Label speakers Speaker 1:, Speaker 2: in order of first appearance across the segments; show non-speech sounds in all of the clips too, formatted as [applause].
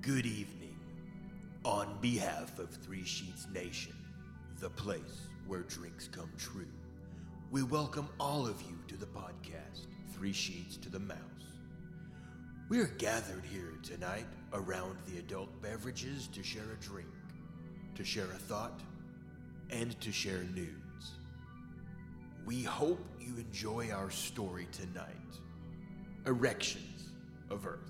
Speaker 1: Good evening. On behalf of Three Sheets Nation, the place where drinks come true, we welcome all of you to the podcast, Three Sheets to the Mouse. We're gathered here tonight around the adult beverages to share a drink, to share a thought, and to share nudes. We hope you enjoy our story tonight Erections of Earth.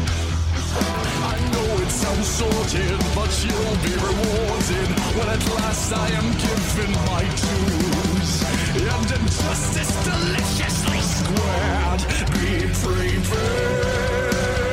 Speaker 2: I know it sounds sorted, but you'll be rewarded when at last I am given my dues. And injustice deliciously squared, be prepared.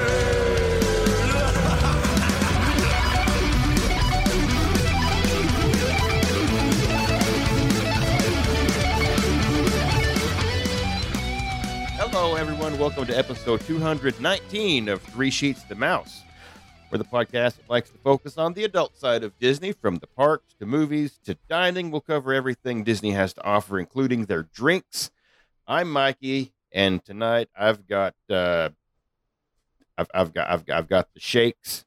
Speaker 3: Hello, everyone. Welcome to episode 219 of Three Sheets to the Mouse, where the podcast that likes to focus on the adult side of Disney, from the parks to movies to dining. We'll cover everything Disney has to offer, including their drinks. I'm Mikey, and tonight I've got, uh, I've, I've got, I've got, I've got the shakes,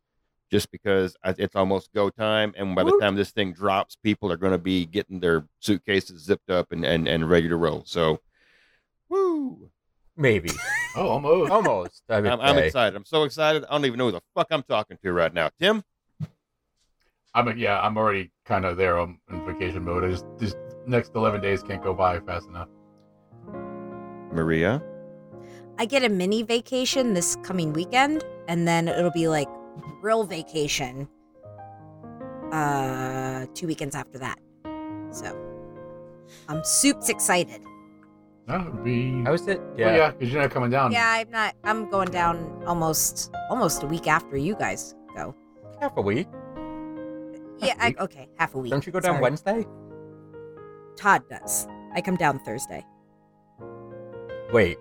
Speaker 3: just because I, it's almost go time, and by the time this thing drops, people are going to be getting their suitcases zipped up and and and ready to roll. So, woo.
Speaker 4: Maybe.
Speaker 5: [laughs] Oh, almost.
Speaker 4: Almost. I would
Speaker 3: I'm, I'm
Speaker 4: say.
Speaker 3: excited. I'm so excited. I don't even know who the fuck I'm talking to right now. Tim,
Speaker 5: I'm yeah. I'm already kind of there. I'm in vacation mode. I just, just next eleven days can't go by fast enough.
Speaker 3: Maria,
Speaker 6: I get a mini vacation this coming weekend, and then it'll be like real vacation uh two weekends after that. So I'm super excited.
Speaker 5: That would be.
Speaker 4: How is it?
Speaker 5: Oh, Yeah,
Speaker 4: Yeah.
Speaker 5: yeah, because you're not coming
Speaker 4: Um,
Speaker 5: down.
Speaker 6: Yeah, I'm not I'm going down almost almost a week after you guys go.
Speaker 4: Half a week.
Speaker 6: Yeah,
Speaker 4: Half a
Speaker 6: I,
Speaker 4: week?
Speaker 6: okay, half a week.
Speaker 4: Don't you go down
Speaker 6: Sorry.
Speaker 4: Wednesday?
Speaker 6: Todd does. I come down Thursday.
Speaker 4: Wait.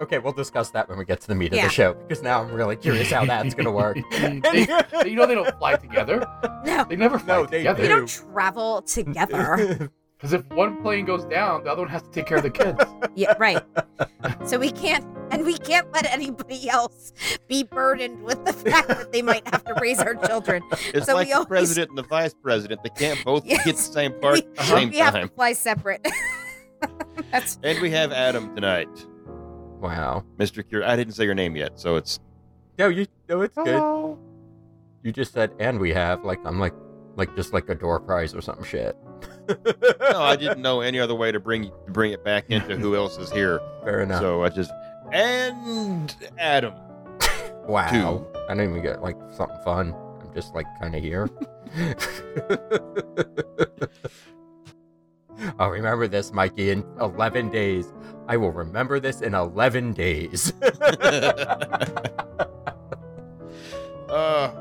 Speaker 4: Okay, we'll discuss that when we get to the meat of
Speaker 6: Yeah.
Speaker 4: the show because now I'm really curious how that's going to work.
Speaker 5: They- [laughs] you know they don't fly together.
Speaker 6: No,
Speaker 5: They never fly
Speaker 4: No, they
Speaker 5: together.
Speaker 6: we
Speaker 4: do.
Speaker 6: don't
Speaker 4: [laughs]
Speaker 6: travel together.
Speaker 5: Because if one plane goes down, the other one has to take care of
Speaker 4: [laughs]
Speaker 5: the kids.
Speaker 6: yeah,
Speaker 3: [laughs]
Speaker 6: right. So we can't and we can't let anybody else be burdened with the fact that they might have to raise our children.
Speaker 3: it's
Speaker 6: So
Speaker 3: like
Speaker 6: we
Speaker 3: the
Speaker 6: always-
Speaker 3: president
Speaker 6: [laughs]
Speaker 3: and the vice president. They can't both
Speaker 6: Yes.
Speaker 3: get the same part at the [laughs]
Speaker 5: Uh-huh.
Speaker 3: same
Speaker 6: we have
Speaker 3: time.
Speaker 6: to fly separate. [laughs] That's [laughs]
Speaker 3: And we have Adam tonight,
Speaker 4: wow.
Speaker 3: Mr. Cure. I didn't say your name yet, so it's
Speaker 4: No, you. No, it's
Speaker 5: Uh-huh.
Speaker 4: good. You just said, and we have like I'm like, like just like a door prize or some shit. [laughs]
Speaker 3: no. I didn't know any other way to bring to bring it back into who else is here.
Speaker 4: Fair enough.
Speaker 3: So I just and Adam. [laughs]
Speaker 4: wow.
Speaker 3: two.
Speaker 4: I don't even get like something fun. I'm just like kind of [laughs] here. I'll Oh, remember this, Mikey, in 11 days. I will remember this in 11 days.
Speaker 3: Oh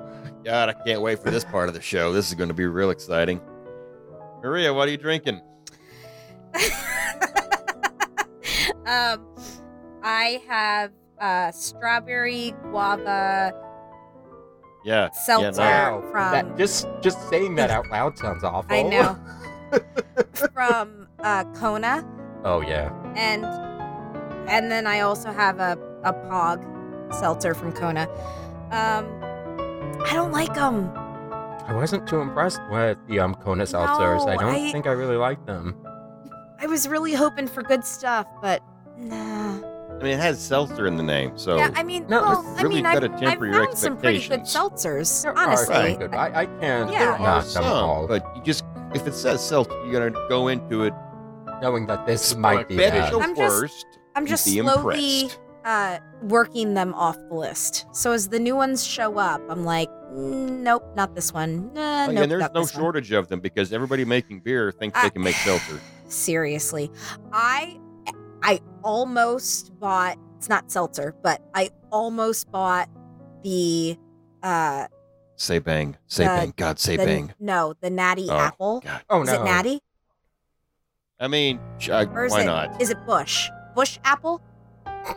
Speaker 3: God, I can't wait for this part of the show. This is going to be real exciting. Maria, what are you drinking?
Speaker 6: um, I have uh, strawberry guava
Speaker 3: Yeah,
Speaker 6: seltzer
Speaker 3: Wow.
Speaker 6: from
Speaker 4: That- just just saying that out loud sounds awful.
Speaker 6: I know from uh, Kona,
Speaker 4: [laughs] Oh yeah.
Speaker 6: and and then I also have a a pog seltzer from Kona. Um, I don't like them.
Speaker 4: I wasn't too impressed with the um Kona seltzers. I
Speaker 6: No,
Speaker 4: don't
Speaker 6: I-
Speaker 4: think I really like them.
Speaker 6: I was really hoping for good stuff, but nah.
Speaker 3: I mean, it has seltzer in the name, so
Speaker 6: yeah, I mean,
Speaker 4: No,
Speaker 6: well,
Speaker 3: it's
Speaker 6: I
Speaker 3: really
Speaker 6: mean,
Speaker 3: gotta
Speaker 6: I've, I've
Speaker 3: temper your
Speaker 6: found some pretty good
Speaker 3: expectations.
Speaker 6: seltzers,
Speaker 4: There are
Speaker 6: honestly.
Speaker 4: some good- I, I can't
Speaker 6: Yeah. There
Speaker 3: There are
Speaker 4: knock them
Speaker 3: some,
Speaker 4: all.
Speaker 3: but you just if it says seltzer, you're gonna go into it
Speaker 4: knowing that this might be
Speaker 5: bet
Speaker 4: that.
Speaker 3: beneficial
Speaker 6: I'm just-
Speaker 3: first.
Speaker 6: I'm
Speaker 3: and
Speaker 6: just
Speaker 3: be
Speaker 6: slowly
Speaker 3: impressed.
Speaker 6: uh, working them off the list. So as the new ones show up, I'm like, "Mm, nope, not this one. Nah,
Speaker 3: Like,
Speaker 6: nope,
Speaker 3: and Oh, there's
Speaker 6: not
Speaker 3: no
Speaker 6: this one."
Speaker 3: shortage of them because everybody making beer thinks
Speaker 6: I-
Speaker 3: they can make seltzer.
Speaker 6: Seriously, I I almost bought. It's not seltzer, but I almost bought the uh
Speaker 3: Say bang, say
Speaker 6: Uh,
Speaker 3: bang, God say
Speaker 6: the,
Speaker 3: bang.
Speaker 6: no the natty
Speaker 3: Oh,
Speaker 6: apple.
Speaker 3: God.
Speaker 4: Oh
Speaker 6: Is
Speaker 4: no.
Speaker 6: it natty
Speaker 3: I mean, sh- I,
Speaker 6: or is
Speaker 3: why
Speaker 6: it [laughs]
Speaker 3: not?
Speaker 6: is it bush bush apple?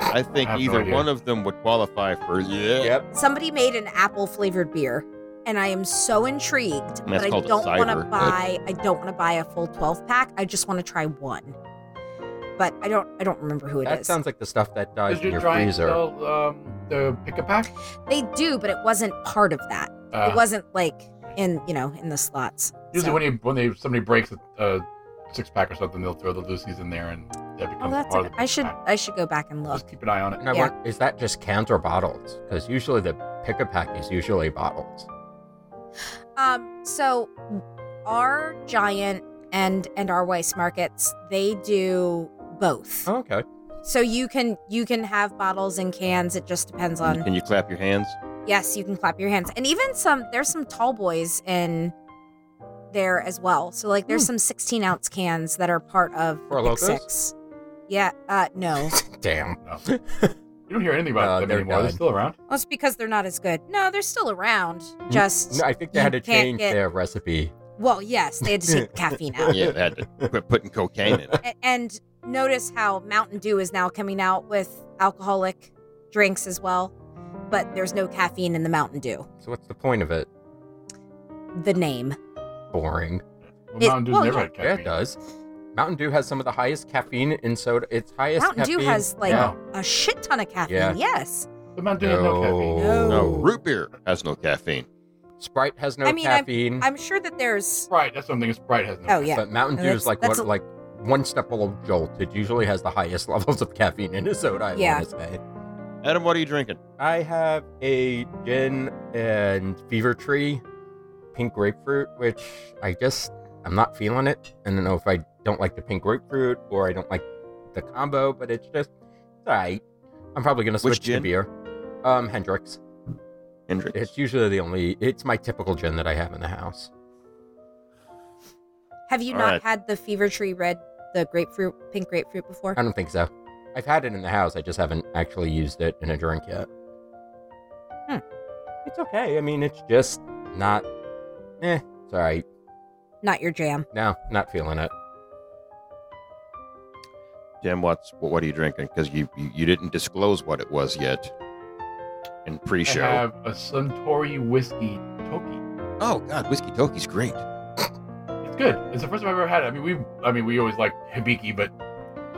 Speaker 3: I think
Speaker 5: I have no
Speaker 3: either
Speaker 5: idea.
Speaker 3: one of them would qualify for yeah.
Speaker 4: Yep.
Speaker 6: Somebody made an apple flavored beer, and I am so intrigued, but
Speaker 3: that's
Speaker 6: I
Speaker 3: called a
Speaker 6: don't want to
Speaker 3: cider, but-
Speaker 6: buy. I don't want to buy a full twelve pack. I just want to try one. But I don't. I don't remember who it is.
Speaker 4: that sounds like the stuff that dies
Speaker 5: Did
Speaker 4: in
Speaker 5: you
Speaker 4: your
Speaker 5: try and
Speaker 4: freezer.
Speaker 5: sell um, the pick a pack?
Speaker 6: they do, but it wasn't part of that.
Speaker 5: Uh,
Speaker 6: it wasn't like in you know in the slots.
Speaker 5: Usually,
Speaker 6: So-
Speaker 5: when you when they somebody breaks a, a six pack or something, they'll throw the Lucy's in there, and that
Speaker 6: oh,
Speaker 5: becomes
Speaker 6: that's.
Speaker 5: part of
Speaker 6: A,
Speaker 5: the
Speaker 6: I
Speaker 5: pick-a-pack.
Speaker 6: should. I should go back and look.
Speaker 5: Just keep an eye on it.
Speaker 4: And I
Speaker 6: Yeah.
Speaker 4: wonder, is that just cans or bottles? Because usually the pick a pack is usually bottles.
Speaker 6: Um, so our giant and and our Weiss markets, they do both.
Speaker 4: Oh, okay.
Speaker 6: So you can you can have bottles and cans. It just depends on.
Speaker 3: Can you clap your hands?
Speaker 6: Yes, you can clap your hands, and even some there's some tall boys in there as well. So like
Speaker 5: Hmm.
Speaker 6: there's some 16 ounce cans that are part of
Speaker 4: For
Speaker 6: the Big
Speaker 4: locos?
Speaker 6: six. Yeah, uh, no,
Speaker 4: Damn.
Speaker 5: You don't hear anything
Speaker 4: [laughs] No,
Speaker 5: about them
Speaker 4: they're
Speaker 5: anymore. They're
Speaker 4: done.
Speaker 5: still around.
Speaker 6: that's because they're not as good. No, they're still around. Just
Speaker 4: Mm. No, I think they
Speaker 6: You
Speaker 4: had to
Speaker 6: can't
Speaker 4: change
Speaker 6: get-
Speaker 4: their recipe.
Speaker 6: well, yes, they had
Speaker 4: [laughs]
Speaker 6: to take the caffeine out.
Speaker 3: Yeah, they had [laughs] to quit putting cocaine in it.
Speaker 6: A- and notice how Mountain Dew is now coming out with alcoholic drinks as well, but there's no caffeine in the Mountain Dew.
Speaker 4: So what's the point of it?
Speaker 6: The name.
Speaker 4: Boring.
Speaker 5: Well,
Speaker 6: It-
Speaker 5: Mountain Dew's
Speaker 6: well,
Speaker 5: never
Speaker 6: yeah.
Speaker 5: had
Speaker 4: Yeah,
Speaker 5: caffeine.
Speaker 4: it does. Mountain Dew has some of the highest caffeine in soda. It's highest
Speaker 6: Mountain Dew
Speaker 4: caffeine-
Speaker 6: has like
Speaker 4: Yeah.
Speaker 6: a shit ton of caffeine.
Speaker 4: Yeah.
Speaker 6: Yes.
Speaker 5: The Mountain Dew has no caffeine.
Speaker 3: No, root beer has no caffeine.
Speaker 4: Sprite has no
Speaker 6: I mean, I'm-
Speaker 4: caffeine.
Speaker 6: I'm sure that there's.
Speaker 5: Sprite. That's something. Sprite has no.
Speaker 6: Oh yeah.
Speaker 4: Mm. But Mountain
Speaker 6: No,
Speaker 4: Dew
Speaker 6: that's-
Speaker 4: is like what,
Speaker 6: that's a-
Speaker 4: like one step below Jolt. It usually has the highest [laughs] levels of caffeine in a soda. I
Speaker 6: Yeah.
Speaker 4: want to say.
Speaker 3: Adam, what are you drinking?
Speaker 4: I have a gin and fever tree, pink grapefruit, which I just I'm not feeling it. I don't know if I don't like the pink grapefruit or I don't like the combo, but it's just it's alright. I'm probably gonna
Speaker 3: Which
Speaker 4: switch to
Speaker 3: gin?
Speaker 4: beer. Um, Hendrix.
Speaker 3: Hendrix.
Speaker 4: It's usually the only. It's my typical gin that I have in the house.
Speaker 6: Have you
Speaker 3: All
Speaker 6: not
Speaker 3: right.
Speaker 6: had the Fever Tree Red, the grapefruit, pink grapefruit before?
Speaker 4: I don't think so. I've had it in the house. I just haven't actually used it in a drink yet.
Speaker 6: Hmm.
Speaker 4: It's okay. I mean, it's just not. Eh, it's all right.
Speaker 6: Not your jam.
Speaker 4: No, not feeling it.
Speaker 3: Jim, what's what, what are you drinking? Because you, you you didn't disclose what it was yet in
Speaker 5: I
Speaker 3: pre-show.
Speaker 5: have a Suntory whiskey toki.
Speaker 3: Oh God, whiskey toki's great.
Speaker 5: It's good. It's the first time I've ever had it. I mean, we I mean, we always like Hibiki, but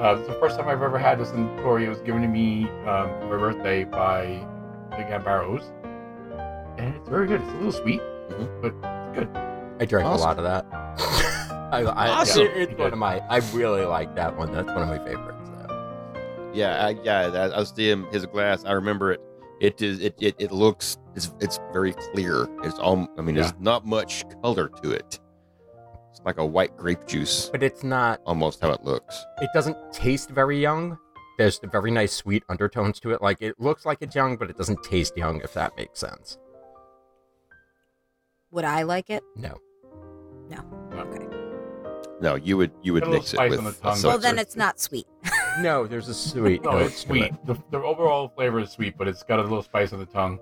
Speaker 5: uh, it's the first time I've ever had this in Tori. It was given to me um, for my birthday by Big Gun Barrows, and it's very good. It's a little sweet, but it's good.
Speaker 4: I drank
Speaker 3: Awesome.
Speaker 4: a lot of that. [laughs] I, I,
Speaker 3: Awesome.
Speaker 4: it- it's one of my. I really like that one. That's one of my favorites. So.
Speaker 3: Yeah, I, yeah. I, I see him his glass. I remember it. It is. It it, it looks. It's it's very clear. It's all. I mean, there's not much color to it. It's like a white grape juice,
Speaker 4: But it's not.
Speaker 3: almost how it looks.
Speaker 4: It doesn't taste very young. There's the very nice sweet undertones to it. Like it looks like it's young, but it doesn't taste young. If that makes sense.
Speaker 6: Would I like it?
Speaker 4: No.
Speaker 3: No, you would you would
Speaker 5: Got a little
Speaker 3: mix it
Speaker 5: spice
Speaker 3: with.
Speaker 5: on the
Speaker 3: a
Speaker 5: tongue,
Speaker 3: seltzer.
Speaker 5: So
Speaker 6: well,
Speaker 5: it's
Speaker 6: then
Speaker 5: a-
Speaker 6: it's not sweet.
Speaker 4: No, there's a
Speaker 5: [laughs]
Speaker 4: sweet.
Speaker 5: No,
Speaker 4: note
Speaker 5: Oh, it's
Speaker 4: to
Speaker 5: sweet.
Speaker 4: it.
Speaker 5: The, the overall flavor is sweet, but it's got a little spice on the tongue.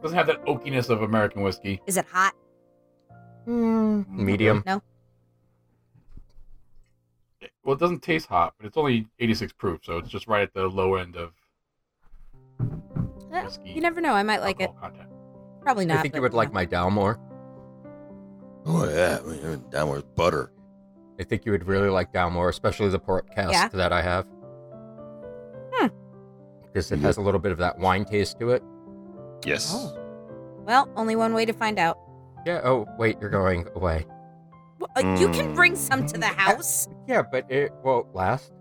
Speaker 5: doesn't have that oakiness of American whiskey.
Speaker 6: Is it hot?
Speaker 4: Mm, Medium.
Speaker 5: Well, it doesn't taste hot, but it's only 86 proof, so it's just right at the low end of
Speaker 6: Eh,
Speaker 5: Whiskey.
Speaker 6: You never know. I might like it.
Speaker 5: alcohol content.
Speaker 6: Probably not.
Speaker 4: I think
Speaker 6: but,
Speaker 4: you would like
Speaker 6: know.
Speaker 4: my Dalmore.
Speaker 1: Oh yeah, I mean, downward butter.
Speaker 4: I think you would really like Dalmore, especially the port cask
Speaker 6: Yeah.
Speaker 4: that I have.
Speaker 6: Hmm.
Speaker 4: Because it has a little bit of that wine taste to it.
Speaker 3: Yes.
Speaker 6: Well, only one way to find out.
Speaker 4: Yeah. Oh, wait, you're going away.
Speaker 6: Well, uh, You can
Speaker 3: Mm.
Speaker 6: bring some to the house.
Speaker 4: Hmm. [laughs] Yeah, but it won't last.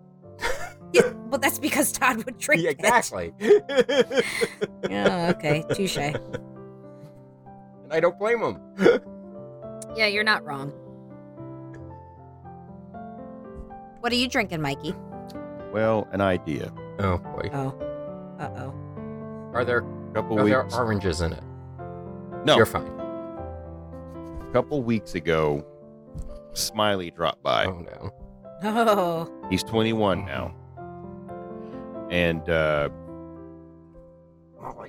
Speaker 6: Yeah, well, that's because Todd would drink
Speaker 4: Yeah,
Speaker 6: it. [laughs]
Speaker 4: exactly. [laughs]
Speaker 6: Yeah, okay, touche. Yeah,
Speaker 4: And I don't blame him.
Speaker 6: you're not wrong. What are you drinking, Mikey?
Speaker 3: Well, an idea.
Speaker 4: Oh boy.
Speaker 6: Oh, uh oh.
Speaker 4: Are there
Speaker 3: couple
Speaker 4: are there
Speaker 3: weeks.
Speaker 4: oranges in it?
Speaker 3: Oh, no,
Speaker 4: You're fine.
Speaker 3: a couple weeks ago, Smiley dropped by.
Speaker 4: Oh no.
Speaker 6: Oh,
Speaker 3: He's 21 now. And uh,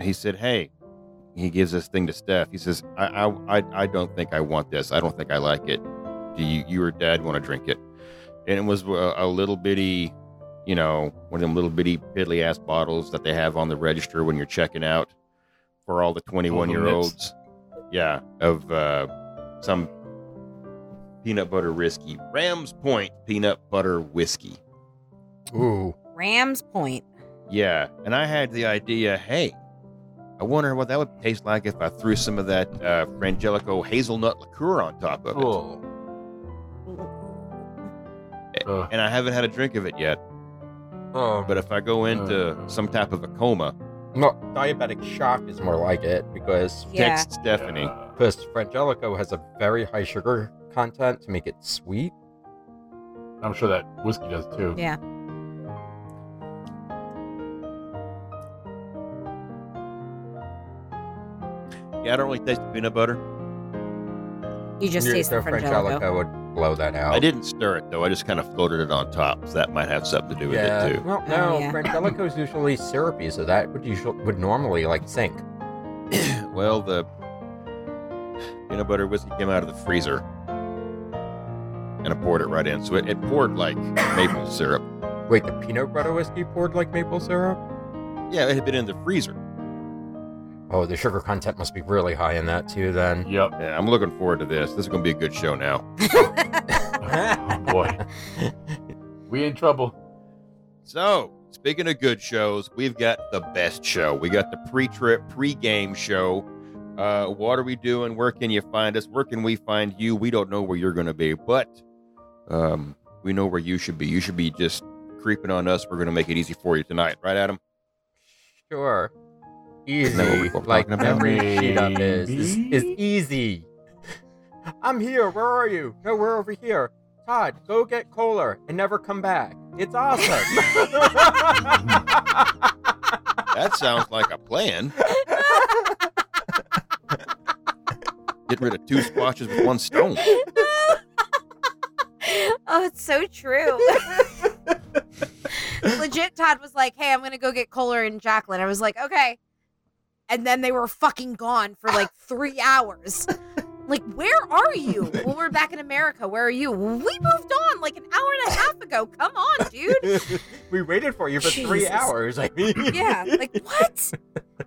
Speaker 3: he said, Hey, he gives this thing to Steph. He says, I, I, I, I don't think I want this. I don't think I like it. Do you, you or dad want to drink it? And it was a, a little bitty, you know, one of them little bitty piddly ass bottles that they have on the register when you're checking out for all the 21 year olds. yeah, of uh, some peanut butter whiskey, Rams Point peanut butter whiskey.
Speaker 4: Ooh.
Speaker 6: Rams Point.
Speaker 3: Yeah, and I had the idea, hey, I wonder what that would taste like if I threw some of that uh, Frangelico hazelnut liqueur on top of it.
Speaker 5: Cool.
Speaker 6: Mm,
Speaker 5: Ugh.
Speaker 3: And I haven't had a drink of it yet,
Speaker 4: Oh,
Speaker 3: but if I go into
Speaker 5: Uh.
Speaker 3: some type of a coma,
Speaker 4: no, diabetic shock is more like it because
Speaker 6: Yeah.
Speaker 3: text Stephanie.
Speaker 5: Yeah.
Speaker 4: because Frangelico has a very high sugar content to make it sweet.
Speaker 5: I'm sure that whiskey does too.
Speaker 6: Yeah.
Speaker 3: Yeah, I don't really taste the peanut butter.
Speaker 6: You just
Speaker 4: Your-
Speaker 6: taste the
Speaker 4: your
Speaker 6: Frangelico.
Speaker 4: would blow that out.
Speaker 3: I didn't stir it though. I just kind of floated it on top, so that might have something to do with
Speaker 4: yeah.
Speaker 3: it too.
Speaker 4: Well,
Speaker 6: Oh,
Speaker 4: no,
Speaker 6: yeah.
Speaker 4: Frangelico is usually syrupy, so that would usually would normally like sink.
Speaker 5: [clears throat]
Speaker 3: Well, the peanut butter whiskey came out of the freezer, and I poured it right in. So it, it poured like maple syrup.
Speaker 4: Wait, the peanut butter whiskey poured like maple syrup?
Speaker 3: Yeah, it had been in the freezer.
Speaker 4: Oh, the sugar content must be really high in that too. Then.
Speaker 6: [laughs]
Speaker 5: Yep.
Speaker 3: Yeah, I'm looking forward to this. This is going to be a good show now.
Speaker 6: [laughs]
Speaker 5: Oh boy, we in trouble.
Speaker 3: So, speaking of good shows, we've got the best show. We got the pre-trip, pre-game show. Uh, what are we doing? Where can you find us? Where can we find you? We don't know where you're going to be, but um, we know where you should be. You should be just creeping on us. We're going to make it easy for you tonight, right, Adam?
Speaker 4: Sure. Easy.
Speaker 3: that what we were
Speaker 4: like
Speaker 3: talking about?
Speaker 4: every sheet up is, is is
Speaker 5: Maybe?
Speaker 4: easy. I'm here. Where are you? No, we're over here. Todd, go get Kohler and never come back. It's
Speaker 6: [laughs]
Speaker 4: awesome.
Speaker 3: That sounds like a plan. Get rid of two splotches with one stone.
Speaker 6: oh, it's so true. Legit, Todd was like, "Hey, I'm gonna go get Kohler and Jacqueline." I was like, "Okay," and then they were fucking gone for like three hours. Like, where are you? Well, we're back in America. Where are you? We moved on like an hour and a half ago. Come on, dude.
Speaker 4: [laughs] we waited for you for three
Speaker 6: Jesus.
Speaker 4: hours. [laughs] I mean,
Speaker 6: Yeah, like what?
Speaker 3: I- [laughs]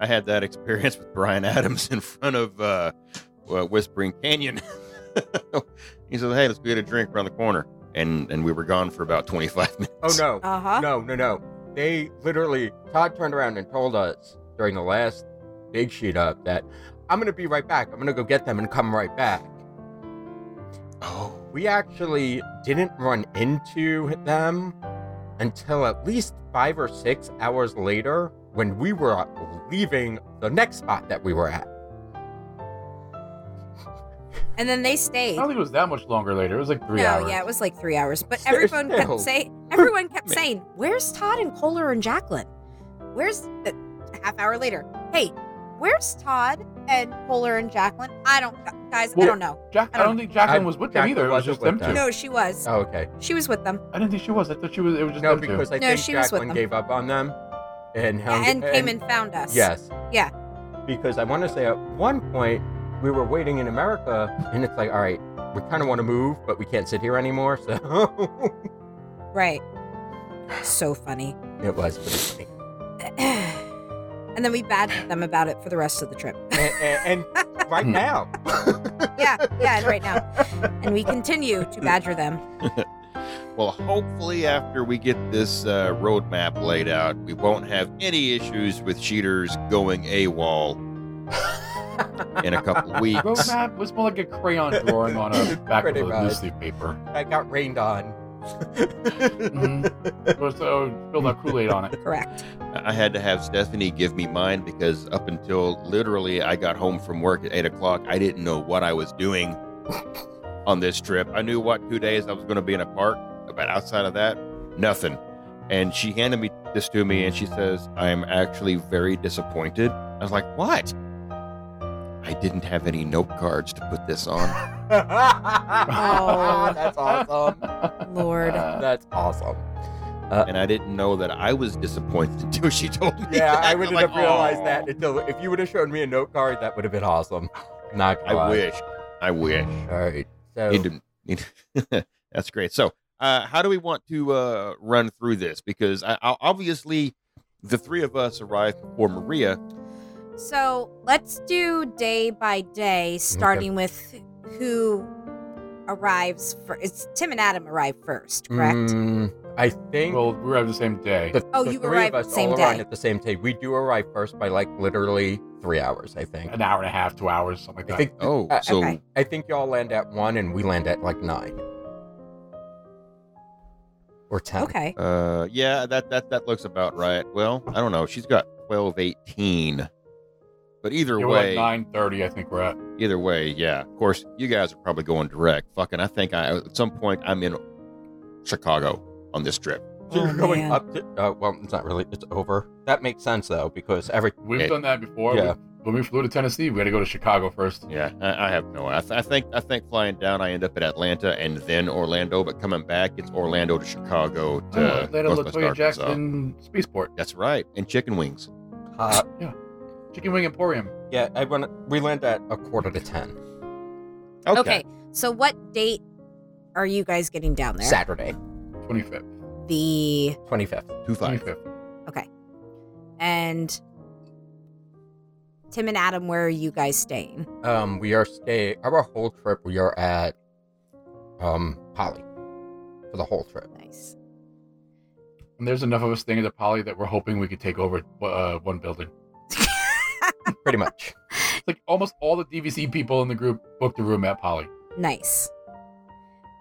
Speaker 3: I had that experience with Brian Adams in front of uh, uh, Whispering Canyon. [laughs] he says, "Hey, let's go get a drink around the corner," and and we were gone for about twenty five [laughs] minutes.
Speaker 4: Oh no.
Speaker 6: Uh huh.
Speaker 4: No, no, no. They literally, Todd turned around and told us during the last big sheet up that I'm going to be right back. I'm going to go get them and come right back.
Speaker 3: Oh,
Speaker 4: We actually didn't run into them until at least five or six hours later when we were leaving the next spot that we were at.
Speaker 6: And then they
Speaker 5: I
Speaker 6: stayed.
Speaker 5: don't think it was that much longer later. It was like three
Speaker 6: no,
Speaker 5: hours.
Speaker 6: yeah, it was like three hours. But
Speaker 4: Still-
Speaker 6: everyone
Speaker 4: still.
Speaker 6: kept say everyone kept
Speaker 3: Man.
Speaker 6: saying, "Where's Todd and Kohler and Jacqueline? Where's the a half hour later? Hey, where's Todd and Kohler and Jacqueline? I don't, guys, I
Speaker 5: Well-
Speaker 6: don't know.
Speaker 5: Jack, I don't think Jacqueline was with them
Speaker 4: Jacqueline
Speaker 5: either. It was
Speaker 4: wasn't
Speaker 5: just them
Speaker 4: with
Speaker 5: two.
Speaker 4: them.
Speaker 6: No, she was.
Speaker 4: Oh, okay.
Speaker 6: She was with them
Speaker 5: I didn't think she was. I thought she was. It was just
Speaker 4: No,
Speaker 5: them two.
Speaker 4: because I
Speaker 6: No,
Speaker 4: think
Speaker 6: she was with
Speaker 4: Jacqueline
Speaker 6: them.
Speaker 4: gave up on them and hung-
Speaker 6: and came and found us.
Speaker 4: Yes.
Speaker 6: Yeah.
Speaker 4: Because I want to say at one point we were waiting in America, and it's like, all right, we kind of want to move, but we can't sit here anymore. So [laughs]
Speaker 6: right. So funny. [sighs]
Speaker 4: it was pretty funny.
Speaker 6: and then we badgered them about it for the rest of the trip. [laughs]
Speaker 4: And, and, and
Speaker 3: Hmm.
Speaker 4: right now,
Speaker 6: yeah, yeah, and right now, and we continue to badger them.
Speaker 3: well, hopefully after we get this uh, roadmap laid out, we won't have any issues with cheaters going AWOL in a couple weeks.
Speaker 5: Roadmap was more like a
Speaker 4: [laughs]
Speaker 5: crayon drawing on a back of
Speaker 4: Pretty
Speaker 5: a
Speaker 4: much.
Speaker 5: newsleaf paper.
Speaker 4: I got rained on.
Speaker 5: Mhm. It was uh, spilled out Kool Aid on it.
Speaker 6: Correct.
Speaker 3: I had to have Stephanie give me mine because up until literally I got home from work at eight o'clock, I didn't know what I was doing on this trip. I knew what two days I was going to be in a park, but outside of that, nothing. And she handed me this to me and she says, I am actually very disappointed. I was like, What? I didn't have any note cards to put this on.
Speaker 6: Oh.
Speaker 4: [laughs] That's awesome.
Speaker 6: Lord.
Speaker 5: Uh,
Speaker 4: That's
Speaker 3: [laughs]
Speaker 4: awesome.
Speaker 3: And I didn't know that I was disappointed [laughs] until she told me.
Speaker 4: Yeah,
Speaker 3: that.
Speaker 4: I
Speaker 3: I'm
Speaker 4: wouldn't
Speaker 3: like,
Speaker 4: have realized
Speaker 3: "Aw."
Speaker 4: that until if you would have shown me a note card, that would have been awesome. Not gonna
Speaker 3: I
Speaker 4: lie.
Speaker 3: wish. I wish.
Speaker 4: All right. So
Speaker 3: Need to- [laughs] need- that's great. So, uh, how do we want to uh, run through this? Because I, I, obviously, the three of us arrived before Maria,
Speaker 6: So let's do day by day, starting with who arrives for. It's Tim and Adam arrive first, correct?
Speaker 4: Mm, I think
Speaker 5: Well, we were having the same day.
Speaker 4: the,
Speaker 6: Oh,
Speaker 4: the
Speaker 6: you
Speaker 4: three
Speaker 6: arrived
Speaker 4: of us
Speaker 6: the same
Speaker 4: all
Speaker 6: day.
Speaker 4: arrived at the same time. We do arrive first by like literally three hours, I think.
Speaker 5: An hour and a half, two hours, something like
Speaker 4: I
Speaker 5: that.
Speaker 4: think
Speaker 3: Oh,
Speaker 4: I-
Speaker 3: so
Speaker 6: okay.
Speaker 4: I think y'all land at one and we land at like nine. Or ten.
Speaker 6: Okay.
Speaker 3: uh, yeah, that that that looks about right. Well, I don't know. She's got twelve eighteen, but either
Speaker 5: Yeah, we're
Speaker 3: way,
Speaker 5: like nine thirty, I think we're at.
Speaker 3: either way, yeah. Of course, you guys are probably going direct. Fucking, I think I at some point I'm in Chicago on this trip.
Speaker 4: So you're
Speaker 6: Oh,
Speaker 4: going
Speaker 6: man.
Speaker 4: up to uh, well, it's not really it's over. That makes sense though, because every
Speaker 5: We've
Speaker 3: Okay.
Speaker 5: done that before.
Speaker 4: Yeah.
Speaker 5: We- when we flew to Tennessee, we had to go to Chicago first.
Speaker 3: Yeah, I, I have no. I, th- I think I think flying down, I end up at Atlanta and then Orlando. But coming back, it's Orlando to Chicago
Speaker 5: Oh,
Speaker 3: to
Speaker 5: Atlanta,
Speaker 3: Uh, Northwest
Speaker 5: Latoya
Speaker 3: Arkansas.
Speaker 5: Jackson Spaceport,
Speaker 3: That's right, and chicken wings.
Speaker 4: uh,
Speaker 5: Chicken Wing Emporium.
Speaker 4: yeah, I want we land at a quarter to ten.
Speaker 6: okay. So what date are you guys getting down there?
Speaker 4: Saturday,
Speaker 5: 25th.
Speaker 6: The
Speaker 4: twenty fifth.
Speaker 3: two five.
Speaker 5: 25th.
Speaker 6: and Tim and Adam, where are you guys staying?
Speaker 4: Um, we are stay our whole trip. We are at um Polly for the whole trip.
Speaker 6: Nice.
Speaker 5: And there's enough of us staying at the Poly that we're hoping we could take over uh, one building.
Speaker 4: Pretty much.
Speaker 5: It's like almost all the DVC people in the group booked a room at Poly.
Speaker 6: Nice.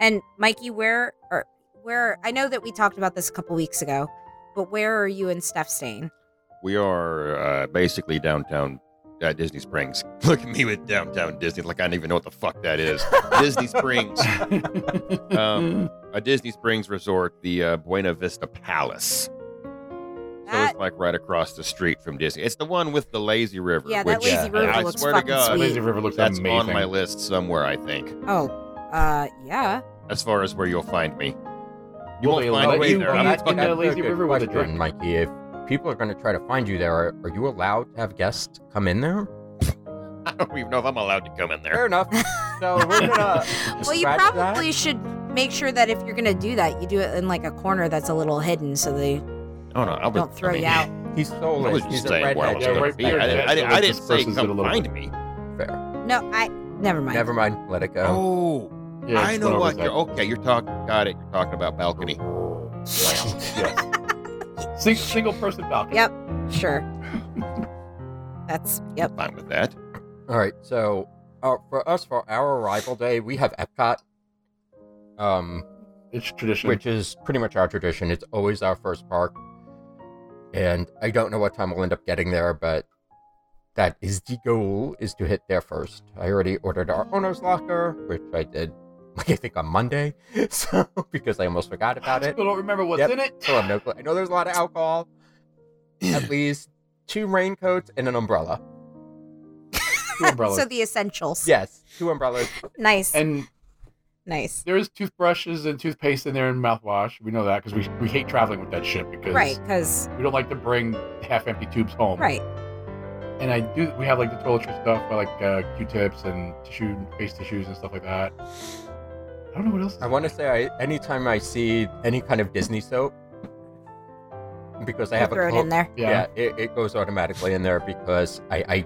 Speaker 6: And Mikey, where are where I know that we talked about this a couple weeks ago, but where are you and Steph staying?
Speaker 3: We are uh, basically downtown uh, Disney Springs. [laughs] Look at me with downtown Disney, like I don't even know what the fuck that
Speaker 6: [laughs]
Speaker 3: is. Disney Springs,
Speaker 5: [laughs]
Speaker 3: Um, a Disney Springs resort, the uh, Buena Vista Palace. So
Speaker 6: That
Speaker 3: it's like right across the street from Disney. It's the one with the lazy river.
Speaker 6: yeah, that
Speaker 3: which
Speaker 6: lazy
Speaker 5: yeah,
Speaker 6: river
Speaker 3: I
Speaker 6: looks
Speaker 3: swear to
Speaker 6: fucking
Speaker 3: God.
Speaker 6: sweet.
Speaker 5: Lazy River looks
Speaker 3: that's
Speaker 5: amazing.
Speaker 3: on my list somewhere, I think.
Speaker 6: Oh, uh, yeah.
Speaker 3: As far as where you'll find me, you
Speaker 5: Will
Speaker 3: won't
Speaker 5: they
Speaker 3: find
Speaker 5: let
Speaker 3: me
Speaker 5: you
Speaker 3: there. I'm
Speaker 5: back
Speaker 3: fucking-
Speaker 5: in the lazy
Speaker 4: good
Speaker 5: river with a
Speaker 4: question,
Speaker 5: drink?
Speaker 4: Mikey. If people are going to try to find you there, are, are you allowed to have guests come in there?
Speaker 3: I don't even know if I'm allowed to come in there.
Speaker 4: Fair enough.
Speaker 6: [laughs]
Speaker 4: So we're [laughs] gonna.
Speaker 6: Well, you
Speaker 4: scratch that.
Speaker 6: probably should make sure that if you're gonna do that, you do it in like a corner that's a little hidden, so they
Speaker 3: Oh no, I was,
Speaker 6: don't throw
Speaker 3: I mean,
Speaker 6: you out.
Speaker 4: He's
Speaker 3: I was
Speaker 4: soulless.
Speaker 3: just
Speaker 4: He's a
Speaker 3: saying where I
Speaker 4: redhead.
Speaker 3: was
Speaker 5: Yeah,
Speaker 3: going
Speaker 5: right
Speaker 3: to be.
Speaker 5: there,
Speaker 3: I didn't, I
Speaker 5: that's
Speaker 3: didn't,
Speaker 5: the
Speaker 3: I
Speaker 5: way
Speaker 3: didn't
Speaker 5: this
Speaker 3: say
Speaker 5: person's
Speaker 3: come
Speaker 5: gonna look.
Speaker 3: find me.
Speaker 4: Fair.
Speaker 6: No, I never mind.
Speaker 4: Never mind. Let it go.
Speaker 3: Oh,
Speaker 5: Yeah,
Speaker 3: I
Speaker 5: it's
Speaker 3: know
Speaker 5: whatever
Speaker 3: what
Speaker 5: it's at.
Speaker 3: you're. Okay, you're talking. Got it. You're talking about balcony. oh.
Speaker 5: Sing, single person balcony.
Speaker 6: Yep.
Speaker 4: [laughs]
Speaker 6: Sure. That's yep.
Speaker 3: Fine with that.
Speaker 4: All right. So uh, for us, for our arrival day, we have Epcot. Um,
Speaker 5: It's tradition.
Speaker 4: which is pretty much our tradition. It's always our first park. And I don't know what time we'll end up getting there, but that is the goal is to hit there first. I already ordered our owner's locker, which I did like I think on Monday. [laughs] So because I almost forgot about
Speaker 5: I
Speaker 4: it.
Speaker 5: still don't remember what's
Speaker 4: Yep.
Speaker 5: in it.
Speaker 4: So I have no clue. I know there's a lot of alcohol.
Speaker 6: [clears throat]
Speaker 4: At least two raincoats and an umbrella.
Speaker 6: [laughs]
Speaker 5: Two umbrellas.
Speaker 6: So the essentials.
Speaker 4: Yes, two umbrellas.
Speaker 6: Nice.
Speaker 5: and
Speaker 6: nice.
Speaker 5: there is toothbrushes and toothpaste in there and mouthwash. We know that because we, we hate traveling with that shit because
Speaker 6: Right, because
Speaker 5: we don't like to bring half empty tubes home.
Speaker 6: right.
Speaker 5: And I do. We have like the toiletry stuff, but, like uh, Q-tips and tissue, face tissues and stuff like that. I don't know what else.
Speaker 4: I want to say I anytime I see any kind of Disney soap because I
Speaker 6: I'll
Speaker 4: have
Speaker 6: throw
Speaker 4: a
Speaker 6: it
Speaker 4: col- [laughs]
Speaker 6: in there.
Speaker 5: yeah,
Speaker 4: yeah, it, it goes automatically in there because I,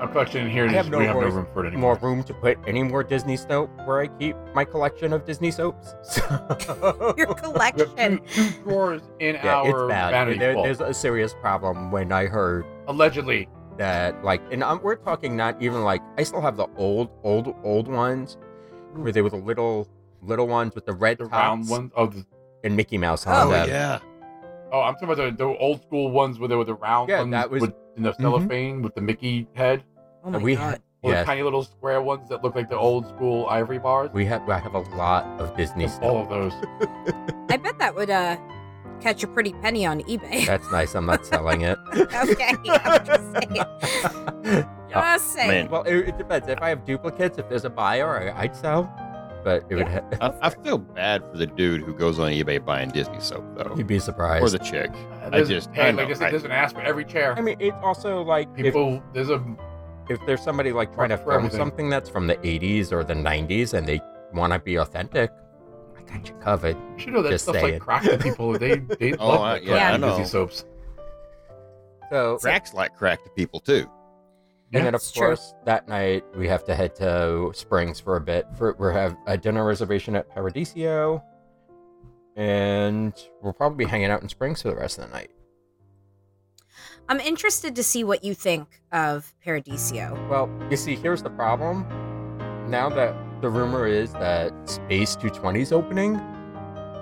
Speaker 5: our collection in here.
Speaker 4: I
Speaker 5: Is,
Speaker 4: have no
Speaker 5: we have no
Speaker 4: voice-
Speaker 5: room for it
Speaker 4: I more
Speaker 5: anymore.
Speaker 4: room to put any more Disney soap where I keep my collection of Disney soaps. [laughs] So
Speaker 6: Your
Speaker 5: we have two,
Speaker 6: collection.
Speaker 5: two drawers in
Speaker 4: yeah, it's
Speaker 5: our
Speaker 4: bad.
Speaker 5: vanity
Speaker 4: There,
Speaker 5: vault,
Speaker 4: there's a serious problem when I heard
Speaker 5: allegedly.
Speaker 4: that like and i we're talking not even like I still have the old old old ones where they were the little little ones with the red
Speaker 5: The
Speaker 4: tops
Speaker 5: round ones. Oh, the,
Speaker 4: and Mickey Mouse on
Speaker 6: Oh,
Speaker 4: them.
Speaker 3: yeah.
Speaker 5: oh, I'm talking about the, the old school ones where they were the round
Speaker 4: Yeah,
Speaker 5: ones
Speaker 4: that was- Mm-hmm.
Speaker 5: with in the cellophane with the Mickey head.
Speaker 6: Oh my
Speaker 4: we
Speaker 6: god.
Speaker 5: Or the
Speaker 4: Yes.
Speaker 5: tiny little square ones that look like the old school ivory bars.
Speaker 4: We have I have a lot of Disney
Speaker 5: All
Speaker 4: soap. [laughs]
Speaker 5: of those.
Speaker 6: I bet that would uh catch a pretty penny on eBay.
Speaker 4: That's nice. I'm not selling it.
Speaker 6: [laughs] okay. I'm just saying.
Speaker 4: [laughs]
Speaker 6: Just saying.
Speaker 3: man.
Speaker 4: Well, it, it depends. If I have duplicates, if there's a buyer, I, I'd sell. But it would ha- [laughs]
Speaker 3: I, I feel bad for the dude who goes on eBay buying Disney soap though,
Speaker 4: you'd be
Speaker 3: or
Speaker 4: surprised.
Speaker 3: the chick.
Speaker 5: There's-
Speaker 3: just-
Speaker 5: hey,
Speaker 3: I
Speaker 5: like
Speaker 3: know,
Speaker 5: this,
Speaker 3: I-
Speaker 5: there's an ass for every chair.
Speaker 4: I mean, it's also like if,
Speaker 5: People, there's a
Speaker 4: if there's somebody like trying to
Speaker 5: For
Speaker 4: film
Speaker 5: everything.
Speaker 4: something that's from the 80s or the 90s and they want to be authentic, I got you covered.
Speaker 5: you should know that
Speaker 4: Just
Speaker 5: stuff
Speaker 4: saying.
Speaker 5: like crack to people. They
Speaker 3: [laughs]
Speaker 5: they
Speaker 3: Oh,
Speaker 5: love
Speaker 3: I-
Speaker 5: that
Speaker 3: yeah,
Speaker 6: I
Speaker 5: cracking
Speaker 3: know.
Speaker 5: Disney soaps.
Speaker 4: So
Speaker 3: Cracks like crack to people too.
Speaker 4: and then of
Speaker 6: It's true.
Speaker 4: course that night we have to head to Springs for a bit. For we have a dinner reservation at Paradiso, and we'll probably be hanging out in Springs for the rest of the night.
Speaker 6: I'm interested to see what you think of Paradiso.
Speaker 4: Well, you see, here's the problem. Now that the rumor is that Space 220 is opening,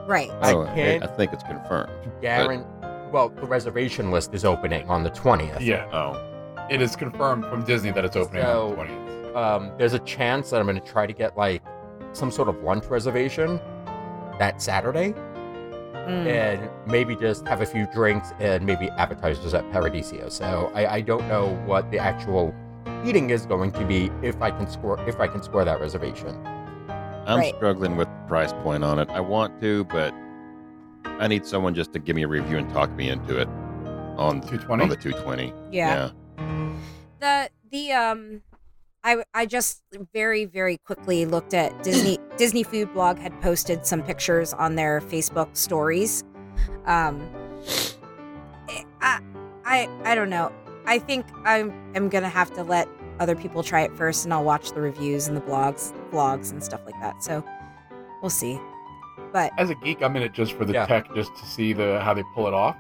Speaker 6: Right.
Speaker 4: I
Speaker 3: Oh,
Speaker 4: can't-
Speaker 3: I think it's confirmed.
Speaker 4: Garen, well, the reservation list is opening on the 20th.
Speaker 5: Yeah,
Speaker 3: Oh,
Speaker 5: it is confirmed from Disney that it's opening on
Speaker 4: So-
Speaker 5: the twentieth.
Speaker 4: um, there's a chance that I'm going to try to get like some sort of lunch reservation that Saturday
Speaker 5: Hmm.
Speaker 6: Mm.
Speaker 4: and maybe just have a few drinks and maybe appetizers at Paradiso. So I, I don't know what the actual eating is going to be if I can score if I can score that reservation.
Speaker 3: I'm
Speaker 6: Right.
Speaker 3: struggling with the price point on it. I want to, but I need someone just to give me a review and talk me into it on
Speaker 5: Two
Speaker 3: on the
Speaker 5: twenty.
Speaker 3: 220.
Speaker 6: yeah. the the um I, I just very very quickly looked at [clears throat] Disney Disney Food Blog had posted some pictures on their Facebook stories. Um, eh, I I I don't know. I think I'm I'm gonna have to let other people try it first, and I'll watch the reviews and the blogs vlogs and stuff like that. So we'll see. But
Speaker 5: As a geek, I'm in it just for the
Speaker 4: Yeah.
Speaker 5: tech, just to see the how they pull it off.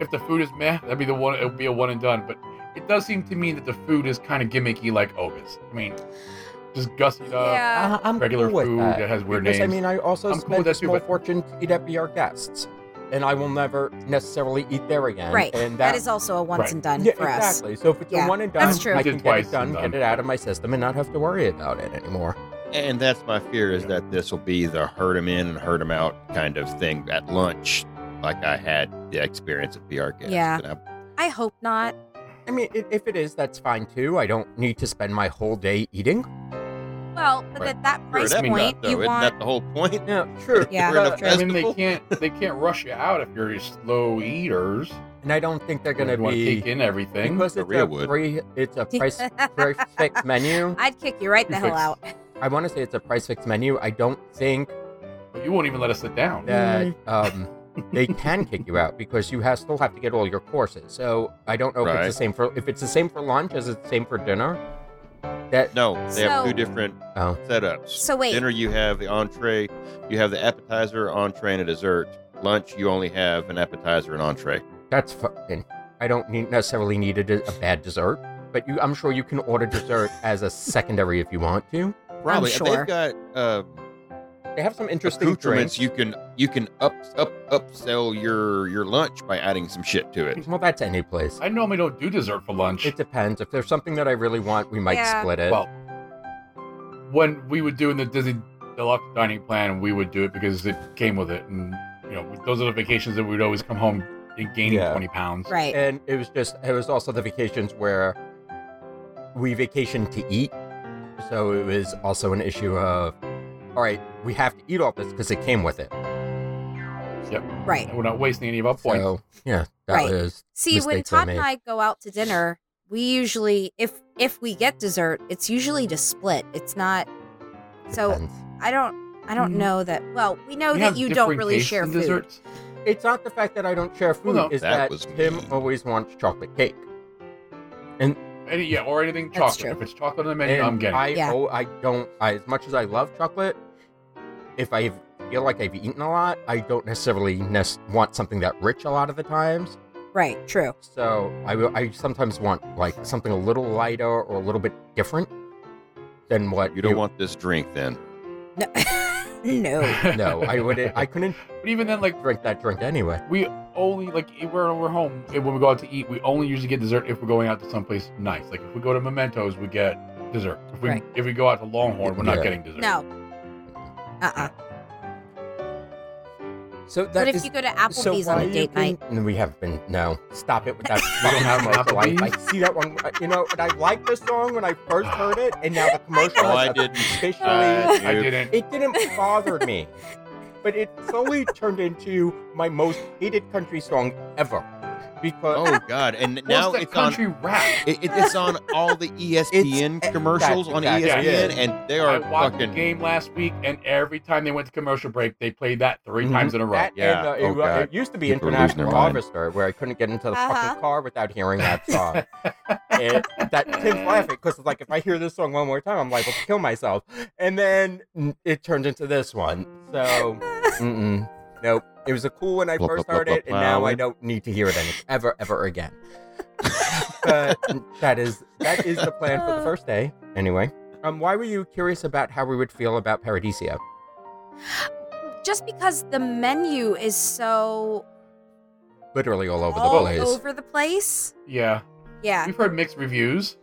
Speaker 5: If the food is meh, that'd be the one. It would be a one and done. But it does seem to me that the food is kind of gimmicky, like Ogus. I mean, just gussied up.
Speaker 6: yeah,
Speaker 4: I, am
Speaker 5: regular
Speaker 4: Uh, cool with
Speaker 5: food
Speaker 4: that.
Speaker 5: that has weird
Speaker 4: because,
Speaker 5: names.
Speaker 4: I mean, I also
Speaker 5: I'm cool
Speaker 4: spent
Speaker 5: with
Speaker 4: a
Speaker 5: that too,
Speaker 4: small
Speaker 5: but-
Speaker 4: fortune to eat at be our guests, and I will never necessarily eat there again.
Speaker 6: right.
Speaker 4: And
Speaker 6: that is also a once
Speaker 5: right.
Speaker 6: and done
Speaker 4: yeah,
Speaker 6: for us.
Speaker 4: exactly. So if it's
Speaker 6: Yeah,
Speaker 4: a one and done,
Speaker 6: that's true.
Speaker 4: I
Speaker 5: We
Speaker 4: can
Speaker 5: did
Speaker 4: get
Speaker 5: twice
Speaker 4: it
Speaker 5: and
Speaker 4: done,
Speaker 5: done.
Speaker 4: get it out of my system, and not have to worry about it anymore.
Speaker 3: And that's my fear is
Speaker 5: Yeah.
Speaker 3: that this will be the herd 'em in and herd 'em out kind of thing at lunch, like I had the experience at BR Guest.
Speaker 6: Yeah.
Speaker 3: And I,
Speaker 6: I hope not.
Speaker 4: I mean, i- if it is, that's fine too. I don't need to spend my whole day eating.
Speaker 6: Well, but
Speaker 3: Right.
Speaker 6: at that
Speaker 3: Sure,
Speaker 6: price
Speaker 3: that's
Speaker 6: point,
Speaker 3: not, though.
Speaker 6: you
Speaker 3: Isn't
Speaker 6: want
Speaker 3: that the whole point? [laughs]
Speaker 4: Yeah, sure.
Speaker 6: Yeah,
Speaker 3: We're in a
Speaker 5: I mean, they
Speaker 3: festival?
Speaker 5: can't they can't rush you out if you're slow eaters.
Speaker 4: [laughs] And I don't think [laughs] they're going
Speaker 5: You
Speaker 4: to
Speaker 5: wanna
Speaker 4: be
Speaker 5: take in everything.
Speaker 4: because it's
Speaker 3: Maria
Speaker 4: a
Speaker 3: would.
Speaker 4: free, it's
Speaker 6: [laughs]
Speaker 4: a price price fixed menu.
Speaker 6: I'd kick you right the hell
Speaker 5: Prefix.
Speaker 6: out.
Speaker 4: I want to say it's a price fixed menu. I don't think
Speaker 5: You won't even let us sit down.
Speaker 4: that um, they can kick you out because you have, still have to get all your courses. So I don't know if
Speaker 3: Right.
Speaker 4: it's the same for if it's the same for lunch as it's the same for dinner. That
Speaker 3: No, they have
Speaker 6: So-
Speaker 3: two different
Speaker 4: oh,
Speaker 3: setups.
Speaker 6: So wait.
Speaker 3: Dinner, you have the entree, you have the appetizer, entree, and a dessert. Lunch, you only have an appetizer and entree.
Speaker 4: That's fine. I don't need, necessarily need a, de- a bad dessert, but you, I'm sure you can
Speaker 3: [laughs]
Speaker 4: order dessert as a secondary if you want to.
Speaker 3: Probably, and
Speaker 6: sure.
Speaker 3: they've got uh,
Speaker 4: They have some interesting
Speaker 3: accoutrements.
Speaker 4: drinks.
Speaker 3: You can you can up up upsell your your lunch by adding some shit to it.
Speaker 4: Well, that's any place.
Speaker 5: I normally don't do dessert for lunch.
Speaker 4: It depends. If there's something that I really want, we might
Speaker 6: Yeah.
Speaker 4: split it.
Speaker 5: Well, when we would do in the Disney Deluxe dining plan, we would do it because it came with it, and you know those are the vacations that we'd always come home and gaining
Speaker 4: Yeah.
Speaker 5: twenty pounds.
Speaker 6: Right.
Speaker 4: and it was just it was also the vacations where we vacationed to eat, so it was also an issue of, all right, we have to eat all this because it came with it.
Speaker 6: right.
Speaker 5: And we're not wasting any of our points.
Speaker 4: So yeah, that
Speaker 6: Right.
Speaker 4: was
Speaker 6: See, when
Speaker 4: mistakes I
Speaker 6: Todd and
Speaker 4: made.
Speaker 6: I go out to dinner, we usually if if we get dessert, it's usually to split. It's not so
Speaker 4: depends.
Speaker 6: I don't I don't know that well, we know
Speaker 5: We
Speaker 6: that
Speaker 5: Mm. have
Speaker 6: you don't
Speaker 5: different
Speaker 6: really
Speaker 5: tastes
Speaker 6: share
Speaker 5: in
Speaker 6: food.
Speaker 5: desserts.
Speaker 4: It's not the fact that I don't share food.
Speaker 5: Well, no.
Speaker 4: It's
Speaker 3: That
Speaker 4: that,
Speaker 3: was
Speaker 4: Tim
Speaker 3: mean.
Speaker 4: always wants chocolate cake.
Speaker 5: Any, yeah, or anything
Speaker 6: That's
Speaker 5: chocolate.
Speaker 6: true.
Speaker 5: If it's chocolate on the menu,
Speaker 4: and
Speaker 5: I'm getting.
Speaker 4: I,
Speaker 5: it.
Speaker 6: Yeah.
Speaker 4: oh, I don't. I, as much as I love chocolate, if I feel like I've eaten a lot, I don't necessarily nes- want something that rich a lot of the times.
Speaker 6: Right, true.
Speaker 4: So I, will- I sometimes want like something a little lighter or a little bit different than what
Speaker 3: You don't want this drink then.
Speaker 6: No, [laughs] no.
Speaker 4: [laughs] No,
Speaker 5: [laughs]
Speaker 4: I would. I couldn't
Speaker 5: But even then, like
Speaker 4: drink that drink anyway.
Speaker 5: we only like if we're we're home and when we go out to eat, we only usually get dessert if we're going out to someplace nice. Like if we go to Mementos, we get dessert. If we
Speaker 6: Right.
Speaker 5: if we go out to Longhorn, we're
Speaker 4: Yeah.
Speaker 5: not getting dessert.
Speaker 6: No. Uh uh
Speaker 4: So that
Speaker 6: But if
Speaker 4: is-
Speaker 6: you go to
Speaker 4: so
Speaker 6: Applebee's on
Speaker 4: why
Speaker 6: a
Speaker 4: you
Speaker 6: date
Speaker 4: can-
Speaker 6: night,
Speaker 4: No, we have been. No, stop it with
Speaker 3: [laughs]
Speaker 4: that.
Speaker 5: We don't have
Speaker 4: commercial. I, I
Speaker 5: Applebee's?
Speaker 4: see that one. You know, and I liked the song when I
Speaker 3: [sighs]
Speaker 4: first heard it, and now the commercial.
Speaker 3: No,
Speaker 4: has
Speaker 3: I didn't. [laughs]
Speaker 5: Oh,
Speaker 4: officially-
Speaker 3: I
Speaker 5: I didn't.
Speaker 4: It didn't bother me, but it slowly turned into my most hated country song ever. because
Speaker 3: Oh God! And now
Speaker 5: What's that
Speaker 3: it's on.
Speaker 5: country rap?
Speaker 3: It, it- it's on all the E ESPN
Speaker 4: It's-
Speaker 3: commercials on E
Speaker 4: exactly,
Speaker 5: yeah.
Speaker 3: ESPN, and they are
Speaker 5: I watched the
Speaker 3: fucking.
Speaker 5: game last week, and every time they went to commercial break, they played that 3
Speaker 3: Mm-hmm.
Speaker 4: Mhm.
Speaker 5: times in a row.
Speaker 4: that
Speaker 3: Yeah.
Speaker 4: and uh,
Speaker 3: Oh,
Speaker 4: it,
Speaker 3: God.
Speaker 4: it used to be
Speaker 3: People are losing
Speaker 4: International
Speaker 3: their mind.
Speaker 4: Harvester, where I couldn't get into the
Speaker 6: Uh-huh.
Speaker 4: fucking car without hearing
Speaker 3: [laughs]
Speaker 4: that song. and that Tim's laughing because like if I hear this song one more time, I'm liable to kill myself. And then mm, it turned into this one. So, mm-mm, nope. It was a cool when I
Speaker 3: Blah,
Speaker 4: first
Speaker 3: blah, blah,
Speaker 4: heard it,
Speaker 3: blah,
Speaker 4: and now I
Speaker 3: blah.
Speaker 4: don't need to hear it any, ever, ever
Speaker 3: [laughs]
Speaker 4: again. but that is that is the plan for the first day, anyway. Um, why were you curious about how we would feel about Paradisia?
Speaker 6: Just because the menu is so
Speaker 4: Literally all over
Speaker 6: all
Speaker 4: the place.
Speaker 6: over the place.
Speaker 5: Yeah.
Speaker 6: Yeah.
Speaker 5: We've heard mixed reviews.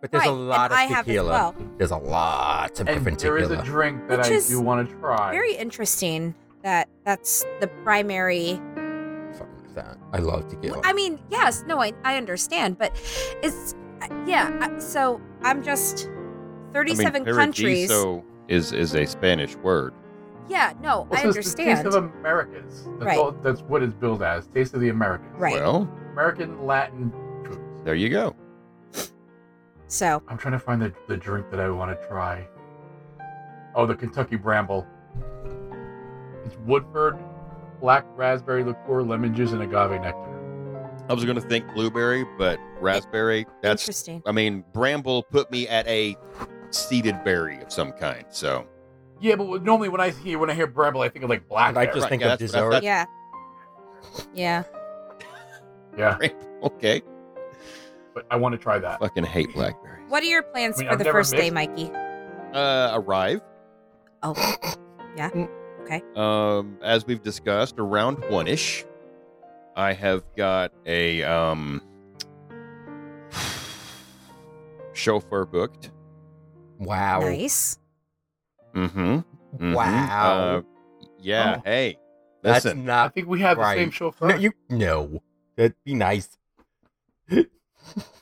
Speaker 4: But there's
Speaker 6: right.
Speaker 4: a
Speaker 6: and
Speaker 4: lot
Speaker 6: I
Speaker 4: of
Speaker 6: have as
Speaker 4: tequila.
Speaker 6: well.
Speaker 4: There's a lot of
Speaker 5: And
Speaker 4: different
Speaker 5: there is
Speaker 4: tequila.
Speaker 5: a drink that
Speaker 6: Which
Speaker 5: I
Speaker 6: is
Speaker 5: do want to try.
Speaker 6: Very interesting that that's the primary.
Speaker 4: Fuck with that. I love tequila.
Speaker 6: I mean, yes, no, I, I understand, but it's, uh, yeah, I- so I'm just
Speaker 3: I mean,
Speaker 6: 37 countries.
Speaker 3: Paradiso is is a Spanish word.
Speaker 6: Yeah, no, I
Speaker 5: Also, it's the
Speaker 6: understand.
Speaker 5: Taste of Americas. That's,
Speaker 6: Right.
Speaker 5: all, that's what it's billed as. Taste of the Americas.
Speaker 6: Right.
Speaker 3: Well,
Speaker 5: American Latin foods.
Speaker 3: there you go.
Speaker 6: So,
Speaker 5: I'm trying to find the, the drink that I want to try. Oh, the Kentucky Bramble. It's Woodford, black raspberry liqueur, lemon juice, and agave nectar.
Speaker 3: I was going to think blueberry, but raspberry. That's
Speaker 6: interesting.
Speaker 3: I mean, Bramble put me at a seeded berry of some kind. So
Speaker 5: Yeah, but what- normally when I hear when I hear bramble, I think of like black.
Speaker 4: I just
Speaker 3: Right,
Speaker 4: think
Speaker 3: yeah,
Speaker 4: of
Speaker 3: that's what I
Speaker 4: dessert.
Speaker 3: thought.
Speaker 6: Yeah. Yeah.
Speaker 5: yeah,
Speaker 3: okay,
Speaker 5: but I want to try that.
Speaker 3: fucking hate blackberry.
Speaker 6: What are your plans
Speaker 5: I mean,
Speaker 6: for
Speaker 5: I've
Speaker 6: the
Speaker 5: never
Speaker 6: first day,
Speaker 5: mixed-
Speaker 6: Mikey?
Speaker 3: Uh, arrive. Mm.
Speaker 6: Oh,
Speaker 3: Um, as we've discussed, around one ish, I have got a um chauffeur booked.
Speaker 4: Wow.
Speaker 6: nice.
Speaker 3: Mm-hmm.
Speaker 4: Wow.
Speaker 3: yeah.
Speaker 5: Oh.
Speaker 3: Hey,
Speaker 4: That's
Speaker 3: Mm-hmm. Uh, listen.
Speaker 5: I
Speaker 3: [laughs]
Speaker 4: not.
Speaker 5: think we have
Speaker 4: Right.
Speaker 5: the same chauffeur.
Speaker 4: No, you. No. That'd be nice.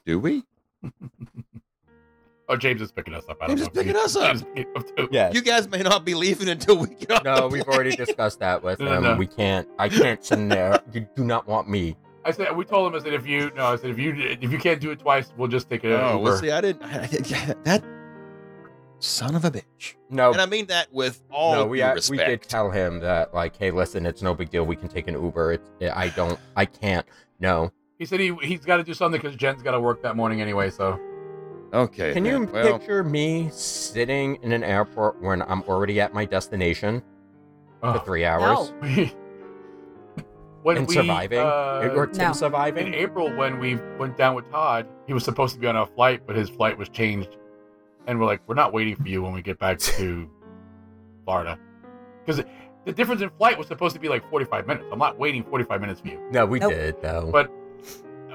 Speaker 3: do we?
Speaker 5: oh, James is picking us up. I don't
Speaker 3: James
Speaker 5: know
Speaker 3: is
Speaker 5: if he-
Speaker 3: picking us up.
Speaker 5: James is picking up too.
Speaker 4: Yes.
Speaker 3: You guys may not be leaving until we get. off
Speaker 4: no,
Speaker 3: the
Speaker 4: we've
Speaker 3: plane.
Speaker 4: already discussed that with
Speaker 5: No, no,
Speaker 4: him.
Speaker 5: no.
Speaker 4: We can't. I can't send there. You do not want me.
Speaker 5: I said we told him. I said if you no, I said if you if you can't do it twice, we'll just take it.
Speaker 3: Oh,
Speaker 5: over.
Speaker 3: well, see, I didn't. I, I- that son of a bitch.
Speaker 4: No.
Speaker 3: And I mean that with all
Speaker 4: Oh. no,
Speaker 3: due
Speaker 4: we uh, we
Speaker 3: respect.
Speaker 4: did tell him that like, hey, listen, it's no big deal. We can take an Uber. It's, I don't. I can't. No.
Speaker 5: He said he he's got to do something because Jen's got to work that morning anyway. So
Speaker 3: okay.
Speaker 4: Can you
Speaker 3: man, well,
Speaker 4: picture me sitting in an airport when I'm already at my destination for
Speaker 5: oh.
Speaker 4: three hours
Speaker 5: [laughs] when
Speaker 4: and
Speaker 5: we,
Speaker 4: surviving,
Speaker 5: uh,
Speaker 4: or Tim
Speaker 6: No.
Speaker 4: surviving?
Speaker 5: in April when we went down with Todd, he was supposed to be on a flight, but his flight was changed, and we're like, we're not waiting for you when we
Speaker 4: [laughs]
Speaker 5: get back to Florida, because the difference in flight was supposed to be like 45 minutes. I'm not waiting 45 minutes for you.
Speaker 4: No, we
Speaker 6: Nope.
Speaker 4: did though.
Speaker 5: But-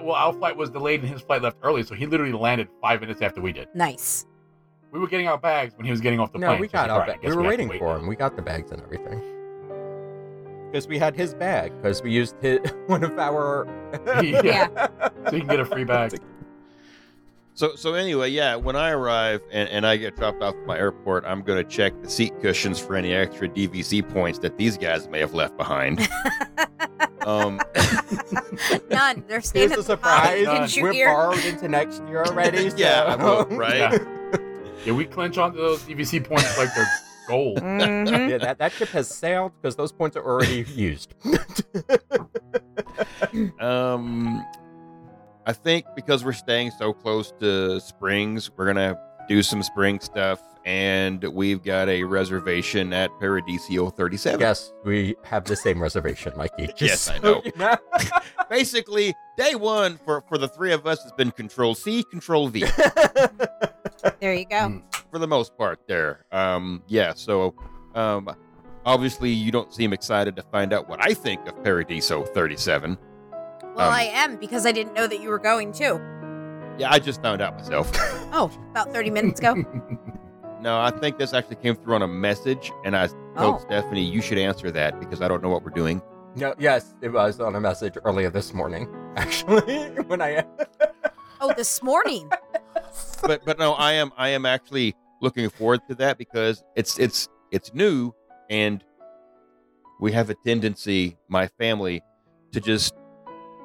Speaker 5: Well, our flight was delayed and his flight left early, so he literally landed five minutes after we did.
Speaker 3: [laughs]
Speaker 6: Nice.
Speaker 5: We were getting our bags when he was getting off the
Speaker 4: no,
Speaker 5: plane.
Speaker 4: we
Speaker 5: so it's
Speaker 4: got
Speaker 5: like,
Speaker 4: our
Speaker 5: "All right, I
Speaker 4: bag.
Speaker 5: guess
Speaker 4: We were
Speaker 5: have to
Speaker 4: waiting
Speaker 5: wait
Speaker 4: for him. [laughs]
Speaker 5: now."
Speaker 4: We got the bags and everything. Because we had his bag. Because we used his, [laughs] one of our.
Speaker 5: [laughs] Yeah. So you can get a free bag.
Speaker 3: So so anyway, yeah. When I arrive and, and I get dropped off at my airport, I'm gonna check the seat cushions for any extra DVC points that these guys may have left behind.
Speaker 4: [laughs]
Speaker 3: um,
Speaker 6: None. They're staying
Speaker 4: Here's
Speaker 6: at
Speaker 4: a
Speaker 6: the top.
Speaker 4: surprise.
Speaker 6: You can
Speaker 5: None.
Speaker 6: shoot
Speaker 4: we're
Speaker 6: your-
Speaker 4: borrowed into next year
Speaker 5: [laughs]
Speaker 4: already.
Speaker 3: yeah, I
Speaker 4: [laughs] so- [laughs]
Speaker 3: will, right.
Speaker 5: Yeah, we clinch onto those DVC points like they're gold. [laughs]
Speaker 3: [laughs]
Speaker 6: Mhm.
Speaker 4: yeah, that, that ship has sailed because those points are already used.
Speaker 3: Um, I think because we're staying so close to Springs, we're gonna do some spring stuff, and we've got a reservation at Paradiso 37.
Speaker 4: yes, we have the same reservation, Mikey. Just
Speaker 3: Yes, I
Speaker 4: so
Speaker 3: know.
Speaker 4: you know.
Speaker 3: Basically, day one for for the three of us has been Control C, Control V
Speaker 6: There you go.
Speaker 3: for the most part. There, um, yeah. So, um, obviously, you don't seem excited to find out what I think of Paradiso 37.
Speaker 6: Well,
Speaker 3: Um,
Speaker 6: I am because I didn't know that you were going to.
Speaker 3: Yeah, I just found out myself. [laughs]
Speaker 6: Oh, about 30 minutes ago.
Speaker 3: No, I think this actually came through on a message, and I told
Speaker 6: Oh.
Speaker 3: Stephanie you should answer that because I don't know what we're doing.
Speaker 4: no, yes, it was on a message earlier this morning, [laughs] actually, when I.
Speaker 6: Oh, this morning.
Speaker 3: [laughs] But but no, I am I am actually looking forward to that because it's it's it's new, and we have a tendency, my family, to just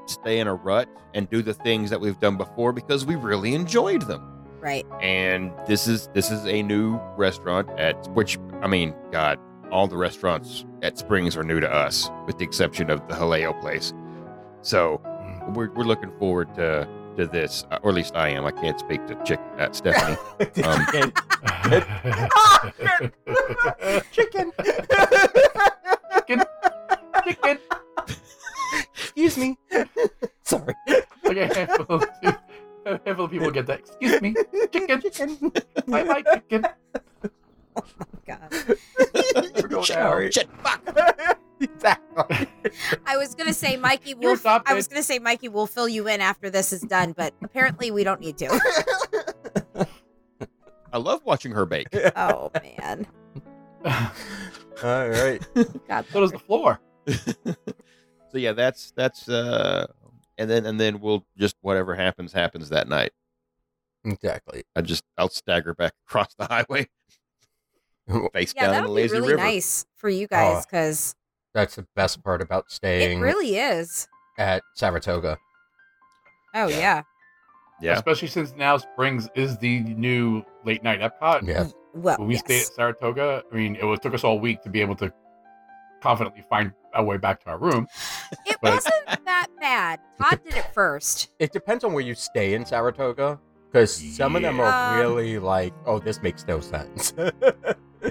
Speaker 3: stay in a rut and do the things that we've done before because we really enjoyed them.
Speaker 6: [laughs] Right.
Speaker 3: And this is this is a new restaurant at which I mean, God, all the restaurants at Springs are new to us, with the exception of the Haleo place. So we're, we're looking forward to to this, uh, or at least I am. I can't speak to Chick uh, Stephanie. Um,
Speaker 6: Oh,
Speaker 4: Chicken.
Speaker 5: Chicken.
Speaker 4: Excuse me. [laughs] Sorry.
Speaker 5: Like [laughs] a handful of, a handful of people get that. Excuse me. Chicken.
Speaker 4: Chicken.
Speaker 5: I like
Speaker 6: [laughs]
Speaker 5: chicken.
Speaker 6: God.
Speaker 5: We're going
Speaker 4: Sorry.
Speaker 3: Shit, fuck.
Speaker 4: Exactly.
Speaker 6: I was gonna say Mikey
Speaker 5: You're
Speaker 6: will. I
Speaker 5: adopted.
Speaker 6: was gonna say Mikey will fill you in after this is done, but apparently we don't need
Speaker 3: [laughs]
Speaker 6: to.
Speaker 3: [laughs]
Speaker 6: [laughs]
Speaker 3: I love watching her bake.
Speaker 6: Oh man.
Speaker 5: out.
Speaker 4: [laughs] All right.
Speaker 6: God.
Speaker 5: [laughs] So does the floor.
Speaker 3: [laughs] So yeah, that's that's uh, and then and then we'll just whatever happens happens that night.
Speaker 4: Exactly.
Speaker 3: I just I'll stagger back [laughs] across the highway, face
Speaker 6: Yeah,
Speaker 3: down in the
Speaker 6: that would be
Speaker 3: lazy
Speaker 6: really
Speaker 3: river.
Speaker 6: nice for
Speaker 5: Oh,
Speaker 6: you guys because
Speaker 4: That's the best part about
Speaker 6: it
Speaker 4: staying
Speaker 6: really is.
Speaker 4: at Saratoga.
Speaker 6: Oh yeah.
Speaker 3: Yeah.
Speaker 5: Especially since now Springs is the new late night Epcot.
Speaker 4: Yeah.
Speaker 6: Well,
Speaker 5: When we stayed
Speaker 6: yes.
Speaker 5: at Saratoga, I mean, it was, took us all week to be able to confidently find our way back to our room.
Speaker 6: it
Speaker 5: but-
Speaker 6: wasn't that
Speaker 5: [laughs]
Speaker 6: bad. Todd did it first.
Speaker 4: It depends on where you stay in Saratoga, because some of them
Speaker 6: Yeah. Um. Uh,
Speaker 4: are really like, "Oh, this makes no sense." [laughs]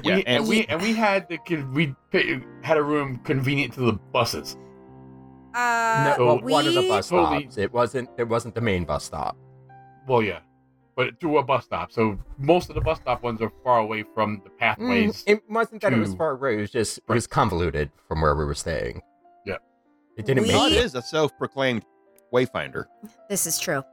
Speaker 3: Yeah,
Speaker 5: we, and,
Speaker 3: and-
Speaker 5: we and we had the con- we pi- had a room convenient to the buses.
Speaker 6: Uh,
Speaker 5: No,
Speaker 6: we,
Speaker 4: one of the bus
Speaker 5: Totally.
Speaker 4: stops. It wasn't. It wasn't the main bus stop.
Speaker 5: Well, yeah, but to a bus stop. So most of the bus stop ones are far away from the
Speaker 4: Mm,
Speaker 5: pathways.
Speaker 4: it wasn't that it was
Speaker 5: to-
Speaker 4: far away. It was just it was convoluted from where we were staying.
Speaker 5: Yeah.
Speaker 4: It didn't
Speaker 6: We-
Speaker 4: make
Speaker 3: God
Speaker 4: sense.
Speaker 3: is a self-proclaimed wayfinder.
Speaker 6: This is true.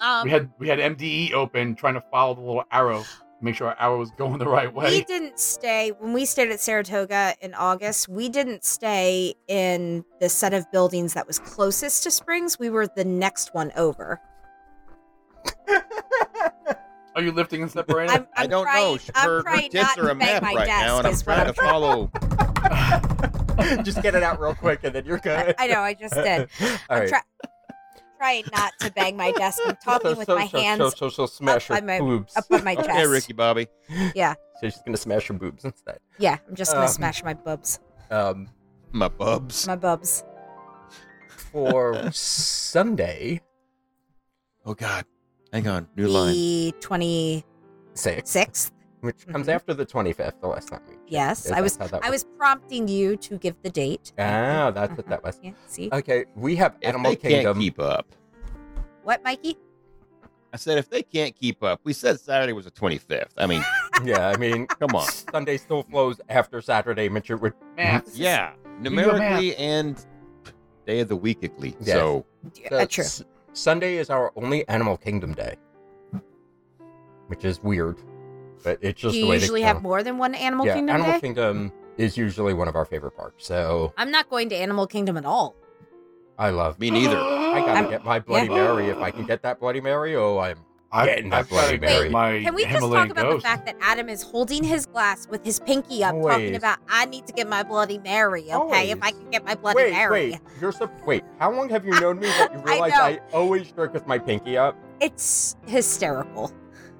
Speaker 6: Um,
Speaker 5: we
Speaker 6: we,
Speaker 5: had we had MDE open, trying to follow the little arrow, make sure our arrow was going the right way.
Speaker 6: didn't stay when we stayed at Saratoga in August. We didn't stay in the set of buildings that was closest to Springs. We were the next one over.
Speaker 5: Are you lifting and separating?
Speaker 6: I'm, I'm
Speaker 3: I don't
Speaker 6: trying,
Speaker 3: know.
Speaker 6: I'm
Speaker 3: Her, her
Speaker 6: trying
Speaker 3: tits
Speaker 6: not
Speaker 3: are
Speaker 6: to
Speaker 3: a
Speaker 6: bang
Speaker 3: map
Speaker 6: my
Speaker 3: right
Speaker 6: desk
Speaker 3: now, and I'm
Speaker 6: is what
Speaker 3: trying to
Speaker 6: [laughs]
Speaker 3: follow.
Speaker 4: just get [laughs] it out real quick, and then you're
Speaker 6: I,
Speaker 3: [laughs]
Speaker 4: good.
Speaker 6: I know. I just did.
Speaker 4: [laughs] All
Speaker 6: I'm
Speaker 4: right.
Speaker 6: try- trying not to bang my desk. I'm talking
Speaker 4: so, [laughs]
Speaker 6: with
Speaker 4: so,
Speaker 6: my
Speaker 4: so,
Speaker 6: hands
Speaker 4: So, so she'll smash her
Speaker 6: by my-
Speaker 4: boobs.
Speaker 6: up on my chest.
Speaker 3: Okay, Ricky Bobby.
Speaker 4: So she's gonna smash her boobs instead.
Speaker 6: Yeah, I'm just gonna
Speaker 4: Um,
Speaker 6: smash my bubs.
Speaker 4: Um,
Speaker 3: My bubs.
Speaker 6: My bubs.
Speaker 4: [laughs] for Sunday
Speaker 3: Oh God. Hang on. New line.
Speaker 6: The 26th.
Speaker 4: six, which comes
Speaker 6: Mhm.
Speaker 4: after the twenty fifth, the last time we. checked.
Speaker 6: Yes, I
Speaker 4: that's
Speaker 6: was-
Speaker 4: how that
Speaker 6: I was prompting you to give the date.
Speaker 4: Ah, that's what that was.
Speaker 6: Yeah, see?
Speaker 4: Okay, we have
Speaker 3: If
Speaker 4: Animal
Speaker 3: they
Speaker 4: Kingdom.
Speaker 3: can't keep up.
Speaker 6: what, Mikey?
Speaker 3: I said if they can't keep up. We said Saturday was the 25th. I
Speaker 6: [laughs]
Speaker 3: mean,
Speaker 4: Yeah, I
Speaker 3: [laughs]
Speaker 4: mean,
Speaker 3: come on.
Speaker 4: Sunday still flows after Saturday, which it would
Speaker 6: [laughs]
Speaker 5: Math.
Speaker 3: Yeah,
Speaker 5: your math.
Speaker 3: numerically and day of the weekly.
Speaker 4: Yes.
Speaker 3: So
Speaker 6: Uh, true.
Speaker 4: S- Sunday is our only Animal Kingdom day, which is weird, but it's just
Speaker 6: Do
Speaker 4: the
Speaker 6: you
Speaker 4: way
Speaker 6: usually
Speaker 4: they
Speaker 6: have more than one Animal
Speaker 4: yeah,
Speaker 6: Kingdom
Speaker 4: Animal
Speaker 6: day?
Speaker 4: Kingdom is usually one of our favorite parks, so
Speaker 6: I'm not going to Animal Kingdom at all.
Speaker 4: I love.
Speaker 3: me neither.
Speaker 4: I gotta get my Bloody
Speaker 5: Yeah.
Speaker 4: Mary if I can get that Bloody Mary. Oh, I'm
Speaker 5: I,
Speaker 4: Getting that
Speaker 5: I've gotta
Speaker 4: Bloody
Speaker 5: get
Speaker 4: Mary.
Speaker 5: my
Speaker 6: Can we just
Speaker 5: Himalayan
Speaker 6: talk about
Speaker 5: ghost.
Speaker 6: the fact that Adam is holding his glass with his pinky up,
Speaker 4: Always.
Speaker 6: talking about I need to get my Bloody Mary, okay? If I
Speaker 4: Always.
Speaker 6: can get my Bloody
Speaker 4: wait,
Speaker 6: Mary,
Speaker 4: wait. You're so wait. How long have you known me that you
Speaker 6: [laughs] I
Speaker 4: realize
Speaker 6: know.
Speaker 4: I, always drink with my pinky up?
Speaker 6: it's hysterical.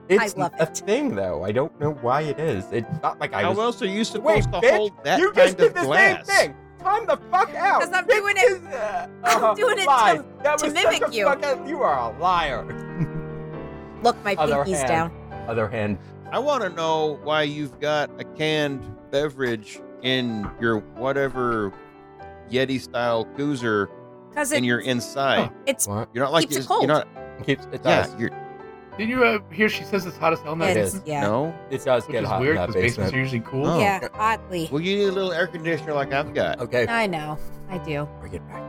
Speaker 4: It's
Speaker 6: love
Speaker 4: a
Speaker 6: it.
Speaker 4: thing, though. I don't know why it is. It's not like I
Speaker 3: How
Speaker 4: was.
Speaker 3: else are you supposed to
Speaker 4: Wait, bitch,
Speaker 3: hold that
Speaker 4: you
Speaker 3: kind
Speaker 4: just
Speaker 3: of
Speaker 4: did the
Speaker 3: glass?
Speaker 4: same thing. Time the fuck out.
Speaker 6: 'Cause I'm
Speaker 4: Bitch
Speaker 6: doing it-
Speaker 4: is, uh,
Speaker 6: I'm
Speaker 4: uh,
Speaker 6: doing it to-
Speaker 4: lies. that
Speaker 6: to
Speaker 4: was
Speaker 6: mimic
Speaker 4: such a
Speaker 6: you.
Speaker 4: fucking- you are a liar.
Speaker 6: Look, my
Speaker 4: Other
Speaker 6: pinky's
Speaker 4: hand.
Speaker 6: down.
Speaker 4: Other hand,
Speaker 3: I want to know why you've got a canned beverage in your whatever Yeti style coozer
Speaker 6: Because
Speaker 3: and you're inside.
Speaker 6: oh, it's
Speaker 4: what?
Speaker 3: You're not like
Speaker 6: Keeps it
Speaker 3: just-
Speaker 6: cold.
Speaker 3: you're not.
Speaker 4: Keeps it does.
Speaker 3: Yeah, you're
Speaker 5: Did you uh, hear? She says it's hot as hell in that
Speaker 4: It
Speaker 5: basement,
Speaker 6: it's, yeah.
Speaker 3: no.
Speaker 4: It does
Speaker 5: which
Speaker 4: get
Speaker 5: is
Speaker 4: hot
Speaker 5: weird
Speaker 4: in that
Speaker 5: because basements are
Speaker 4: basement.
Speaker 5: usually cool.
Speaker 3: Oh.
Speaker 6: Yeah, oddly.
Speaker 3: Well, you need a little air conditioner like I've got.
Speaker 4: Okay,
Speaker 6: I know. I do.
Speaker 4: bring it back.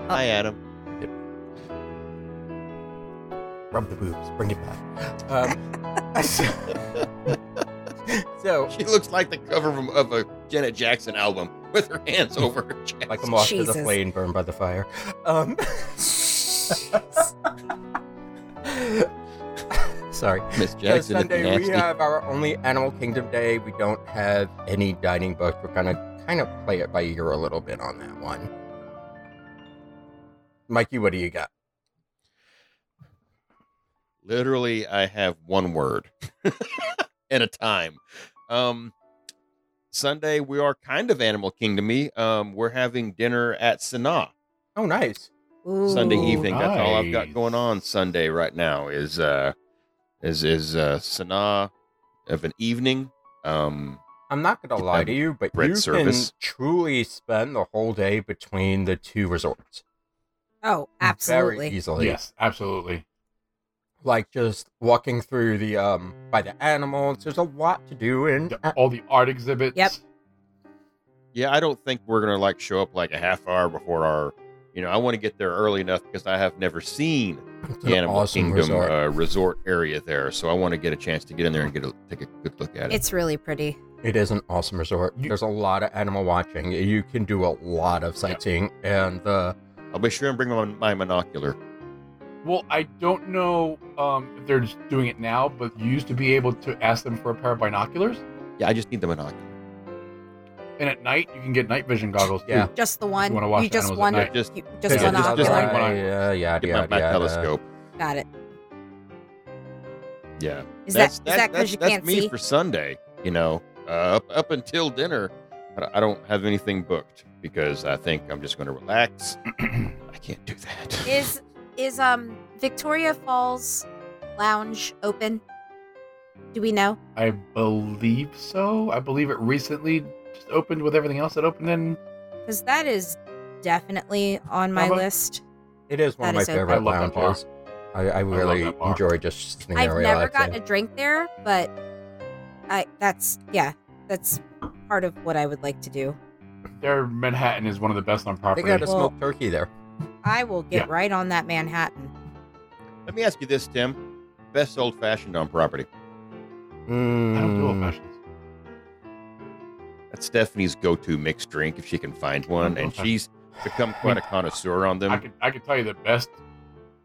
Speaker 6: Oh.
Speaker 3: Hi, Adam.
Speaker 4: Rub the boobs. Bring it back. Um, [laughs] so,
Speaker 3: [laughs] She looks like the cover from, of a Janet Jackson album with her
Speaker 4: [laughs]
Speaker 3: hands over her chest.
Speaker 4: like a moth to the
Speaker 6: Jesus.
Speaker 4: flame burned by the fire. Um, [laughs] sorry.
Speaker 3: Miss
Speaker 4: So
Speaker 3: Jackson at the
Speaker 4: Sunday we
Speaker 3: nasty.
Speaker 4: have our only Animal Kingdom day. We don't have any dining books. We're gonna kind of play it by ear a little bit on that one. Mikey, what do you got?
Speaker 3: Literally, I have one word and a time. Um, Sunday, we are kind of Animal Kingdom-y. Um, we're having dinner at Sanaa
Speaker 4: Oh, nice.
Speaker 3: Sunday
Speaker 6: Ooh.
Speaker 3: evening. That's all I've got
Speaker 5: nice.
Speaker 3: going on Sunday right now. Is uh, is is uh, Sanaa of an evening. Um,
Speaker 4: I'm not gonna lie to you, but
Speaker 3: Bread
Speaker 4: you
Speaker 3: service.
Speaker 4: can truly spend the whole day between the two resorts
Speaker 6: Oh,
Speaker 4: very
Speaker 6: absolutely.
Speaker 4: easily.
Speaker 5: Yes, absolutely.
Speaker 4: Like just walking through the um by the animals. There's a lot to do in
Speaker 5: The- all the art exhibits.
Speaker 6: Uh, Yep.
Speaker 3: yeah, I don't think we're gonna like show up like a half hour before our. You know, I want to get there early enough because I have never seen
Speaker 4: it's an
Speaker 3: the Animal
Speaker 4: awesome
Speaker 3: Kingdom
Speaker 4: resort.
Speaker 3: Uh, resort area there, so I want to get a chance to get in there and get a take a good look at it.
Speaker 6: It's really pretty.
Speaker 4: It is an awesome resort.
Speaker 5: You-
Speaker 4: There's a lot of animal watching. You can do a lot of sightseeing, and the
Speaker 3: I'll be sure and bring my, my monocular.
Speaker 5: Well, I don't know um, if they're just doing it now, but you used to be able to ask them for a pair of binoculars,
Speaker 3: Yeah, I just need the monocular.
Speaker 5: and at night you can get night vision goggles. too.
Speaker 4: Yeah.
Speaker 6: Just the one.
Speaker 5: You wanna watch
Speaker 6: you just
Speaker 5: animals at
Speaker 6: one.
Speaker 5: night.
Speaker 3: Just-
Speaker 6: you- just
Speaker 5: Yeah,
Speaker 6: one
Speaker 3: just- just
Speaker 6: ocular.
Speaker 3: like one-
Speaker 4: yeah, yeah,
Speaker 3: Get my, my telescope.
Speaker 6: Got it.
Speaker 3: Yeah,
Speaker 6: Is that is that because
Speaker 3: that's,
Speaker 6: you
Speaker 3: that's
Speaker 6: can't
Speaker 3: me
Speaker 6: see?
Speaker 3: for Sunday. You know, uh, up up until dinner, I don't- I don't have anything booked because I think I'm just going to relax. [clears throat] I can't do that.
Speaker 6: Is is um Victoria Falls Lounge open? Do we know?
Speaker 5: I believe so. I believe it recently just opened with everything else that opened in.
Speaker 6: Because that is definitely on my
Speaker 5: Bubba?
Speaker 6: list.
Speaker 4: It is one of
Speaker 6: That
Speaker 4: my
Speaker 6: is open.
Speaker 4: favorite
Speaker 5: I love that bar.
Speaker 4: lounges. I, I really
Speaker 5: that bar.
Speaker 4: enjoy just sitting there
Speaker 6: I've never
Speaker 4: relaxing.
Speaker 6: gotten a drink there, but I that's yeah, that's part of what I would like to do.
Speaker 5: Their Manhattan is one of the best on
Speaker 4: they
Speaker 5: property.
Speaker 4: got a
Speaker 6: Well-
Speaker 4: smoked turkey there.
Speaker 6: I will get
Speaker 5: Yeah.
Speaker 6: right on
Speaker 4: [laughs]
Speaker 6: that Manhattan.
Speaker 3: [laughs] Let me ask you this, Tim: best old fashioned on property.
Speaker 5: I don't do old
Speaker 4: Mm,
Speaker 5: fashions.
Speaker 3: That's Stephanie's go-to mixed drink if she can find one, and
Speaker 5: Okay.
Speaker 3: she's become quite a connoisseur on
Speaker 5: I
Speaker 3: them.
Speaker 5: could I could tell you the best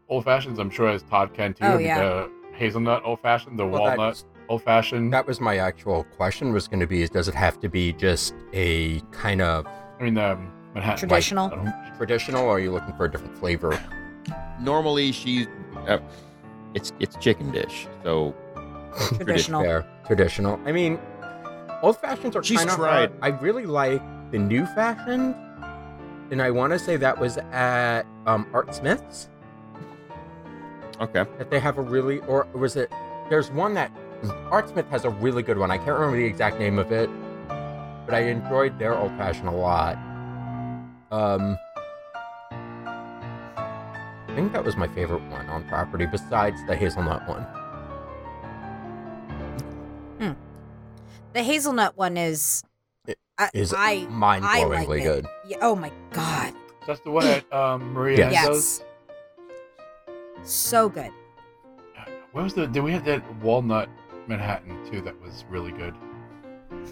Speaker 5: old fashions. I'm sure as Todd can too.
Speaker 6: Oh, yeah.
Speaker 5: The hazelnut old fashioned, the
Speaker 4: well,
Speaker 5: walnut
Speaker 4: that's-
Speaker 5: old fashioned.
Speaker 4: that was my actual question was going to be: is Does it have to be just a kind of
Speaker 5: I mean the Manhattan white.
Speaker 6: Traditional.
Speaker 5: I don't-
Speaker 4: traditional, or are you looking for a different flavor?
Speaker 3: Normally, she, uh, it's it's chicken dish, so
Speaker 6: Traditional.
Speaker 4: Fair. Traditional. I mean, old fashions are
Speaker 3: She's
Speaker 4: kind of
Speaker 3: tried.
Speaker 4: hard. I really like the new fashion, and I want to say that was at um, Art Smith's.
Speaker 3: okay.
Speaker 4: that they have a really or was it there's one that artsmith has a really good one i can't remember the exact name of it but i enjoyed their old fashioned a lot um i think that was my favorite one on property besides the hazelnut one
Speaker 6: The hazelnut one is
Speaker 4: It
Speaker 6: I,
Speaker 4: is
Speaker 6: I, I
Speaker 4: mind-blowingly
Speaker 6: like it.
Speaker 4: good
Speaker 6: yeah, oh my god.
Speaker 5: That's the one that um, Maria
Speaker 4: Yes.
Speaker 5: does.
Speaker 6: Yes. So good.
Speaker 5: What was the? Did we have that walnut Manhattan too? That was really good.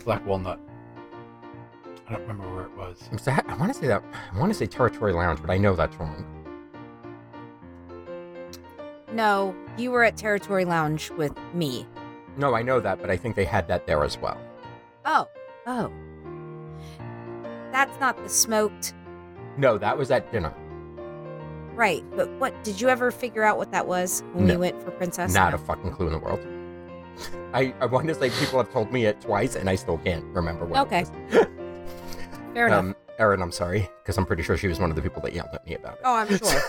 Speaker 5: Black walnut. I don't remember where it was.
Speaker 4: Was that- i want to say that i want to say territory lounge but i know that's wrong
Speaker 6: No, you were at Territory Lounge with me.
Speaker 4: no i know that but i think they had that there as well
Speaker 6: Oh, oh. That's not the smoked.
Speaker 4: no that was at dinner
Speaker 6: Right, but what did you ever figure out what that was when we
Speaker 4: No.
Speaker 6: went for Princess?
Speaker 4: Not a
Speaker 6: No.
Speaker 4: fucking clue in the world. [laughs] I, I want to say people have told me it twice, and I still can't remember what. it
Speaker 6: Okay.
Speaker 4: was.
Speaker 6: [laughs] Fair enough.
Speaker 4: Um, Erin, I'm sorry, because I'm pretty sure she was one of the people that yelled at me about it.
Speaker 6: Oh, I'm sure.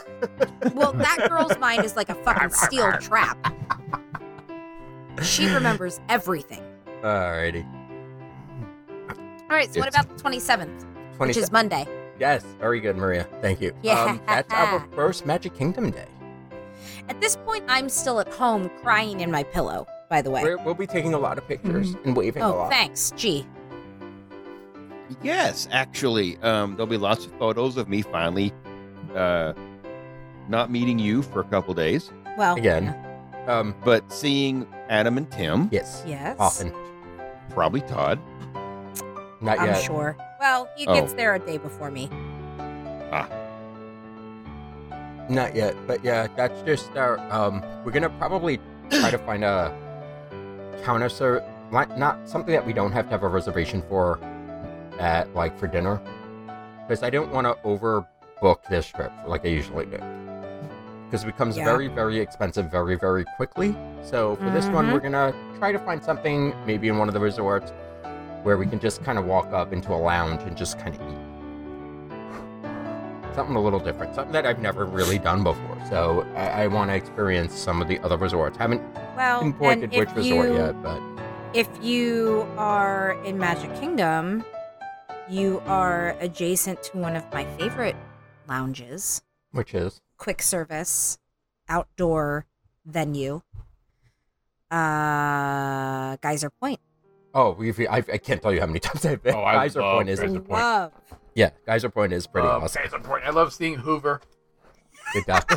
Speaker 4: [laughs]
Speaker 6: well, that girl's mind is like a fucking steel trap. She remembers everything.
Speaker 4: Alrighty.
Speaker 6: All right, so what
Speaker 3: It's-
Speaker 6: about the 27th,
Speaker 4: 20
Speaker 6: which is Monday?
Speaker 4: yes, very good, Maria. Thank you.
Speaker 6: Yeah.
Speaker 4: Um, that's our
Speaker 6: [laughs]
Speaker 4: first Magic Kingdom day.
Speaker 6: At this point, I'm still at home crying in my pillow, by the way.
Speaker 4: We're, we'll be taking a lot of pictures and waving a
Speaker 6: oh,
Speaker 4: lot.
Speaker 6: thanks. Gee.
Speaker 3: Yes, actually, um, there'll be lots of photos of me finally uh, not meeting you for a couple days,
Speaker 6: Well,
Speaker 4: Again.
Speaker 6: yeah.
Speaker 4: Um,
Speaker 3: but seeing Adam and Tim,
Speaker 4: yes.
Speaker 6: Yes.
Speaker 4: Often.
Speaker 3: probably [laughs] Todd.
Speaker 4: Not
Speaker 6: I'm
Speaker 4: yet.
Speaker 6: sure. Well, he
Speaker 3: Oh.
Speaker 6: gets there a day before me.
Speaker 4: Not yet. But yeah, that's just our. Um, we're gonna probably try to find a counter ser like not something that we don't have to have a reservation for at like for dinner because I don't want to over book this trip like I usually do. Because it becomes
Speaker 6: Yeah.
Speaker 4: very, very expensive very, very quickly. So for this one,
Speaker 6: Mhm.
Speaker 4: we're going to try to find something, maybe in one of the resorts, where we can just kind of walk up into a lounge and just kind of eat. [sighs] Something a little different, something that I've never really done before. So I, I want to experience some of the other resorts. Haven't
Speaker 6: Well, Oh, and
Speaker 4: pinpointed
Speaker 6: if
Speaker 4: which
Speaker 6: you,
Speaker 4: resort yet, but
Speaker 6: If you are in Magic Kingdom, you are adjacent to one of my favorite lounges,
Speaker 4: which is
Speaker 6: quick service, outdoor venue. Uh, Geyser Point.
Speaker 4: oh, we've I, I can't tell you how many [laughs] times I've been.
Speaker 5: Oh, I
Speaker 4: Geyser
Speaker 5: love
Speaker 4: Point is
Speaker 5: Geyser- Point.
Speaker 6: Love.
Speaker 4: yeah, Geyser Point is pretty
Speaker 5: Um, [laughs]
Speaker 4: awesome.
Speaker 5: It's important. I love seeing Hoover.
Speaker 4: Good doc.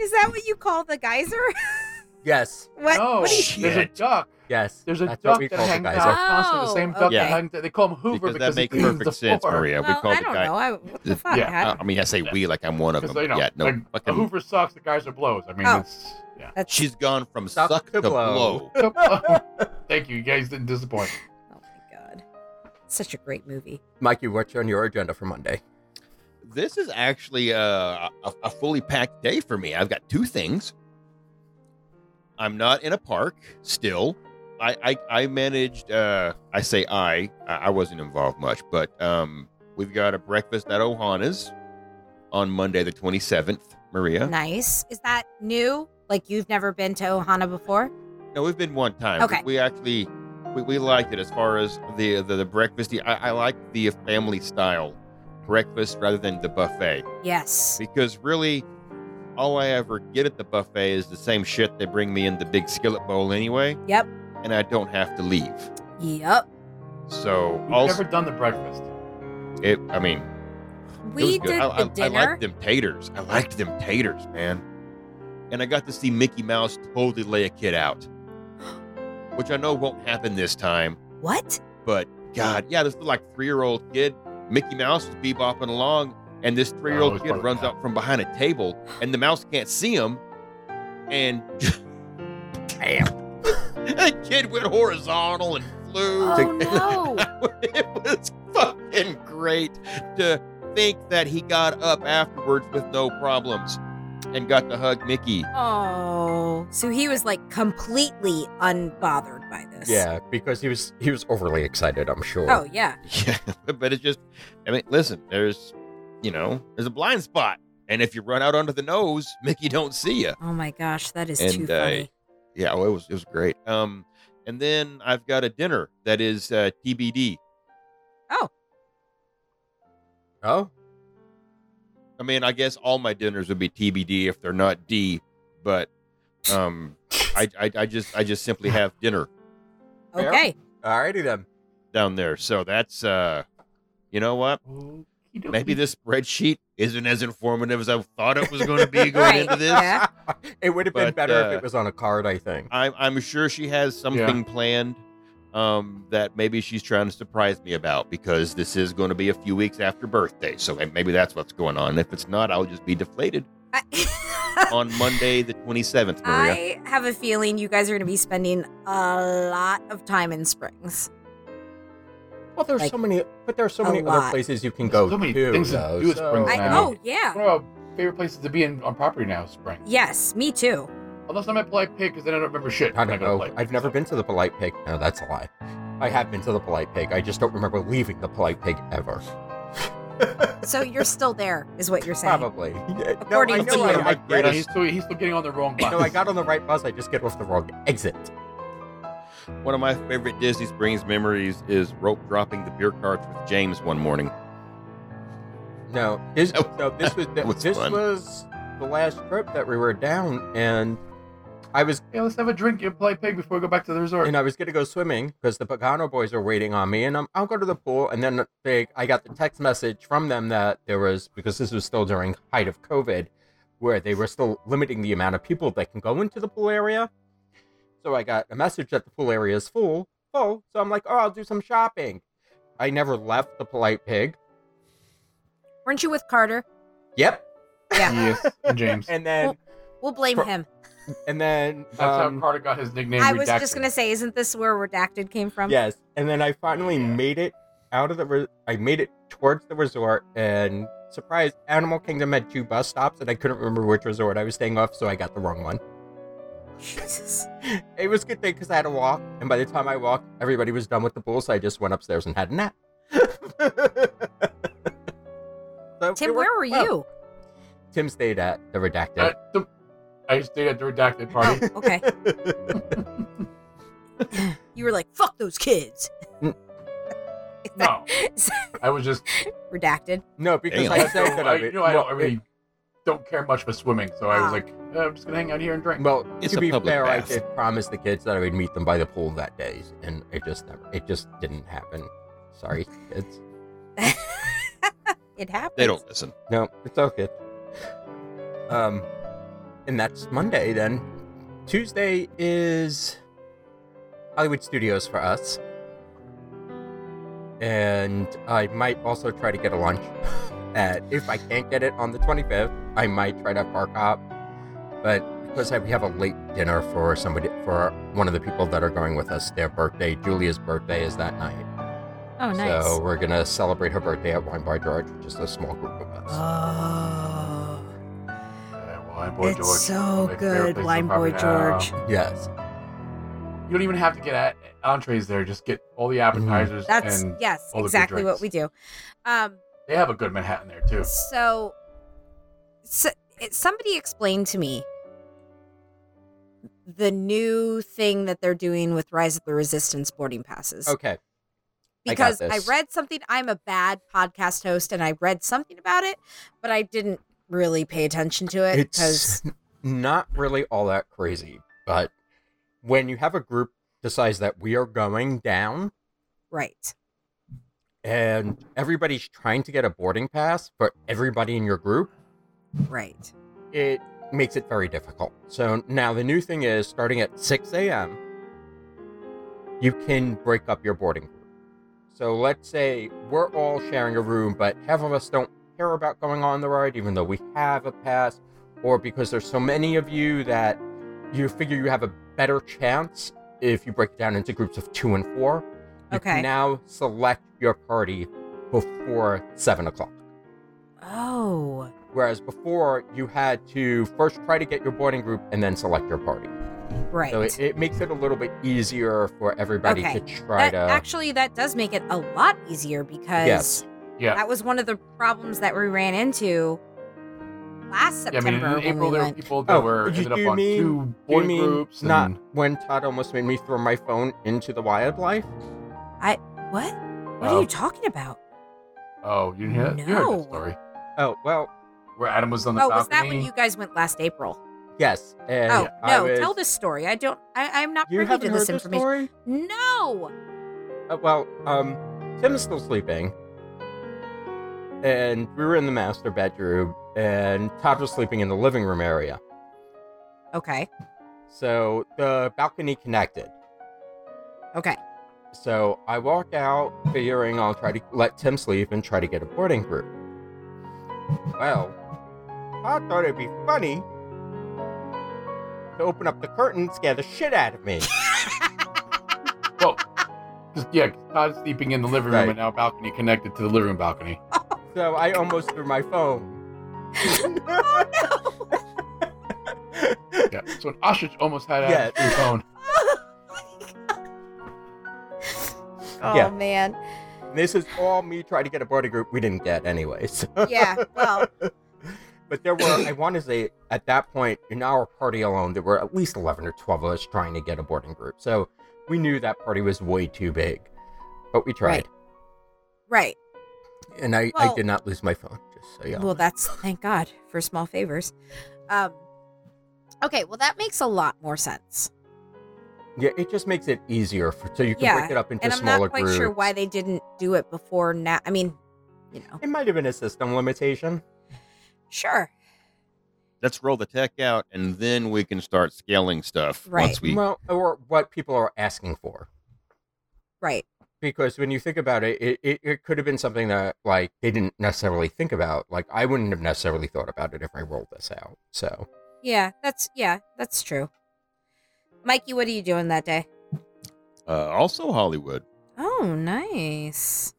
Speaker 6: Is that what you call the geyser? [laughs]
Speaker 4: yes,
Speaker 6: what?
Speaker 5: no,
Speaker 6: what do you-
Speaker 5: there's a duck.
Speaker 4: yes.
Speaker 5: There's a
Speaker 4: that's
Speaker 5: duck
Speaker 4: what we
Speaker 5: that
Speaker 4: call the
Speaker 5: hangs
Speaker 4: Geyser.
Speaker 5: out constantly. The same
Speaker 6: Oh,
Speaker 5: duck
Speaker 3: Yeah.
Speaker 5: that hangs. They call him
Speaker 3: because
Speaker 5: Hoover because,
Speaker 3: that makes
Speaker 5: he cleans
Speaker 3: perfect
Speaker 5: the
Speaker 3: sense,
Speaker 5: floor.
Speaker 3: Maria.
Speaker 6: well,
Speaker 3: we call
Speaker 6: I
Speaker 3: the
Speaker 6: don't
Speaker 3: guy. uh,
Speaker 6: know. I, what the fuck?
Speaker 5: Yeah.
Speaker 6: How-
Speaker 3: I mean, I say we like I'm one of them.
Speaker 5: Because you know,
Speaker 3: yeah, no,
Speaker 5: like, a
Speaker 3: fucking.
Speaker 5: Hoover sucks. The guys are blows. I mean,
Speaker 6: Oh.
Speaker 5: it's yeah.
Speaker 6: that's,
Speaker 3: She's gone from
Speaker 4: Suck
Speaker 3: suck
Speaker 4: to
Speaker 3: to
Speaker 4: blow.
Speaker 3: blow.
Speaker 5: Thank you. You guys didn't disappoint.
Speaker 6: oh my god, such a great movie.
Speaker 4: Mikey, what's on your agenda for Monday?
Speaker 3: This is actually uh, a, a fully packed day for me. I've got two things. I'm not in a park still. I I, I managed. Uh, I say I, I I wasn't involved much, but um, we've got a breakfast at Ohana's on Monday the 27th. Maria,
Speaker 6: Nice. Is that new? Like you've never been to Ohana before?
Speaker 3: No, we've been one time.
Speaker 6: Okay.
Speaker 3: We, we actually we, we liked it as far as the the, the breakfast. I, I like the family style breakfast rather than the buffet
Speaker 6: Yes.
Speaker 3: because really all I ever get at the buffet is the same shit they bring me in the big skillet bowl anyway.
Speaker 6: Yep.
Speaker 3: And I don't have to leave.
Speaker 6: Yep.
Speaker 3: So
Speaker 5: We've
Speaker 3: also
Speaker 5: never done the breakfast.
Speaker 3: it I mean it was
Speaker 6: We
Speaker 3: good.
Speaker 6: did
Speaker 3: I, I-
Speaker 6: the
Speaker 3: I,
Speaker 6: dinner.
Speaker 3: liked them taters. I liked them taters, man. And I got to see Mickey Mouse totally lay a kid out. [gasps] Which I know won't happen this time. [laughs]
Speaker 6: what?
Speaker 3: But God, yeah, this little like three year old kid, Mickey Mouse is bebopping along, and this three year
Speaker 5: Oh,
Speaker 3: old
Speaker 5: it's
Speaker 3: kid
Speaker 5: probably
Speaker 3: runs
Speaker 5: not.
Speaker 3: out from behind a table, and the mouse can't see him, and [laughs] damn, [laughs] that kid went horizontal and flew.
Speaker 6: Oh no.
Speaker 3: [laughs] it was fucking great to think that he got up afterwards with no problems and got to hug Mickey.
Speaker 6: Oh. So he was like completely unbothered by this.
Speaker 4: Yeah, because he was he was overly excited. I'm sure.
Speaker 6: Oh yeah.
Speaker 3: [laughs] Yeah, but it's just, I mean, listen, there's, you know, there's a blind spot. And if you run out under the nose, [laughs] Mickey don't see you.
Speaker 6: Oh my gosh, that is too
Speaker 3: And, uh,
Speaker 6: funny.
Speaker 3: Yeah, well, it was it was great. Um, and then I've got a dinner that is uh, TBD.
Speaker 4: Oh,
Speaker 3: I mean, I guess all my dinners would be TBD if they're not D, but um, I, I I just I just simply have dinner
Speaker 4: fair.
Speaker 6: okay.
Speaker 4: alrighty then.
Speaker 3: down there. So that's uh, you know what? Maybe this spreadsheet isn't as informative as I thought it was going to
Speaker 4: [laughs]
Speaker 3: be going
Speaker 6: Right,
Speaker 3: into this.
Speaker 6: yeah.
Speaker 4: it would have been
Speaker 3: But,
Speaker 4: better if
Speaker 3: uh,
Speaker 4: it was on a card. I think.
Speaker 3: I'm I'm sure she has something planned um that maybe she's trying to surprise me about because this is going to be a few weeks after birthday. So maybe that's what's going on. If it's not, I'll just be deflated
Speaker 6: I- [laughs]
Speaker 3: on Monday the 27th, Oh, Maria.
Speaker 6: I have a feeling you guys are going to be spending a lot of time in Springs.
Speaker 4: well, there's
Speaker 6: like,
Speaker 4: so many, but there are so
Speaker 6: a
Speaker 4: many other
Speaker 6: lot.
Speaker 4: places you can go
Speaker 5: There's so many
Speaker 4: to.
Speaker 5: things to
Speaker 4: though,
Speaker 5: do at
Speaker 4: so-
Speaker 5: Springs
Speaker 6: I,
Speaker 5: Wow.
Speaker 6: oh yeah,
Speaker 5: One of our favorite places to be in, on property now, is spring.
Speaker 6: yes, me too.
Speaker 5: Unless I'm at Polite Pig, because then I don't remember shit.
Speaker 4: I
Speaker 5: when
Speaker 4: don't
Speaker 5: go to
Speaker 4: know.
Speaker 5: Polite Pig,
Speaker 4: Oh, I've never
Speaker 5: so.
Speaker 4: been to the Polite Pig. No, that's a lie. I have been to the Polite Pig. I just don't remember leaving the Polite Pig ever.
Speaker 6: So you're still there, is what you're saying?
Speaker 4: Probably. [laughs] Yeah, No,
Speaker 6: According
Speaker 4: I
Speaker 6: to
Speaker 4: know.
Speaker 6: you.
Speaker 4: I, I
Speaker 5: You [laughs]
Speaker 4: get
Speaker 5: know,
Speaker 4: it.
Speaker 5: he's, still, he's still getting on the wrong bus.
Speaker 4: No, I got on the right bus. I just get off the wrong exit.
Speaker 3: One of my favorite Disney Springs memories is rope dropping the beer carts with James one morning.
Speaker 4: No, this,
Speaker 3: That-
Speaker 4: no, this was
Speaker 3: that was
Speaker 4: this
Speaker 3: fun.
Speaker 4: was the last trip that we were down, and I was
Speaker 5: Yeah, let's have a drink at Polite Pig before we go back to the resort.
Speaker 4: and I was gonna go swimming because the Pagano boys are waiting on me, and I'm, I'll go to the pool. And then they, I got the text message from them that there was because this was still during height of COVID, where they were still limiting the amount of people that can go into the pool area. So I got a message that the pool area is full, full. So I'm like, oh, I'll do some shopping. I never left the polite pig.
Speaker 6: Weren't you with Carter?
Speaker 4: Yep.
Speaker 5: [laughs]
Speaker 6: Yeah,
Speaker 5: yes, and
Speaker 4: [laughs]
Speaker 5: James.
Speaker 4: And then,
Speaker 6: we'll blame
Speaker 4: Pro-
Speaker 6: him.
Speaker 4: and then
Speaker 5: That's
Speaker 4: um,
Speaker 5: how Carter got his nickname.
Speaker 6: I was
Speaker 5: redacted.
Speaker 6: just gonna say, isn't this where redacted came from?
Speaker 4: Yes, and then I finally made it out of the. Re- I made it towards the resort, and surprise, Animal Kingdom had two bus stops, and I couldn't remember which resort I was staying off, so I got the wrong one. [laughs]
Speaker 5: [laughs]
Speaker 6: Jesus.
Speaker 4: It was a good thing because I had to walk, and by the time I walked, everybody was done with the pool, so I just went upstairs and had a nap. [laughs] So it
Speaker 6: Tim,
Speaker 4: worked
Speaker 6: where were
Speaker 4: well.
Speaker 6: you?
Speaker 4: Tim stayed at the redacted.
Speaker 5: At the- I stayed at the redacted
Speaker 6: Oh,
Speaker 5: party. [laughs]
Speaker 6: okay. [laughs] You were like, fuck those kids. [laughs]
Speaker 5: no, I was just
Speaker 6: Redacted. [laughs]
Speaker 4: no, because
Speaker 3: Damn.
Speaker 4: [laughs] I
Speaker 5: I,
Speaker 4: said that
Speaker 5: I,
Speaker 4: I,
Speaker 5: you
Speaker 4: would-
Speaker 5: know, I,
Speaker 4: well,
Speaker 5: don't, I really don't care much for swimming, so I was
Speaker 6: Ah.
Speaker 5: like, eh, I'm just gonna hang out here and drink.
Speaker 4: Well,
Speaker 3: It's
Speaker 4: to
Speaker 3: a
Speaker 4: be
Speaker 3: public
Speaker 4: fair,
Speaker 3: bath.
Speaker 4: I did promise the kids that I would meet them by the pool that day, and it just never, it just didn't happen. Sorry, kids.
Speaker 6: It happened.
Speaker 3: They don't listen.
Speaker 4: No, it's okay. Um, and that's Monday then. Tuesday is Hollywood Studios for us, and I might also try to get a lunch. [laughs] At if I can't get it on the 25th, I might try to park hop, but because I, we have a late dinner for somebody for one of the people that are going with us, their birthday, Julia's birthday is that night.
Speaker 6: Oh, nice.
Speaker 4: So we're gonna celebrate her birthday at Wine by George, which is a small group of us.
Speaker 6: Oh,
Speaker 5: Yeah, Wine Uh, Boy
Speaker 6: it's
Speaker 5: George.
Speaker 6: so
Speaker 5: My favorite place
Speaker 6: good,
Speaker 5: to
Speaker 6: Wine Boy
Speaker 5: party now.
Speaker 6: George.
Speaker 4: yes.
Speaker 5: You don't even have to get at entrees there. Just get all
Speaker 4: Mm-hmm.
Speaker 5: the appetizers,
Speaker 6: That's
Speaker 5: and
Speaker 6: yes,
Speaker 5: all the good
Speaker 6: exactly what
Speaker 5: drinks.
Speaker 6: we do. Um,
Speaker 5: they have a good Manhattan there too.
Speaker 6: so, so it, somebody explained to me the new thing that they're doing with Rise of the Resistance boarding passes.
Speaker 4: Okay. Oh, I got
Speaker 6: because I,
Speaker 4: this.
Speaker 6: read something. I'm a bad podcast host, and I read something about it, but I didn't really pay attention to it because
Speaker 4: It's not really all that crazy, but when you have a group decides that we are going down
Speaker 6: right,
Speaker 4: and everybody's trying to get a boarding pass for everybody in your group,
Speaker 6: right,
Speaker 4: it makes it very difficult. So now the new thing is starting at 6 a.m., you can break up your boarding group. So let's say we're all sharing a room, but half of us don't care about going on the ride, even though we have a pass, or because there's so many of you that you figure you have a better chance if you break it down into groups of two and four. You
Speaker 6: Okay.
Speaker 4: can now select your party before seven o'clock.
Speaker 6: oh,
Speaker 4: Whereas before, you had to first try to get your boarding group and then select your party.
Speaker 6: right.
Speaker 4: So it, it makes it a little bit easier for everybody
Speaker 6: Okay.
Speaker 4: to try
Speaker 6: that,
Speaker 4: to.
Speaker 6: Actually, that does make it a lot easier because
Speaker 4: Yes.
Speaker 5: Yeah.
Speaker 6: that was one of the problems that we ran into last
Speaker 5: Yeah, I mean,
Speaker 6: September
Speaker 5: in
Speaker 6: when
Speaker 5: April there
Speaker 6: we
Speaker 5: were
Speaker 6: went.
Speaker 5: people that
Speaker 4: Oh,
Speaker 5: were
Speaker 4: you-
Speaker 5: ended up
Speaker 4: you
Speaker 5: on
Speaker 4: mean-
Speaker 5: two
Speaker 4: you
Speaker 5: boy
Speaker 4: mean
Speaker 5: groups. and-
Speaker 4: not when Todd almost made me throw my phone into the wildlife?
Speaker 6: What? What
Speaker 5: Oh.
Speaker 6: are you talking about?
Speaker 5: Oh, you didn't hear that? You heard
Speaker 6: No.
Speaker 5: that story
Speaker 4: Oh well,
Speaker 5: where Adam was on the
Speaker 6: Oh, was
Speaker 5: balcony.
Speaker 6: that when you guys went last April?
Speaker 4: yes. And
Speaker 6: oh
Speaker 4: I
Speaker 6: no,
Speaker 4: was-
Speaker 6: tell this story. I don't. I, I'm not
Speaker 4: You
Speaker 6: privy
Speaker 4: haven't
Speaker 6: to
Speaker 4: heard
Speaker 6: this
Speaker 4: this
Speaker 6: information.
Speaker 4: story?
Speaker 6: No.
Speaker 4: Uh, well, um, Tim is still sleeping, and we were in the master bedroom, and Todd was sleeping in the living room area.
Speaker 6: Okay.
Speaker 4: So the balcony connected.
Speaker 6: Okay.
Speaker 4: So I walk out, figuring I'll try to let Tim sleep and try to get a boarding group. Well, I thought it'd be funny to open up the curtain, scare the shit out of me.
Speaker 5: Well, 'cause, yeah, 'cause Todd's sleeping in the living room
Speaker 4: Right.
Speaker 5: and now balcony connected to the living room
Speaker 6: [laughs]
Speaker 5: balcony.
Speaker 4: so I almost threw my phone. [laughs]
Speaker 5: Yeah. So an ostrich almost had
Speaker 4: Yeah.
Speaker 5: Adam's yeah. phone.
Speaker 6: Oh
Speaker 4: Yeah.
Speaker 6: man.
Speaker 4: This is all me trying to get a boarding group we didn't get anyway. So.
Speaker 6: Yeah. Well,
Speaker 4: [laughs] But there were, I want to say, at that point in our party alone, there were at least 11 or 12 of us trying to get a boarding group. So we knew that party was way too big, but we tried.
Speaker 6: right.
Speaker 4: And I, I
Speaker 6: Well-
Speaker 4: did not lose my phone, just so you know.
Speaker 6: Well, that's thank God for small favors. Um. Okay. Well, that makes a lot more sense.
Speaker 4: Yeah, it just makes it easier for, so you can
Speaker 6: Yeah,
Speaker 4: break it up into
Speaker 6: and I'm
Speaker 4: smaller
Speaker 6: not quite
Speaker 4: groups.
Speaker 6: sure why they didn't do it before now. I mean, you know,
Speaker 4: It might have been a system limitation.
Speaker 6: sure.
Speaker 3: Let's roll the tech out, and then we can start scaling stuff once
Speaker 6: Right.
Speaker 3: we
Speaker 4: Well, or what people are asking for.
Speaker 6: Right.
Speaker 4: Because when you think about it, it, it, it could have been something that, like, they didn't necessarily think about. Like, I wouldn't have necessarily thought about it if I rolled this out. So.
Speaker 6: Yeah. That's yeah. That's true. Mikey, what are you doing that day?
Speaker 3: uh, also Hollywood.
Speaker 6: Oh, nice.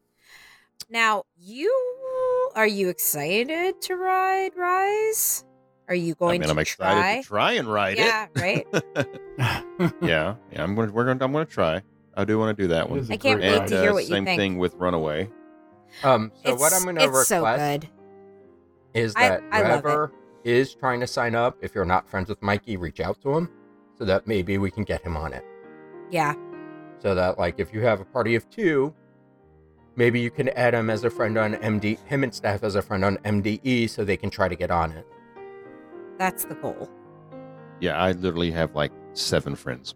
Speaker 6: Now, you are you excited to ride Rise? Are you
Speaker 3: I
Speaker 6: going
Speaker 3: mean,
Speaker 6: to
Speaker 3: I'm excited
Speaker 6: try?
Speaker 3: to try and ride
Speaker 6: yeah, right.
Speaker 3: it. Yeah, yeah. I'm gonna we're gonna I'm gonna try. I do want to do that
Speaker 5: It
Speaker 3: one. [laughs]
Speaker 5: is a
Speaker 6: I can't
Speaker 5: great
Speaker 6: wait
Speaker 3: and
Speaker 6: to
Speaker 5: ride.
Speaker 3: uh,
Speaker 6: hear what you
Speaker 3: same
Speaker 6: think.
Speaker 3: thing with Runaway.
Speaker 4: Um, so
Speaker 6: it's,
Speaker 4: what I'm going to
Speaker 6: it's
Speaker 4: request
Speaker 6: so good.
Speaker 4: is
Speaker 6: I-
Speaker 4: that
Speaker 6: I love it.
Speaker 4: whoever is trying to sign up, if you're not friends with Mikey, reach out to him so that maybe we can get him on it.
Speaker 6: Yeah,
Speaker 4: So that like if you have a party of two, maybe you can add him as a friend on MD, him and staff as a friend on MDE, so they can try to get on it.
Speaker 6: that's the goal.
Speaker 3: Yeah, I literally have like seven friends.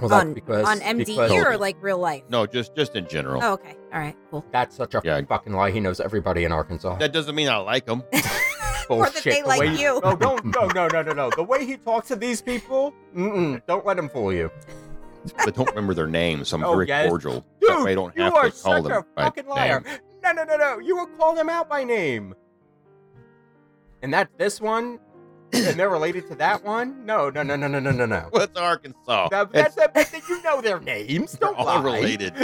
Speaker 4: Well, that's
Speaker 6: on
Speaker 4: because
Speaker 6: on MDE
Speaker 4: because
Speaker 6: or like real life.
Speaker 3: No, just just in general.
Speaker 6: Oh, okay. All right. Cool.
Speaker 4: that's such a
Speaker 3: Yeah.
Speaker 4: fucking lie. He knows everybody in Arkansas.
Speaker 3: That doesn't mean I like them.
Speaker 6: or that they
Speaker 4: The
Speaker 6: like
Speaker 4: way-
Speaker 6: you.
Speaker 4: No, don't. No, no, no, no, no. The way he talks to these people, mm-mm, don't let him fool you.
Speaker 3: I don't remember their names. so I'm
Speaker 4: [laughs] Oh,
Speaker 3: very
Speaker 4: yes.
Speaker 3: cordial.
Speaker 4: Dude,
Speaker 3: that way I don't
Speaker 4: you
Speaker 3: have to
Speaker 4: are
Speaker 3: call
Speaker 4: such
Speaker 3: them
Speaker 4: a
Speaker 3: by
Speaker 4: fucking liar.
Speaker 3: [laughs] name.
Speaker 4: No, no, no, no. You will call them out by name. And that
Speaker 3: [coughs]
Speaker 4: this one, and they're related to that one. No, no, no, no, no, no, no, no.
Speaker 3: What's Arkansas?
Speaker 4: That,
Speaker 3: It's-
Speaker 4: that's that, but you know their names.
Speaker 3: They're
Speaker 4: Don't
Speaker 3: all
Speaker 4: lie.
Speaker 3: related.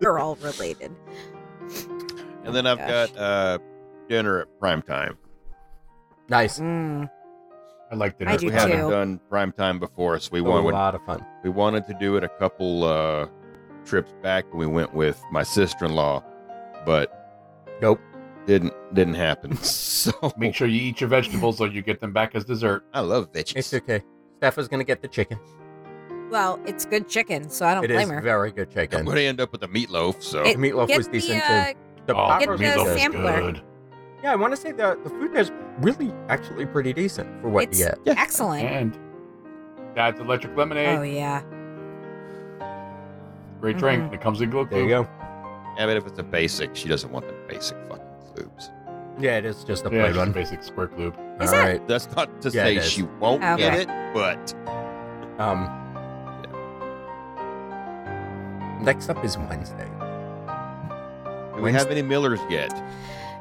Speaker 6: They're all related.
Speaker 3: and then I've
Speaker 6: Gosh.
Speaker 3: got uh, dinner at prime time.
Speaker 4: [laughs] Nice.
Speaker 6: Mm.
Speaker 5: I liked it.
Speaker 6: I do
Speaker 3: we
Speaker 6: Me
Speaker 3: haven't
Speaker 6: too.
Speaker 3: done prime time before, so we
Speaker 4: a
Speaker 3: wanted
Speaker 4: lot of fun.
Speaker 3: we wanted to do it a couple uh, trips back. and We went with my sister in law, but
Speaker 4: Nope.
Speaker 3: didn't didn't happen. [laughs] so
Speaker 5: Make sure you eat your vegetables so you get them back as dessert.
Speaker 3: I love
Speaker 4: It's
Speaker 3: veggies.
Speaker 4: okay. Steph is gonna get the chicken.
Speaker 6: Well, it's good chicken, so I don't
Speaker 4: It is
Speaker 6: blame her.
Speaker 4: very
Speaker 3: [laughs]
Speaker 4: good
Speaker 3: I'm
Speaker 4: chicken.
Speaker 3: going to end up with a meatloaf. So
Speaker 6: It-
Speaker 4: the meatloaf
Speaker 6: Get
Speaker 4: was
Speaker 6: the,
Speaker 4: decent
Speaker 6: uh,
Speaker 4: too. [laughs] The
Speaker 5: oh,
Speaker 4: poppers
Speaker 6: Get the
Speaker 4: were
Speaker 5: meatloaf
Speaker 4: good.
Speaker 5: is
Speaker 6: sampler.
Speaker 5: good.
Speaker 4: Yeah, I want to say the the food there's really actually pretty decent for what
Speaker 6: It's
Speaker 4: you get.
Speaker 6: excellent.
Speaker 5: And that's electric lemonade.
Speaker 6: Oh yeah. Oh,
Speaker 5: Great drink.
Speaker 6: Mm-hmm.
Speaker 5: It comes in glue.
Speaker 4: There you go.
Speaker 3: I mean, if it's a basic, she doesn't want the basic fucking lubes.
Speaker 4: Yeah, it is just a plain
Speaker 5: Yeah, it's just a
Speaker 4: one.
Speaker 5: basic square glue.
Speaker 6: Is
Speaker 4: All
Speaker 6: it?
Speaker 4: right.
Speaker 3: That's not to
Speaker 4: Yeah,
Speaker 3: say
Speaker 4: it is.
Speaker 3: she won't get
Speaker 6: Okay.
Speaker 3: it, but
Speaker 4: Um, next up is Wednesday.
Speaker 3: do we have any Millers yet?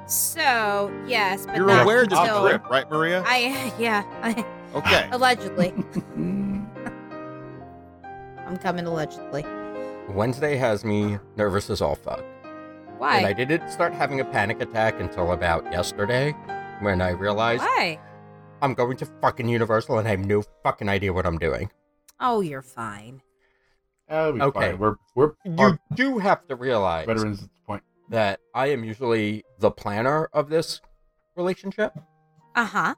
Speaker 6: So yes, but
Speaker 3: You're
Speaker 6: not
Speaker 3: aware this
Speaker 6: until-
Speaker 3: trip, right, Maria?
Speaker 6: I [laughs] yeah. I,
Speaker 3: okay.
Speaker 6: [laughs] allegedly.
Speaker 5: Mm,
Speaker 6: I'm coming allegedly.
Speaker 4: Wednesday has me nervous as all fuck, and I
Speaker 6: Why?
Speaker 4: didn't start having a panic attack until about yesterday, when I realized
Speaker 6: Why?
Speaker 4: I'm going to fucking Universal and I have no fucking idea what I'm doing.
Speaker 6: Oh, you're fine.
Speaker 5: That'll be
Speaker 4: Okay.
Speaker 5: fine. We're we're
Speaker 4: You
Speaker 5: our
Speaker 4: do have to realize
Speaker 5: veterans at this point.
Speaker 4: that I am usually the planner of this relationship.
Speaker 6: Uh huh.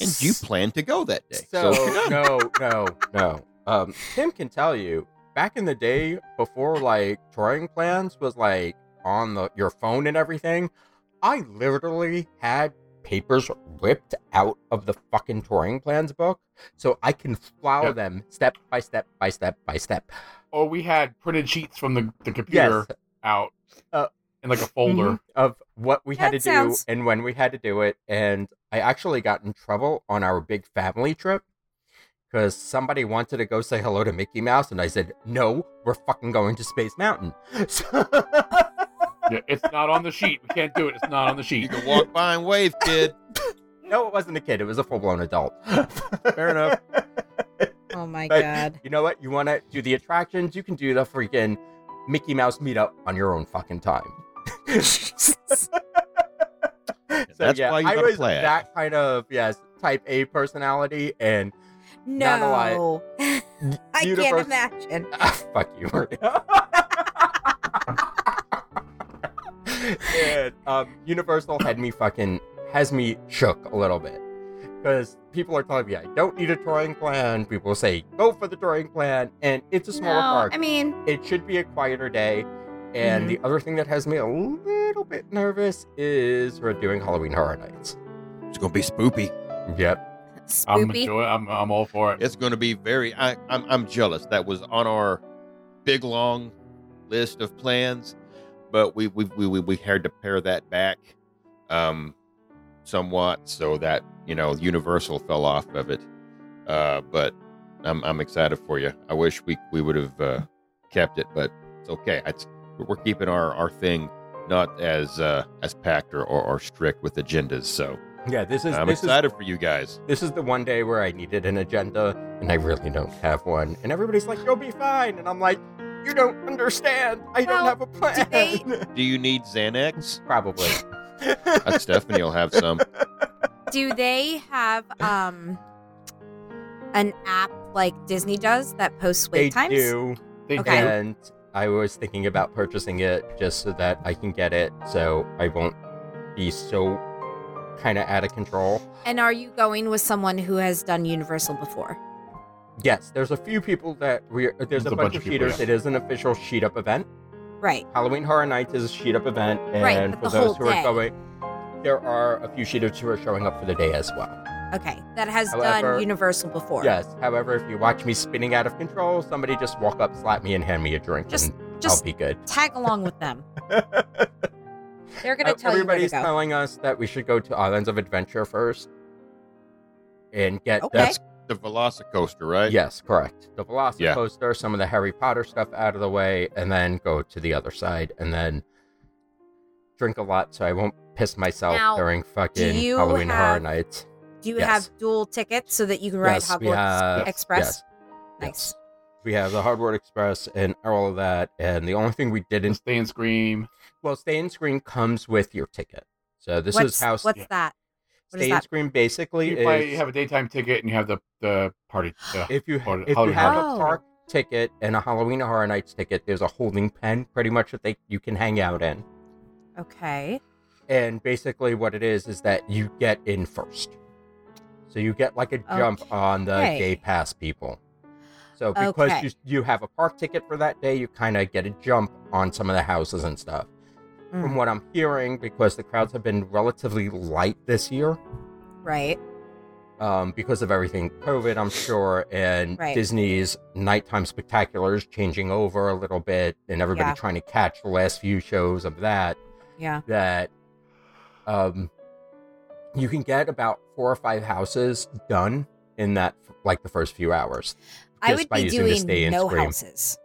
Speaker 3: And you plan to go that day.
Speaker 4: So no, no, [laughs] no. Um, Tim can tell you. Back in the day, before like touring plans was like on the your phone and everything, I literally had papers ripped out of the fucking touring plans book, so I can flower
Speaker 5: Yep.
Speaker 4: them step by step by step by step.
Speaker 5: Oh, we had printed sheets from the, the computer out
Speaker 4: Uh,
Speaker 5: in like a folder.
Speaker 4: Mhm. of what we had
Speaker 6: Mm-hmm. That
Speaker 4: to
Speaker 6: sounds-
Speaker 4: do and when we had to do it. And I actually got in trouble on our big family trip because somebody wanted to go say hello to Mickey Mouse, and I said, "No, we're fucking going to Space Mountain." [laughs] So- mm-hmm.
Speaker 5: Yeah, it's not on the sheet. We can't do it. It's not on the
Speaker 3: you
Speaker 5: sheet.
Speaker 3: can walk by and wave, kid.
Speaker 4: no, it wasn't a kid; it was a full-blown adult. [laughs]
Speaker 3: Fair enough.
Speaker 6: Oh my
Speaker 4: Like,
Speaker 6: god.
Speaker 4: You know what? You want to do the attractions? You can do the freaking Mickey Mouse meetup on your own fucking time. so
Speaker 3: that's
Speaker 4: yeah,
Speaker 3: why you
Speaker 4: I
Speaker 3: got a
Speaker 4: was
Speaker 3: plaid.
Speaker 4: that kind of yes type A personality, and Not a lie.
Speaker 6: [laughs] No. I can't
Speaker 4: Universe-
Speaker 6: imagine.
Speaker 4: Ah, fuck you, Maria. and, um, Universal had me fucking has me shook a little bit because people are telling me I don't need a touring plan. People say go for the touring plan, and it's a smaller
Speaker 6: No,
Speaker 4: park.
Speaker 6: I mean,
Speaker 4: it should be a quieter day. And the other thing that has me a little bit nervous is we're doing Halloween Horror Nights.
Speaker 3: It's gonna be spoopy.
Speaker 4: Yep.
Speaker 5: I'm
Speaker 6: spoopy.
Speaker 5: enjoy. I'm I'm all for it.
Speaker 3: It's gonna be very. I, I'm I'm jealous. That was on our big long list of plans, but we we we we, we had to pare that back, um, somewhat so that you know Universal fell off of it. Uh, but I'm I'm excited for you. I wish we we would have uh, kept it, but it's okay. It's, we're keeping our our thing not as uh, as packed or, or or strict with agendas. So
Speaker 4: Yeah, this is
Speaker 3: I'm
Speaker 4: this is
Speaker 3: excited for you guys.
Speaker 4: This is the one day where I needed an agenda and I really don't have one. And everybody's like, you'll be fine. And I'm like, You don't understand. I
Speaker 6: Well,
Speaker 4: don't have a plan.
Speaker 6: did they-
Speaker 3: Do you need Xanax?
Speaker 4: [laughs] Probably.
Speaker 3: Uh, Stephanie will have some.
Speaker 6: Do they have
Speaker 4: [laughs]
Speaker 6: um an app like Disney does that posts [laughs] wait
Speaker 4: they
Speaker 6: times?
Speaker 4: do.
Speaker 5: They
Speaker 6: Okay.
Speaker 5: do.
Speaker 4: And I was thinking about purchasing it just so that I can get it so I won't be so kind of out of control.
Speaker 6: And are you going with someone who has done Universal before?
Speaker 4: Yes, there's a few people that we there's, a, bunch, of
Speaker 5: people,
Speaker 4: cheaters.
Speaker 5: yeah.
Speaker 4: It is an official sheet up event.
Speaker 6: Right.
Speaker 4: Halloween Horror Nights is a sheet up event, and
Speaker 6: Right, but
Speaker 4: for
Speaker 6: the
Speaker 4: those
Speaker 6: whole
Speaker 4: who are
Speaker 6: day.
Speaker 4: going, there are a few cheaters who are showing up for the day as well.
Speaker 6: Okay. That has
Speaker 4: However-
Speaker 6: done Universal before.
Speaker 4: Yes. However, if you watch me spinning out of control, somebody just walk up, slap me, and hand me a drink,
Speaker 6: Just-
Speaker 4: and
Speaker 6: just-
Speaker 4: I'll be good.
Speaker 6: Tag along with them. They're gonna
Speaker 4: Uh,
Speaker 6: tell you where to
Speaker 4: Everybody's
Speaker 6: go.
Speaker 4: telling us that we should go to Islands of Adventure first and get
Speaker 6: Okay.
Speaker 4: that.
Speaker 3: That's the Velocicoaster, right?
Speaker 4: Yes, correct. The
Speaker 3: Yeah.
Speaker 4: Velocicoaster, some of the Harry Potter stuff out of the way, and then go to the other side, and then drink a lot so I won't piss myself
Speaker 6: Now,
Speaker 4: during fucking
Speaker 6: you
Speaker 4: Halloween Horror
Speaker 6: have
Speaker 4: Nights.
Speaker 6: Do you
Speaker 4: Yes.
Speaker 6: have dual tickets so that you can ride
Speaker 4: yes, we
Speaker 6: Hogwarts
Speaker 4: have
Speaker 6: Express?
Speaker 4: Yes,
Speaker 6: nice.
Speaker 4: yes. we have the Hogwarts Express and all of that. And the only thing we
Speaker 5: And
Speaker 4: didn't
Speaker 5: stay and scream.
Speaker 4: well, stay and screen comes with your ticket. So this
Speaker 6: what's
Speaker 4: is how
Speaker 6: what's
Speaker 5: yeah.
Speaker 6: that? What is
Speaker 4: stay and
Speaker 6: that?
Speaker 4: screen basically
Speaker 5: You,
Speaker 4: is
Speaker 5: buy- you have a daytime ticket and you have the the party. Yeah.
Speaker 4: if you
Speaker 5: Or
Speaker 4: if you
Speaker 5: Halloween
Speaker 4: have
Speaker 6: Horror.
Speaker 4: a park ticket and a Halloween Horror Nights ticket, there's a holding pen pretty much that they you can hang out in.
Speaker 6: Okay.
Speaker 4: And basically, what it is is that you get in first, so you get like a jump on the
Speaker 6: Okay.
Speaker 4: day pass people. So because
Speaker 6: Okay.
Speaker 4: you you have a park ticket for that day, you kind of get a jump on some of the houses and stuff. From
Speaker 6: Mm,
Speaker 4: what I'm hearing, because the crowds have been relatively light this year,
Speaker 6: right.
Speaker 4: um, because of everything COVID, I'm sure, and
Speaker 6: Right.
Speaker 4: Disney's nighttime spectaculars changing over a little bit, and everybody
Speaker 6: Yeah.
Speaker 4: trying to catch the last few shows of that.
Speaker 6: Yeah.
Speaker 4: That um, you can get about four or five houses done in that, like the first few hours.
Speaker 6: I
Speaker 4: Just
Speaker 6: would
Speaker 4: by
Speaker 6: be
Speaker 4: using the
Speaker 6: doing
Speaker 4: stay and
Speaker 6: no
Speaker 4: scream.
Speaker 6: houses.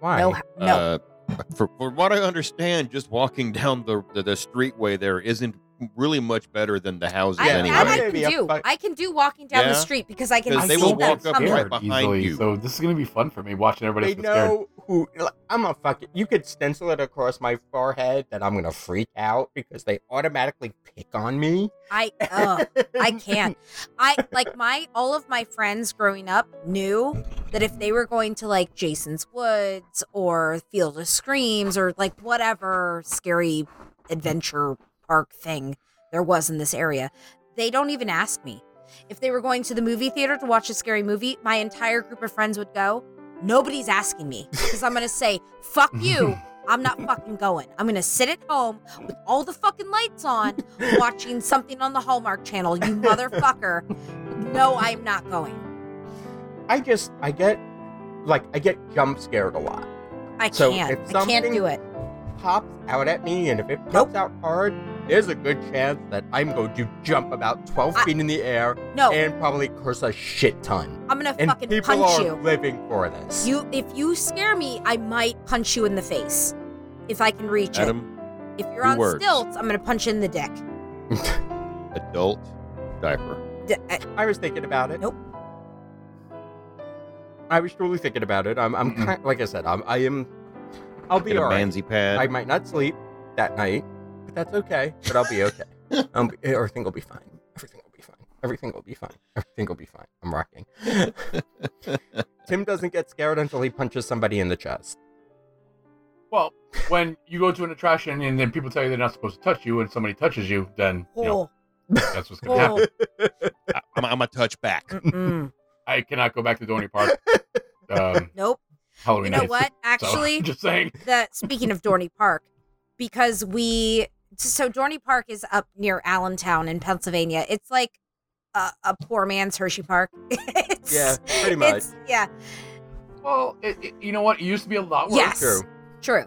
Speaker 4: Why?
Speaker 6: No. No.
Speaker 3: Uh, for, from what I understand, just walking down the, the the streetway there isn't really much better than the houses
Speaker 6: I,
Speaker 3: anyway.
Speaker 6: that I
Speaker 4: Maybe
Speaker 6: can
Speaker 4: a
Speaker 6: do.
Speaker 4: fi-
Speaker 6: I can do walking down the
Speaker 3: Yeah?
Speaker 6: street because I can
Speaker 3: Because
Speaker 6: see
Speaker 3: they will
Speaker 6: them
Speaker 3: walk up
Speaker 6: coming.
Speaker 3: right behind you.
Speaker 5: So this is gonna be fun for me watching everybody
Speaker 4: They
Speaker 5: else get scared.
Speaker 4: know who I'm a fucking. You could stencil it across my forehead that I'm gonna freak out because they automatically pick on me.
Speaker 6: I ugh, I can't. I like my all of my friends growing up knew that if they were going to like Jason's Woods or Field of Screams or like whatever scary adventure park thing there was in this area, they don't even ask me. If they were going to the movie theater to watch a scary movie, my entire group of friends would go. Nobody's asking me because I'm going to say, fuck you. I'm not fucking going. I'm going to sit at home with all the fucking lights on watching something on the Hallmark Channel, you motherfucker. No, I'm not going.
Speaker 4: [laughs] I just I get like I get jump scared a lot.
Speaker 6: I
Speaker 4: So
Speaker 6: can't.
Speaker 4: if
Speaker 6: I can't
Speaker 4: something-
Speaker 6: do it.
Speaker 4: Pops out at me, and if it pops
Speaker 6: Nope.
Speaker 4: out hard, there's a good chance that I'm going to jump about 12
Speaker 6: I-
Speaker 4: feet in the air
Speaker 6: No,
Speaker 4: and probably curse a shit ton.
Speaker 6: I'm gonna
Speaker 4: And
Speaker 6: Oh. fucking
Speaker 4: people
Speaker 6: punch
Speaker 4: are
Speaker 6: you.
Speaker 4: living for this.
Speaker 6: You, if you scare me, I might punch you in the face if I can reach
Speaker 3: Adam,
Speaker 6: it. If you're
Speaker 3: two
Speaker 6: on
Speaker 3: words.
Speaker 6: stilts, I'm gonna punch you in the dick.
Speaker 3: adult diaper.
Speaker 6: D- uh,
Speaker 4: I was thinking about it.
Speaker 6: Nope.
Speaker 4: I was truly thinking about it. I'm, I'm
Speaker 5: Mm-mm.
Speaker 4: kind, like I said, I'm, I am. I'll be
Speaker 3: Get a
Speaker 4: alright.
Speaker 3: manzy pad.
Speaker 4: I might not sleep that night, but that's okay. But I'll be okay. um, everything will be fine. Everything will be fine. Everything will be fine. Everything will be fine. I'm rocking. Tim doesn't get scared until he punches somebody in the chest.
Speaker 5: Well, when you go to an attraction and then people tell you they're not supposed to touch you, and somebody touches you, then you know,
Speaker 6: oh,
Speaker 5: that's what's gonna
Speaker 4: [laughs]
Speaker 5: happen.
Speaker 6: oh,
Speaker 3: I'm, I'm a touchback.
Speaker 6: mm,
Speaker 5: I cannot go back to Dorney
Speaker 4: [laughs]
Speaker 5: Park. Um,
Speaker 6: nope.
Speaker 5: Halloween
Speaker 6: You know
Speaker 5: night.
Speaker 6: what?
Speaker 5: So,
Speaker 6: Actually,
Speaker 5: [laughs] just saying.
Speaker 6: that speaking of Dorney Park, because we so Dorney Park is up near Allentown in Pennsylvania. It's like a, a poor man's Hershey Park. [laughs] it's,
Speaker 4: Yeah,
Speaker 6: [laughs]
Speaker 4: pretty much.
Speaker 6: it's- yeah,
Speaker 5: Well, it, it- you know what? It used to be a lot worse.
Speaker 6: Yes.
Speaker 4: True.
Speaker 6: true.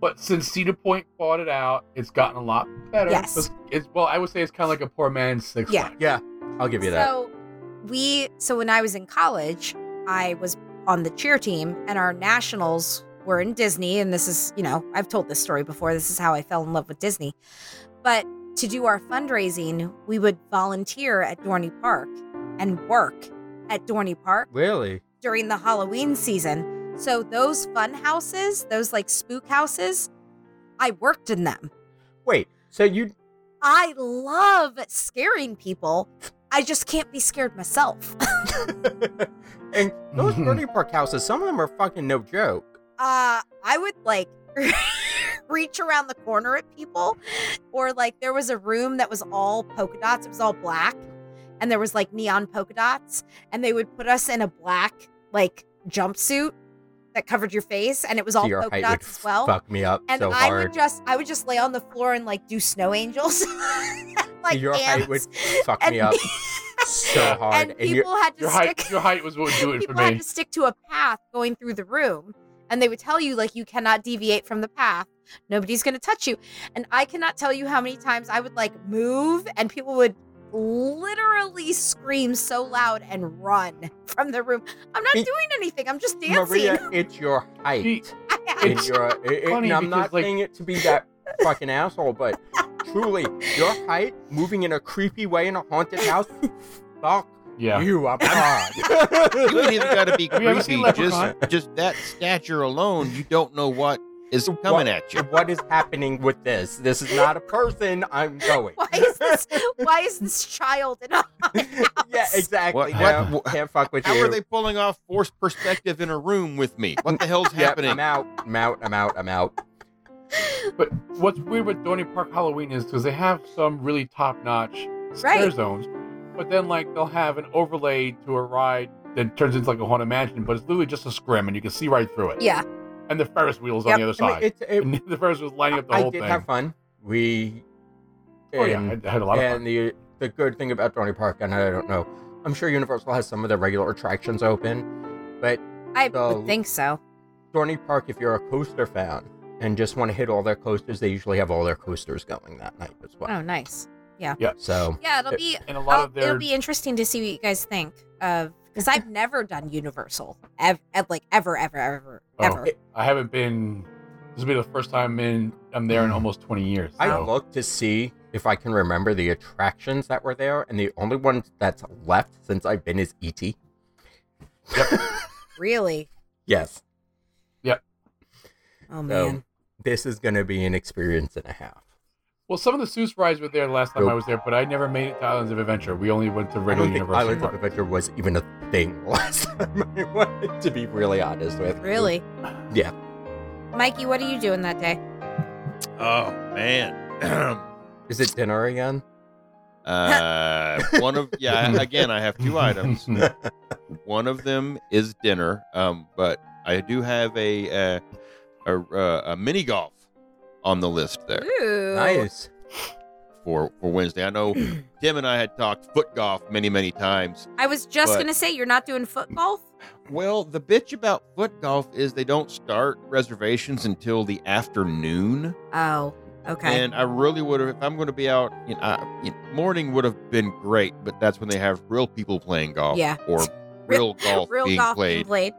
Speaker 5: But since Cedar Point bought it out, it's gotten a lot better.
Speaker 6: Yes.
Speaker 5: It's, it's- well, I would say it's kind of like a poor man's Six
Speaker 6: Yeah.
Speaker 5: Flags.
Speaker 4: Yeah, I'll give you that.
Speaker 6: So we so when I was in college, I was on the cheer team and our nationals were in Disney and this is, you know, I've told this story before. This is how I fell in love with Disney. But to do our fundraising, we would volunteer at Dorney Park and work at Dorney Park
Speaker 4: Really?
Speaker 6: during the Halloween season. So those fun houses, those like spook houses, I worked in them.
Speaker 4: Wait, so you
Speaker 6: I love scaring people. I just can't be scared myself. [laughs]
Speaker 4: and
Speaker 3: [laughs]
Speaker 4: those Bernie Park houses, some of them are fucking no joke.
Speaker 6: uh I would like [laughs] reach around the corner at people or like there was a room that was all polka dots it was all black and there was like neon polka dots and they would put us in a black like jumpsuit that covered your face and it was all
Speaker 4: Your
Speaker 6: polka
Speaker 4: height
Speaker 6: dots
Speaker 4: would
Speaker 6: as well
Speaker 4: fuck me up
Speaker 6: and
Speaker 4: so
Speaker 6: I
Speaker 4: hard.
Speaker 6: would just I would just lay on the floor and like do snow angels [laughs] like
Speaker 4: Your height would
Speaker 6: ants.
Speaker 4: fuck me
Speaker 6: And-
Speaker 4: up so hard.
Speaker 6: [laughs] and,
Speaker 4: And, you're
Speaker 6: people had to
Speaker 5: Your
Speaker 6: stick
Speaker 5: height, your height was what
Speaker 6: [laughs]
Speaker 5: would do it for
Speaker 6: people had
Speaker 5: me.
Speaker 6: to stick to a path going through the room and they would tell you like you cannot deviate from the path nobody's going to touch you and i cannot tell you how many times i would like move and people would literally scream so loud and run from the room i'm not
Speaker 4: Me-
Speaker 6: doing anything i'm just dancing [laughs]
Speaker 4: Maria, it's your height. It's your. It, it,
Speaker 5: funny
Speaker 4: and I'm
Speaker 5: because,
Speaker 4: not
Speaker 5: like-
Speaker 4: saying it to be that fucking asshole, but truly, your height, moving in a creepy way in a haunted house, fuck
Speaker 6: [laughs]
Speaker 5: Yeah.
Speaker 4: you up
Speaker 3: [laughs]
Speaker 4: hard.
Speaker 3: You ain't even got to be
Speaker 5: Have you ever
Speaker 3: creepy.
Speaker 5: seen
Speaker 3: Just,
Speaker 5: Leprechaun?
Speaker 3: just that stature alone, you don't know what is coming at
Speaker 4: [laughs]
Speaker 3: you.
Speaker 4: what is happening with this? This is not a person. I'm
Speaker 6: [laughs]
Speaker 4: going.
Speaker 6: why is this why is this child in a
Speaker 4: [laughs] yeah, exactly.
Speaker 3: What-
Speaker 4: No,
Speaker 3: what- what-
Speaker 4: can't fuck with
Speaker 3: How
Speaker 4: you.
Speaker 3: are they pulling off forced perspective in a room with me? What the hell's
Speaker 4: Yep,
Speaker 3: happening?
Speaker 4: I'm out. I'm out. I'm out. I'm out.
Speaker 5: But what's weird with Dorney Park Halloween is because they have some really top-notch scare
Speaker 6: Right.
Speaker 5: zones, but then like they'll have an overlay to a ride that turns into like a haunted mansion, but it's literally just a scrim and you can see right through it.
Speaker 6: yeah
Speaker 5: And the Ferris wheels
Speaker 6: Yep.
Speaker 5: on the other
Speaker 4: I mean,
Speaker 5: side.
Speaker 4: it's- it-
Speaker 5: [laughs] and the Ferris was lining up the
Speaker 4: I
Speaker 5: whole
Speaker 4: did
Speaker 5: thing.
Speaker 4: have fun. We.
Speaker 5: oh yeah,
Speaker 4: and-
Speaker 5: I- I had a lot of fun.
Speaker 4: and the the good thing about Dorney Park, and I don't know, I'm sure Universal has some of the regular attractions open, but
Speaker 6: i
Speaker 4: So-
Speaker 6: would think so
Speaker 4: Dorney Park, if you're a coaster fan and just want to hit all their coasters, they usually have all their coasters going that night as well.
Speaker 6: oh nice
Speaker 4: So
Speaker 6: yeah it'll
Speaker 4: It-
Speaker 6: be
Speaker 5: And a lot
Speaker 6: I'll-
Speaker 5: of their
Speaker 6: Oh, it'll be interesting to see what you guys think of because I've never done Universal ever, like ever, ever, ever,
Speaker 5: Oh.
Speaker 6: ever.
Speaker 5: I haven't been. This will be the first time in I'm there in almost 20 years.
Speaker 4: Mm. I
Speaker 5: so.
Speaker 4: looked to see if I can remember the attractions that were there, and the only one that's left since I've been is E ET.
Speaker 6: Really?
Speaker 4: [laughs] Yes,
Speaker 6: Oh
Speaker 4: so
Speaker 6: man.
Speaker 4: this is going to be an experience and a half.
Speaker 5: Well, some of the Seuss rides were there last time
Speaker 4: Nope.
Speaker 5: I was there, but I never made it to Islands of Adventure. We only went to
Speaker 4: I
Speaker 5: regular
Speaker 4: don't think
Speaker 5: Universal
Speaker 4: Islands of
Speaker 5: Park.
Speaker 4: Adventure was even a thing [laughs] last time. I wanted to be really honest with you.
Speaker 6: Really?
Speaker 4: Yeah.
Speaker 6: Mikey, what are you doing that day?
Speaker 1: Oh,
Speaker 3: [clears throat]
Speaker 1: man.
Speaker 4: Is it dinner again?
Speaker 3: Uh, one of
Speaker 6: [laughs]
Speaker 3: yeah. I- Again, I have two
Speaker 5: [laughs]
Speaker 3: items. One of them is dinner, um, but I do have a uh, a, uh, a mini golf on the list there
Speaker 6: Ooh.
Speaker 4: Nice.
Speaker 3: for for Wednesday. I
Speaker 6: [clears throat]
Speaker 3: know Tim and I had talked foot golf many many times.
Speaker 6: I was just
Speaker 3: But-
Speaker 6: gonna say you're not doing foot golf.
Speaker 3: Well, the bitch about foot golf is they don't start reservations until the afternoon.
Speaker 6: Oh, okay.
Speaker 3: And I really would have, if I'm going to be out, you know, I, you know, morning would have been great, but that's when they have real people playing golf
Speaker 6: Yeah.
Speaker 3: or real golf
Speaker 6: Real
Speaker 3: being
Speaker 6: golf
Speaker 3: played,
Speaker 6: being played.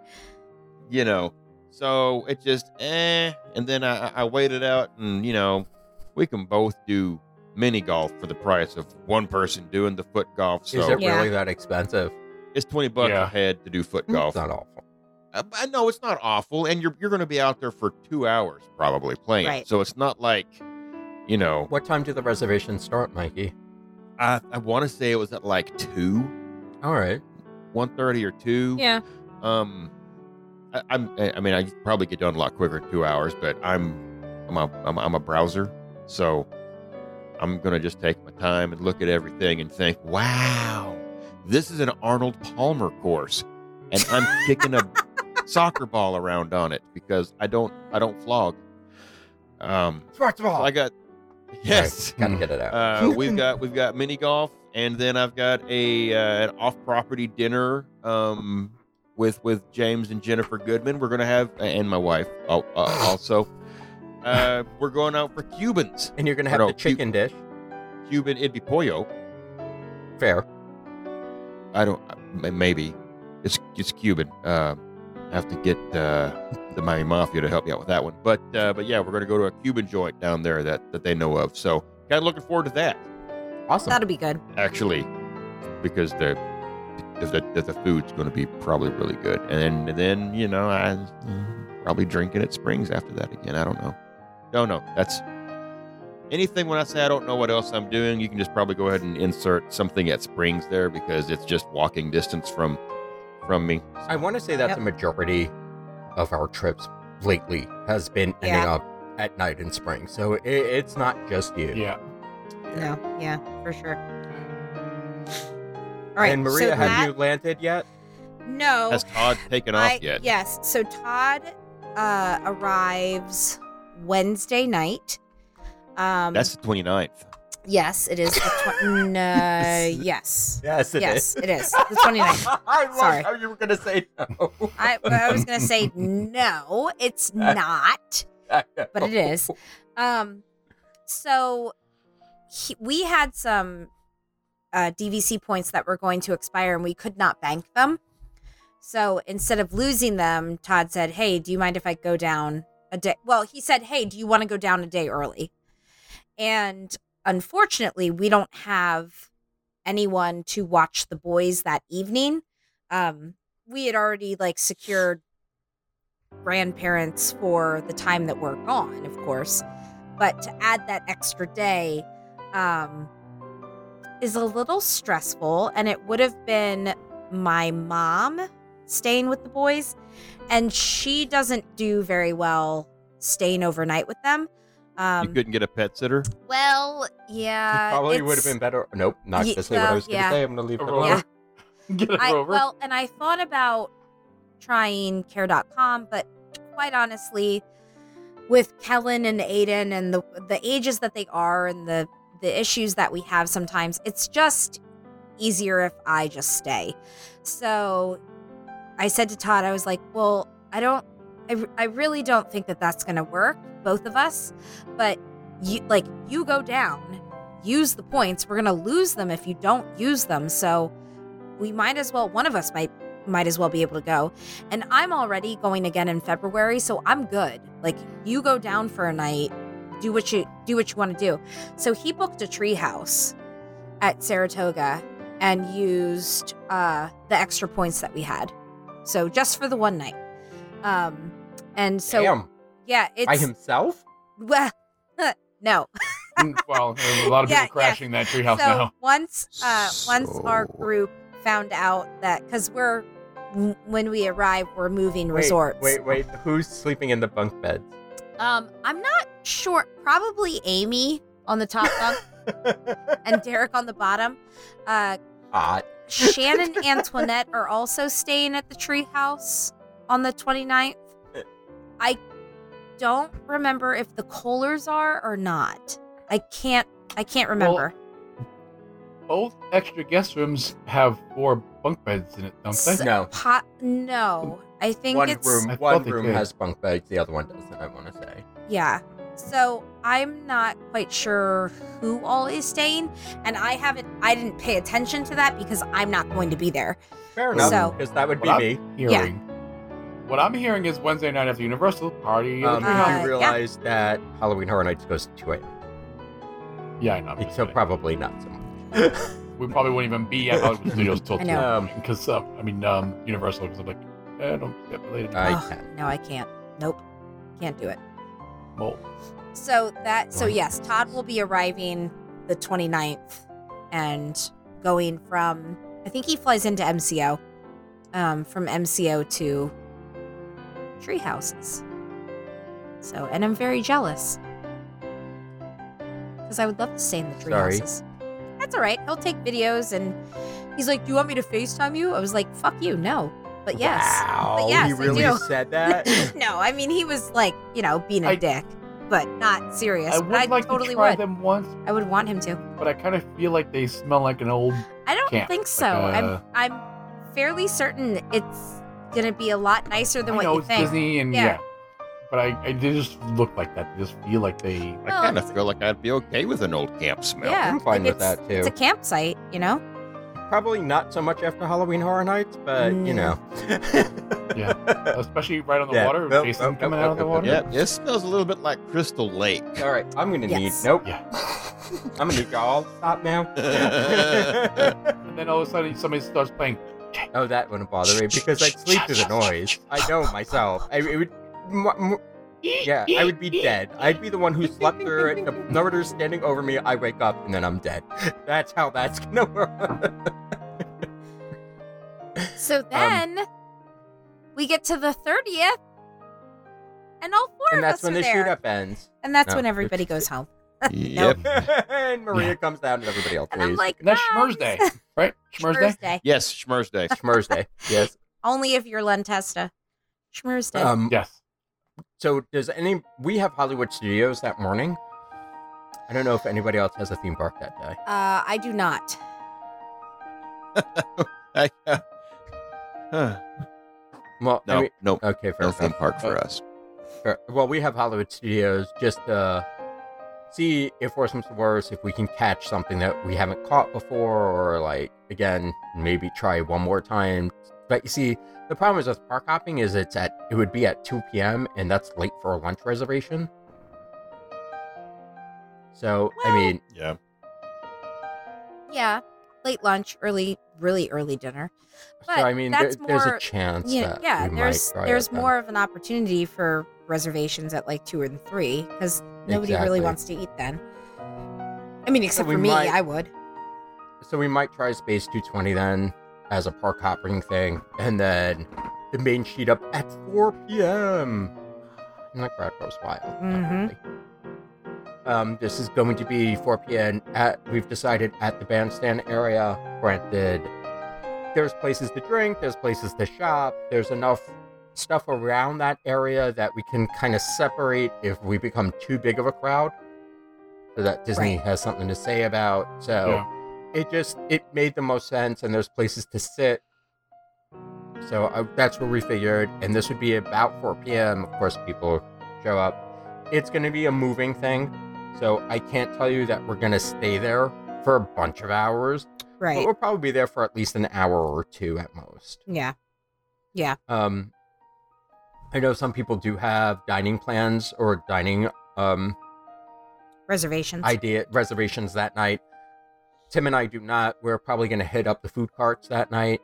Speaker 3: you know. So it just, eh. And then I, I- I waited out and, you know, we can both do mini golf for the price of one person doing the foot golf.
Speaker 4: Is
Speaker 3: So
Speaker 4: it
Speaker 6: Yeah.
Speaker 4: really that expensive?
Speaker 3: it's 20 bucks
Speaker 5: Yeah.
Speaker 3: a head to do foot
Speaker 4: It's
Speaker 3: golf.
Speaker 4: not awful.
Speaker 3: Uh, but no, it's not awful, and you're you're going to be out there for two hours probably playing.
Speaker 6: Right.
Speaker 3: So it's not like, you know,
Speaker 4: What time do the reservations start, Mikey?
Speaker 3: I I want to say it was at like two,
Speaker 4: All right.
Speaker 3: one thirty or two.
Speaker 6: Yeah.
Speaker 3: Um, I, I'm I I mean I could probably get done a lot quicker in two hours, but I'm I'm a I'm, a- I'm a browser, so I'm gonna just take my time and look at everything and think, wow, this is an Arnold Palmer course, and I'm kicking a soccer ball around on it because I don't I don't flog. Um,
Speaker 4: Sports
Speaker 3: so
Speaker 4: ball.
Speaker 3: I got yes.
Speaker 4: Gotta get it out.
Speaker 3: Uh, we've got we've got mini golf, and then I've got a uh, an off property dinner um, with with James and Jennifer Goodman. We're gonna have and my wife al- uh, also. Uh, we're going out for Cubans.
Speaker 4: and you're gonna
Speaker 3: I
Speaker 4: have
Speaker 3: know,
Speaker 4: the chicken dish.
Speaker 3: Cuban it'd be pollo.
Speaker 4: Fair.
Speaker 3: I don't m- maybe it's it's Cuban. Uh, I have to get uh, [laughs] the Miami Mafia to help me out with that one. But uh, but yeah, we're gonna go to a Cuban joint down there that that they know of. So kind of looking forward to that.
Speaker 4: Awesome.
Speaker 6: That'll be good.
Speaker 3: actually, because the if the, if the food's going to be probably really good. And then, and then you know, I mm, probably drinking at Springs after that again. I don't know. Don't know. That's anything when I say I don't know what else I'm doing, you can just probably go ahead and insert something at Springs there because it's just walking distance from from me.
Speaker 4: I want to say that
Speaker 6: Yep.
Speaker 4: the majority of our trips lately has been ending
Speaker 6: Yeah.
Speaker 4: up at night in spring. So it, it's not just you.
Speaker 5: Yeah.
Speaker 6: No, yeah, for sure. All right,
Speaker 4: and Maria,
Speaker 6: so
Speaker 4: have
Speaker 6: that,
Speaker 4: you landed yet?
Speaker 6: no,
Speaker 3: Has Todd taken off
Speaker 6: Oh, I-
Speaker 3: yet?
Speaker 6: Yes. So Todd uh, arrives Wednesday night. Um,
Speaker 3: That's the 29th.
Speaker 6: yes, it is. The tw- n- uh, yes,
Speaker 4: Yes, it is.
Speaker 6: yes, it is the
Speaker 4: [laughs]
Speaker 6: 29th.
Speaker 4: I love
Speaker 6: Sorry.
Speaker 4: how you were gonna say no. [laughs]
Speaker 6: I, I was gonna say no, it's not,
Speaker 4: [laughs]
Speaker 6: but it is. Um, so he, we had some uh, DVC points that were going to expire, and we could not bank them. So instead of losing them, Todd said, "Hey, do you mind if I go down a day?" Well, he said, "Hey, do you want to go down a day early?" And unfortunately, we don't have anyone to watch the boys that evening. Um, we had already like secured grandparents for the time that we're gone, of course. But to add that extra day um, is a little stressful, and it would have been my mom staying with the boys, and she doesn't do very well staying overnight with them. Um,
Speaker 3: you couldn't get a pet sitter?
Speaker 6: well, yeah,
Speaker 4: You probably would have
Speaker 6: Uh, it's-
Speaker 4: been better. Nope, not
Speaker 6: Ye-
Speaker 4: to say what
Speaker 6: well,
Speaker 4: I was gonna
Speaker 6: yeah.
Speaker 4: say. I'm gonna leave it
Speaker 5: Overall,
Speaker 6: [laughs]
Speaker 4: alone.
Speaker 5: Get [laughs] it
Speaker 6: I,
Speaker 5: over.
Speaker 6: Well, and I thought about trying care.com, but quite honestly, with Kellen and Aiden and the the ages that they are and the the issues that we have sometimes, it's just easier if I just stay. So I said to Todd, I was like, well, I don't, I, re- I really don't think that that's going to work, both of us, but you, like, you go down, use the points. We're going to lose them if you don't use them. So we might as well, one of us might, might as well be able to go. And I'm already going again in February, so I'm good. Like, you go down for a night, do what you, do what you want to do. So he booked a treehouse at Saratoga and used uh, the extra points that we had. So just for the one night. Um, and so
Speaker 4: Damn,
Speaker 6: yeah, it's
Speaker 4: by himself?
Speaker 6: [laughs] well, [laughs] no.
Speaker 5: Mm, well, there's a lot of
Speaker 6: Yeah,
Speaker 5: people
Speaker 6: [laughs] yeah.
Speaker 5: crashing that
Speaker 6: So
Speaker 5: treehouse now.
Speaker 6: once, uh, once our
Speaker 3: So-
Speaker 6: group found out that because we're m- when we arrive, we're moving
Speaker 4: Wait,
Speaker 6: resorts.
Speaker 4: Wait, wait, Who's sleeping in the bunk [laughs] beds?
Speaker 6: Um, I'm not sure. Probably Amy on the top [laughs] bunk and Derek on the bottom. Uh,
Speaker 4: Hot.
Speaker 6: Shannon and Antoinette are also staying at the treehouse on the 29th. I don't remember if the Kohlers are or not. I can't. I can't remember.
Speaker 5: Both extra guest rooms have four bunk beds in it, don't they?
Speaker 6: So-
Speaker 4: No,
Speaker 6: Pot? No, I think
Speaker 4: one
Speaker 6: it's
Speaker 4: room.
Speaker 5: I
Speaker 4: One
Speaker 5: thought they
Speaker 4: room
Speaker 5: did.
Speaker 4: has bunk beds. The other one doesn't. I want to say.
Speaker 6: yeah. So I'm not quite sure who all is staying, and I haven't. I didn't pay attention to that because I'm not going to be there.
Speaker 4: Fair enough,
Speaker 6: So-
Speaker 4: because that would be
Speaker 5: Well,
Speaker 4: me.
Speaker 5: Hearing. What I'm hearing is Wednesday night after Universal party. at
Speaker 4: Um,
Speaker 5: the
Speaker 6: Uh,
Speaker 5: treehouse.
Speaker 4: you realize that Halloween Horror Nights goes to 2 a.m.
Speaker 5: yeah, I know. I'm just
Speaker 4: So
Speaker 5: kidding.
Speaker 4: probably not so much.
Speaker 5: we probably wouldn't even be at Hollywood
Speaker 4: [laughs]
Speaker 5: Studios till
Speaker 6: I know.
Speaker 4: Um,
Speaker 5: because um, I mean um, Universal because I'm like "Eh, I don't get related.
Speaker 4: I
Speaker 6: Ugh,
Speaker 4: can.
Speaker 6: No, I can't. Nope, can't do it.
Speaker 5: well,
Speaker 6: So that so
Speaker 4: Right.
Speaker 6: yes, Todd will be arriving the 29th and going from I think he flies into MCO um from MCO to tree houses. So and I'm very jealous. Cuz I would love to stay in the tree
Speaker 4: Sorry.
Speaker 6: houses. That's all right. He'll take videos and he's like, "Do you want me to FaceTime you?" I was like, "Fuck you. No." But yes.
Speaker 4: Wow,
Speaker 6: yes,
Speaker 4: he
Speaker 6: I
Speaker 4: really
Speaker 6: do.
Speaker 4: said that?
Speaker 6: [laughs] no, I mean he was like, you know, being a
Speaker 5: I-
Speaker 6: dick, but not serious.
Speaker 5: I
Speaker 6: but
Speaker 5: would
Speaker 6: I
Speaker 5: like
Speaker 6: totally
Speaker 5: to try
Speaker 6: would.
Speaker 5: them once,
Speaker 6: I would want him to.
Speaker 5: but I kind of feel like they smell like an old.
Speaker 6: I don't
Speaker 5: Can't,
Speaker 6: think so.
Speaker 5: like, uh,
Speaker 6: I'm I'm fairly certain it's gonna be a lot nicer than
Speaker 5: I
Speaker 6: what
Speaker 5: know
Speaker 6: you
Speaker 5: it's
Speaker 6: think.
Speaker 5: Disney and
Speaker 6: Yeah.
Speaker 5: yeah, but I, I they just look like that. They just feel like they.
Speaker 3: I
Speaker 6: Well,
Speaker 3: kind of
Speaker 6: it's-
Speaker 3: feel like I'd be okay with an old camp smell.
Speaker 6: Yeah,
Speaker 4: I'm fine
Speaker 6: like
Speaker 4: with
Speaker 6: it's-
Speaker 4: that, too.
Speaker 6: It's a campsite, you know.
Speaker 4: Probably not so much after Halloween Horror Nights, but you know. [laughs]
Speaker 5: Yeah. especially right on the
Speaker 4: Yeah.
Speaker 5: water.
Speaker 4: Nope,
Speaker 5: Jason
Speaker 4: nope,
Speaker 5: coming
Speaker 4: nope,
Speaker 5: out of the
Speaker 4: nope,
Speaker 5: water.
Speaker 3: Yep, it smells a little bit like Crystal Lake.
Speaker 4: all right, I'm gonna
Speaker 6: Yes.
Speaker 4: need. Nope. [laughs]
Speaker 5: Yeah.
Speaker 3: [laughs]
Speaker 4: I'm gonna need y'all. Stop now.
Speaker 5: And then all of a sudden somebody starts playing.
Speaker 4: Oh, that wouldn't bother me because I'd sleep through the noise. I know myself. I it would. m- m- yeah, I would be dead. I'd be the one who slept through it. The murder's standing over me. I wake up and then I'm dead. [laughs] That's how that's gonna work.
Speaker 5: Um,
Speaker 6: So then we get to the 30th, and all four
Speaker 4: And
Speaker 6: of
Speaker 4: that's
Speaker 6: us
Speaker 4: when
Speaker 6: are
Speaker 4: the
Speaker 6: there.
Speaker 4: shoot up ends. [laughs]
Speaker 6: And that's
Speaker 4: No.
Speaker 6: when everybody goes home.
Speaker 3: Yep.
Speaker 4: and Maria comes down and everybody else
Speaker 6: And I'm
Speaker 4: leaves.
Speaker 6: like,
Speaker 5: And that's
Speaker 6: "Guys,
Speaker 5: Schmurz Day, [laughs] right? Schmurz Day?
Speaker 6: Schmurz Day.
Speaker 3: Yes, Schmurz [laughs] Day.
Speaker 4: Schmurz Day.
Speaker 6: [laughs]
Speaker 4: Yes.
Speaker 6: Only if you're Lentesta. Schmurz Day.
Speaker 4: Um,
Speaker 5: Yes.
Speaker 4: So does any we have Hollywood Studios that morning? I don't know if anybody else has a theme park that day.
Speaker 6: Uh, I do not.
Speaker 3: I- huh. Oh,
Speaker 4: Well, I
Speaker 3: No,
Speaker 4: mean,
Speaker 3: no,
Speaker 4: okay, fair
Speaker 3: no theme
Speaker 4: enough.
Speaker 3: park for us.
Speaker 4: Fair. Well, we have Hollywood Studios just to see if worse comes to worse, if we can catch something that we haven't caught before, or like again, maybe try one more time. But you see, the problem is with park hopping is it's at it would be at 2 p.m. and that's late for a lunch reservation. So I
Speaker 6: Well,
Speaker 4: mean,
Speaker 3: Yeah.
Speaker 6: Yeah. Late lunch, early, really early dinner. But
Speaker 4: so I mean,
Speaker 6: that's
Speaker 4: there- there's
Speaker 6: more-
Speaker 4: a chance.
Speaker 6: Yeah,
Speaker 4: that
Speaker 6: yeah.
Speaker 4: we
Speaker 6: There's
Speaker 4: might try
Speaker 6: there's
Speaker 4: it then.
Speaker 6: more of an opportunity for reservations at like two and three because nobody
Speaker 4: Exactly.
Speaker 6: really wants to eat then. I mean, except
Speaker 4: we
Speaker 6: for me,
Speaker 4: might-
Speaker 6: I would.
Speaker 4: So we might try Space 220 then as a park hopping thing, and then the main sheet up at 4 p.m. And the crowd goes wild.
Speaker 6: Mhm.
Speaker 4: definitely. Um, this is going to be 4 p.m. at we've decided at the bandstand area. Granted, there's places to drink, there's places to shop, there's enough stuff around that area that we can kind of separate if we become too big of a crowd so that disney
Speaker 6: Right.
Speaker 4: has something to say about so it just it made the most sense and there's places to sit so I, that's where we figured and this would be about 4 p.m of course people show up it's going to be a moving thing so i can't tell you that we're going to stay there for a bunch of hours but
Speaker 6: Right.
Speaker 4: we'll probably be there for at least an hour or two at most
Speaker 6: Yeah.
Speaker 4: um, I know some people do have dining plans or dining um,
Speaker 6: Reservations.
Speaker 4: idea reservations that night. Tim and I do not. We're probably going to hit up the food carts that night.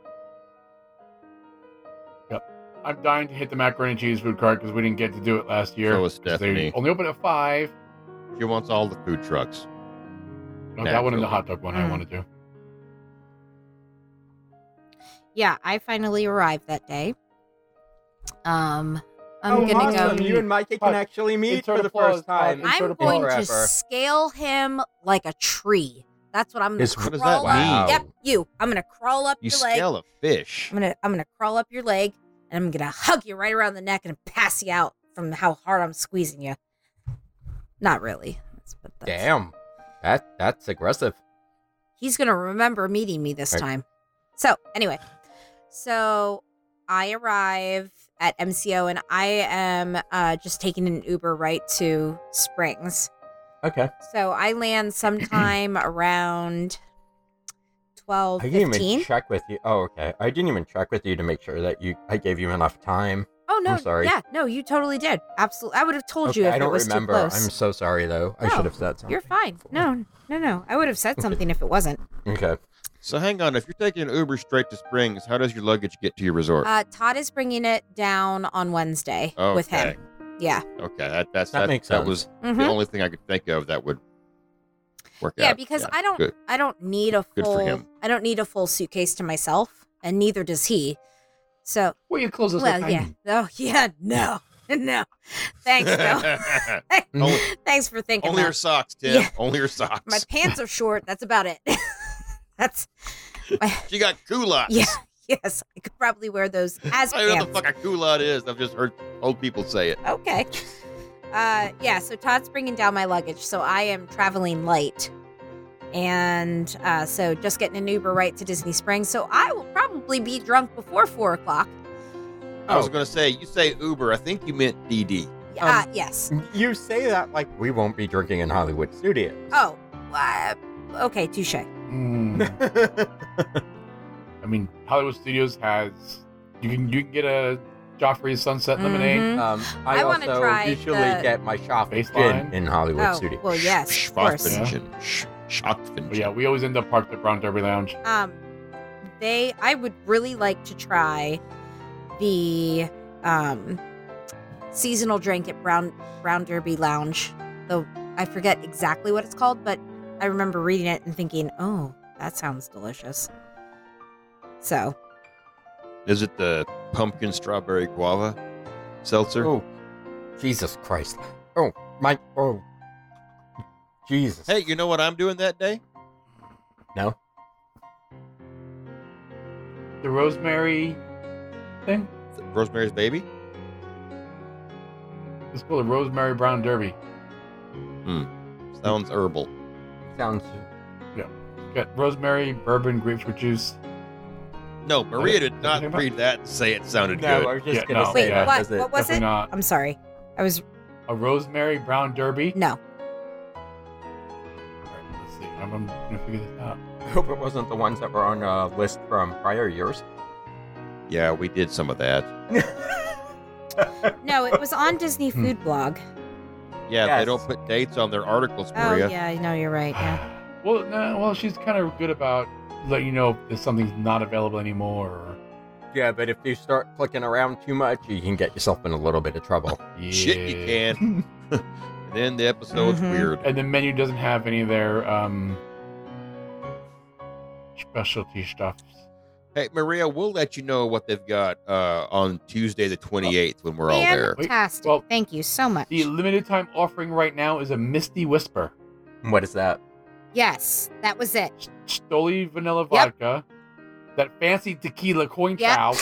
Speaker 5: I'm dying to hit the macaroni and cheese food cart because we didn't get to do it last year.
Speaker 3: So is
Speaker 5: 'cause
Speaker 3: Stephanie.
Speaker 5: They only open at five.
Speaker 3: She wants all the food trucks.
Speaker 5: No, that one and the
Speaker 3: Naturally.
Speaker 5: hot dog one I
Speaker 6: Mm.
Speaker 5: wanted to.
Speaker 6: yeah, I finally arrived that day. Um, I'm um,
Speaker 5: Oh,
Speaker 6: gonna go.
Speaker 5: awesome.
Speaker 4: You and Micah can
Speaker 5: Fuck.
Speaker 4: actually meet
Speaker 5: Insert
Speaker 4: for the
Speaker 5: applause.
Speaker 4: first time.
Speaker 5: I'm
Speaker 4: Insert
Speaker 6: I'm
Speaker 5: sort of
Speaker 4: applause
Speaker 6: going to
Speaker 4: forever.
Speaker 6: scale him like a tree. That's what I'm gonna
Speaker 4: It's-
Speaker 6: crawl
Speaker 4: what
Speaker 3: does that
Speaker 6: up-
Speaker 4: mean?
Speaker 6: Yep, you. I'm gonna crawl up
Speaker 3: You
Speaker 6: your leg.
Speaker 3: scale a fish.
Speaker 6: I'm gonna I'm gonna crawl up your leg and I'm gonna hug you right around the neck and pass you out from how hard I'm squeezing you. Not really. That's, but that's-
Speaker 4: Damn, that that's aggressive.
Speaker 6: He's gonna remember meeting me this
Speaker 4: Right.
Speaker 6: time. So anyway, so I arrive at MCO and I am uh, just taking an Uber right to Springs.
Speaker 4: Okay,
Speaker 6: So I land sometime
Speaker 4: [clears throat]
Speaker 6: around 12,
Speaker 4: I didn't even
Speaker 6: 15.
Speaker 4: check with you. Oh, okay. I didn't even check with you to make sure that you I gave you enough time.
Speaker 6: Oh no!
Speaker 4: sorry.
Speaker 6: Yeah, no, you totally did. Absolutely, I would have told
Speaker 4: Okay,
Speaker 6: you if
Speaker 4: I don't
Speaker 6: it was
Speaker 4: remember.
Speaker 6: too close.
Speaker 4: I'm so sorry though. I
Speaker 6: No,
Speaker 4: should have said something.
Speaker 6: You're fine. No, no, no. I would have
Speaker 3: [laughs]
Speaker 6: said something if it wasn't.
Speaker 4: Okay.
Speaker 3: So hang on. If you're taking an Uber straight to Springs, how does your luggage get to your resort?
Speaker 6: Uh, Todd is bringing it down on Wednesday with him.
Speaker 3: Okay.
Speaker 6: Yeah.
Speaker 3: Okay, that that's,
Speaker 4: That
Speaker 3: that,
Speaker 4: makes
Speaker 3: that
Speaker 4: sense.
Speaker 3: was
Speaker 6: Mhm.
Speaker 3: the only thing I could think of that would work out.
Speaker 6: Yeah, because I don't,
Speaker 3: good.
Speaker 6: I don't need a
Speaker 3: Good for
Speaker 6: full,
Speaker 3: him.
Speaker 6: I don't need a full suitcase to myself, and neither does he. So,
Speaker 5: Well, you close this
Speaker 6: well,
Speaker 5: up.
Speaker 6: yeah. Oh, yeah. No, [laughs] no. Thanks,
Speaker 3: [laughs]
Speaker 6: Bill.
Speaker 3: only
Speaker 6: [laughs] Thanks
Speaker 3: [laughs]
Speaker 6: for thinking.
Speaker 3: only
Speaker 6: that.
Speaker 3: her socks, Tim.
Speaker 6: Yeah.
Speaker 3: Only her
Speaker 6: My
Speaker 3: socks.
Speaker 6: pants are short. That's about it. [laughs] That's
Speaker 3: she got culottes.
Speaker 6: yeah. Yes, I could probably wear those
Speaker 3: [laughs]
Speaker 6: as
Speaker 3: I don't know
Speaker 6: pants.
Speaker 3: what the fuck a culotte is. I've just heard old people say it.
Speaker 6: Okay. Uh, yeah, so Todd's bringing down my luggage, so I am traveling light. And uh, so just getting an Uber right to Disney Springs. So I will probably be drunk before four o'clock.
Speaker 3: I was
Speaker 4: Oh.
Speaker 3: gonna say, you say Uber. I think you meant DD.
Speaker 6: Uh, yes.
Speaker 4: You say that like we won't be drinking in Hollywood [laughs] Studios.
Speaker 6: Oh, uh, okay, touche.
Speaker 5: Mm. I mean, Hollywood Studios has you can you can get a Joffrey's Sunset Lemonade.
Speaker 6: Mhm.
Speaker 4: um, I,
Speaker 6: I wanna
Speaker 4: also
Speaker 6: try
Speaker 4: usually
Speaker 6: the-
Speaker 4: get my shop
Speaker 5: Baseline.
Speaker 4: gin in Hollywood
Speaker 6: Oh,
Speaker 4: Studios.
Speaker 6: well, yes, of course.
Speaker 5: Schwarzbinder.
Speaker 3: Schwarzbingen. Sch- Schwarzbingen.
Speaker 5: But yeah, we always end up parked at Brown Derby Lounge.
Speaker 6: Um, they I would really like to try the um seasonal drink at Brown Brown Derby Lounge. Though I forget exactly what it's called, but I remember reading it and thinking, "Oh, that sounds delicious." So,
Speaker 3: Is it the pumpkin strawberry guava seltzer?
Speaker 4: Oh, Jesus Christ. Oh, my. Oh, Jesus.
Speaker 3: Hey, you know what I'm doing that day?
Speaker 4: No.
Speaker 5: The rosemary thing?
Speaker 3: Rosemary's Baby.
Speaker 5: It's called a rosemary brown derby.
Speaker 3: Sounds herbal.
Speaker 4: Sounds.
Speaker 5: Got rosemary, bourbon, grapefruit juice.
Speaker 3: No, Maria did not
Speaker 5: Okay.
Speaker 3: read that and say it sounded
Speaker 4: No, I
Speaker 3: good.
Speaker 4: was just
Speaker 5: Yeah,
Speaker 4: gonna
Speaker 5: no,
Speaker 4: say
Speaker 6: wait,
Speaker 5: yeah,
Speaker 4: that.
Speaker 6: what
Speaker 4: does it-
Speaker 6: what was
Speaker 5: Definitely
Speaker 6: it? Um,
Speaker 5: not.
Speaker 6: I'm sorry. I was
Speaker 5: A rosemary brown derby?
Speaker 6: no.
Speaker 5: All right, let's see. I'm, I'm gonna figure this out.
Speaker 4: I hope it wasn't the ones that were on a list from prior years.
Speaker 3: Yeah, we did some of that.
Speaker 6: No, it was on Disney
Speaker 5: Hmm.
Speaker 6: Food Blog.
Speaker 3: Yeah, they
Speaker 4: Yes.
Speaker 3: don't put dates on their articles,
Speaker 6: Oh
Speaker 3: Maria.
Speaker 6: yeah, I know you're right.
Speaker 5: [sighs]
Speaker 6: Yeah.
Speaker 5: Well, no, well, she's kind of good about letting you know if something's not available anymore. Or,
Speaker 4: Yeah, but if you start clicking around too much, you can get yourself in a little bit of trouble.
Speaker 5: yeah.
Speaker 3: Shit, you
Speaker 4: [laughs]
Speaker 3: can. and then the episode's
Speaker 6: Mhm.
Speaker 3: weird.
Speaker 5: And the menu doesn't have any of their um, specialty stuff.
Speaker 3: Hey, Maria, we'll let you know what they've got uh, on Tuesday the 28th when we're all there.
Speaker 6: Fantastic.
Speaker 5: Well-
Speaker 6: Thank you so much.
Speaker 5: The limited time offering right now is a Misty Whisper,
Speaker 4: What is that?
Speaker 6: Yes, that was it.
Speaker 5: Stoli Vanilla
Speaker 6: Yep.
Speaker 5: Vodka, that fancy tequila coin
Speaker 6: Yep. [laughs]
Speaker 5: cow,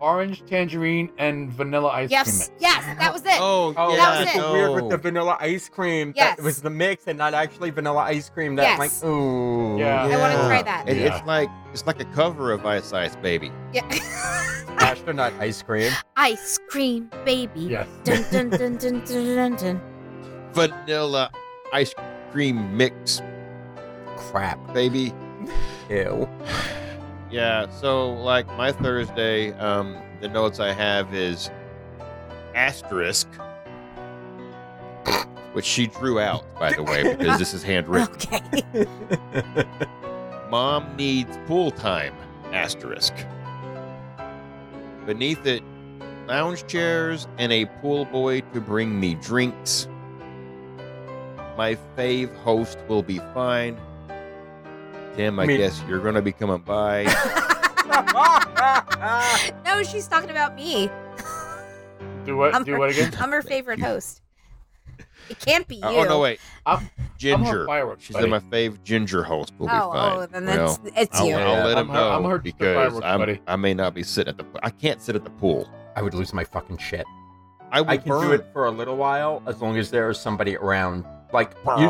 Speaker 5: orange tangerine, and vanilla ice
Speaker 6: Yes,
Speaker 5: cream.
Speaker 6: yes, that was it.
Speaker 3: Oh,
Speaker 4: Oh,
Speaker 3: yeah,
Speaker 6: That was
Speaker 4: that's
Speaker 6: it.
Speaker 4: the
Speaker 3: no.
Speaker 4: weird with the vanilla ice cream. That
Speaker 6: Yes.
Speaker 4: was the mix and not actually vanilla ice cream. That
Speaker 6: Yes.
Speaker 4: like, ooh.
Speaker 5: Yeah. I
Speaker 6: wanna
Speaker 3: Yeah.
Speaker 6: try that.
Speaker 3: It-
Speaker 5: Yeah.
Speaker 3: Oh. It's like it's like a cover of Ice Ice Baby.
Speaker 6: Yeah. [laughs]
Speaker 4: Astronaut ice cream.
Speaker 6: Ice cream baby.
Speaker 5: Yes.
Speaker 6: Dun, dun, dun, dun, dun,
Speaker 4: [laughs]
Speaker 6: dun, dun.
Speaker 3: Vanilla ice cream mix,
Speaker 4: Crap.
Speaker 3: baby.
Speaker 4: Ew.
Speaker 3: Yeah, so like my Thursday, um, the notes I have is asterisk, which she drew out, by the way, because this is handwritten.
Speaker 6: Okay. [laughs]
Speaker 3: Mom needs pool time, asterisk. Beneath it, lounge chairs and a pool boy to bring me drinks. My fave host will be fine. Tim, I
Speaker 4: Me-
Speaker 3: guess you're going to be coming
Speaker 6: [laughs]
Speaker 3: by. Uh,
Speaker 6: no, she's talking about me.
Speaker 5: Do what?
Speaker 6: I'm
Speaker 5: do what again?
Speaker 6: I'm her favorite host. It can't be you.
Speaker 3: Uh, oh no, wait.
Speaker 5: I'm- I'm
Speaker 3: ginger.
Speaker 5: a fireworks.
Speaker 3: She's
Speaker 5: buddy.
Speaker 3: in my fave ginger host. Will be
Speaker 6: Oh,
Speaker 3: fine.
Speaker 6: oh, then
Speaker 3: well,
Speaker 6: that's it's
Speaker 3: I'll,
Speaker 6: you.
Speaker 3: I'll let him
Speaker 5: I'm her-
Speaker 3: know
Speaker 5: I'm her
Speaker 3: because
Speaker 5: fireworks
Speaker 3: I'm,
Speaker 5: buddy.
Speaker 3: I may not be sitting at the. I can't sit at the pool.
Speaker 4: I would lose my fucking shit.
Speaker 3: I will
Speaker 4: I can
Speaker 3: burn.
Speaker 4: do it for a little while as long as there's somebody around. Like, you,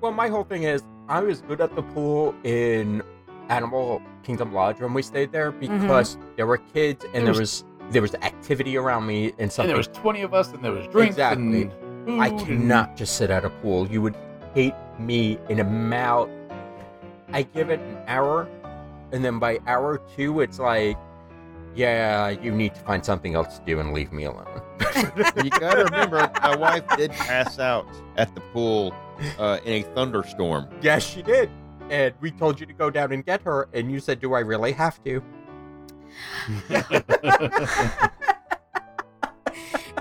Speaker 4: well, my whole thing is I was good at the pool in Animal Kingdom Lodge when we stayed there because there were kids and
Speaker 5: There
Speaker 4: there was there was activity around me and
Speaker 5: and
Speaker 4: something.
Speaker 5: there was 20 of us, and there was drinks.
Speaker 4: Exactly.
Speaker 5: And food
Speaker 4: I
Speaker 5: and-
Speaker 4: cannot just sit at a pool. You would hate me in a mouth. I give it an hour, and then by hour two, it's like, yeah, you need to find something else to do and leave me alone.
Speaker 3: you gotta remember, my wife did pass out at the pool uh, in a thunderstorm.
Speaker 4: Yes, she did. And we told you to go down and get her, and you said, "Do I really have to?"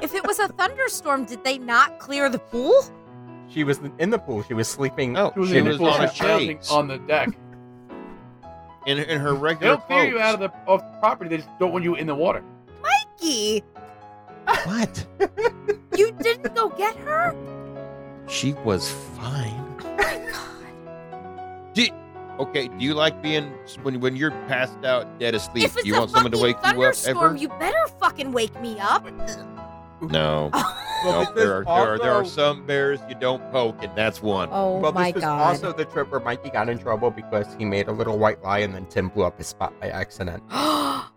Speaker 6: if it was a thunderstorm, did they not clear the pool?
Speaker 4: She was in the pool. She was sleeping.
Speaker 3: No,
Speaker 5: She was
Speaker 3: Oh, she
Speaker 5: in the
Speaker 3: was
Speaker 5: pool,
Speaker 3: on a
Speaker 5: she was lounging
Speaker 3: chaise
Speaker 5: on the
Speaker 3: [laughs]
Speaker 5: deck.
Speaker 3: in, in her
Speaker 5: They
Speaker 3: regular
Speaker 5: don't clear you out of
Speaker 3: clothes.
Speaker 5: the off the property. They just don't want you in the water.
Speaker 6: Gee,
Speaker 3: What?
Speaker 6: [laughs] you didn't go get her?
Speaker 3: She was fine.
Speaker 6: Oh my god.
Speaker 3: Okay, do you like being when when you're passed out dead asleep?
Speaker 6: if it's
Speaker 3: Do you
Speaker 6: a
Speaker 3: want someone to
Speaker 6: fucking
Speaker 3: wake you up
Speaker 6: thunderstorm,
Speaker 3: ever?
Speaker 6: you better fucking wake me up.
Speaker 3: No.
Speaker 4: Well,
Speaker 6: Oh,
Speaker 3: No,
Speaker 4: this is
Speaker 3: there are, there, are, there are
Speaker 4: also-
Speaker 3: some bears you don't poke, and that's one.
Speaker 6: oh
Speaker 4: well,
Speaker 6: my
Speaker 4: this was
Speaker 6: god.
Speaker 4: also the trip where Mikey got in trouble because he made a little white lie, and then Tim blew up his spot by [laughs] accident.
Speaker 6: oh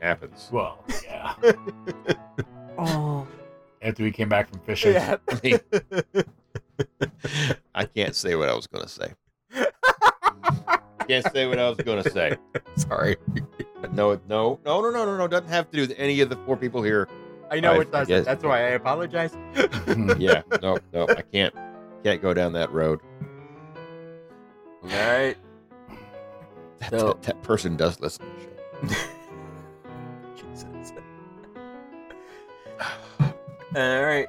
Speaker 3: Happens.
Speaker 5: Well, yeah.
Speaker 6: [gasps] oh
Speaker 5: After we came back from fishing.
Speaker 3: I, mean, I can't say what I was going to
Speaker 6: [laughs]
Speaker 3: say. can't say what I was going to say.
Speaker 4: [laughs] Sorry.
Speaker 3: No, no, no, no, no, no, no. Doesn't have to do with any of the four people here.
Speaker 4: I Mm-hmm. know
Speaker 3: I
Speaker 4: it doesn't.
Speaker 3: guess-
Speaker 4: That's why I apologize. [laughs]
Speaker 3: Yeah, no, no, I can't, can't go down that road.
Speaker 4: [sighs] All right.
Speaker 3: That,
Speaker 4: So-
Speaker 3: that, that person does listen to the show.
Speaker 4: Jesus. All right.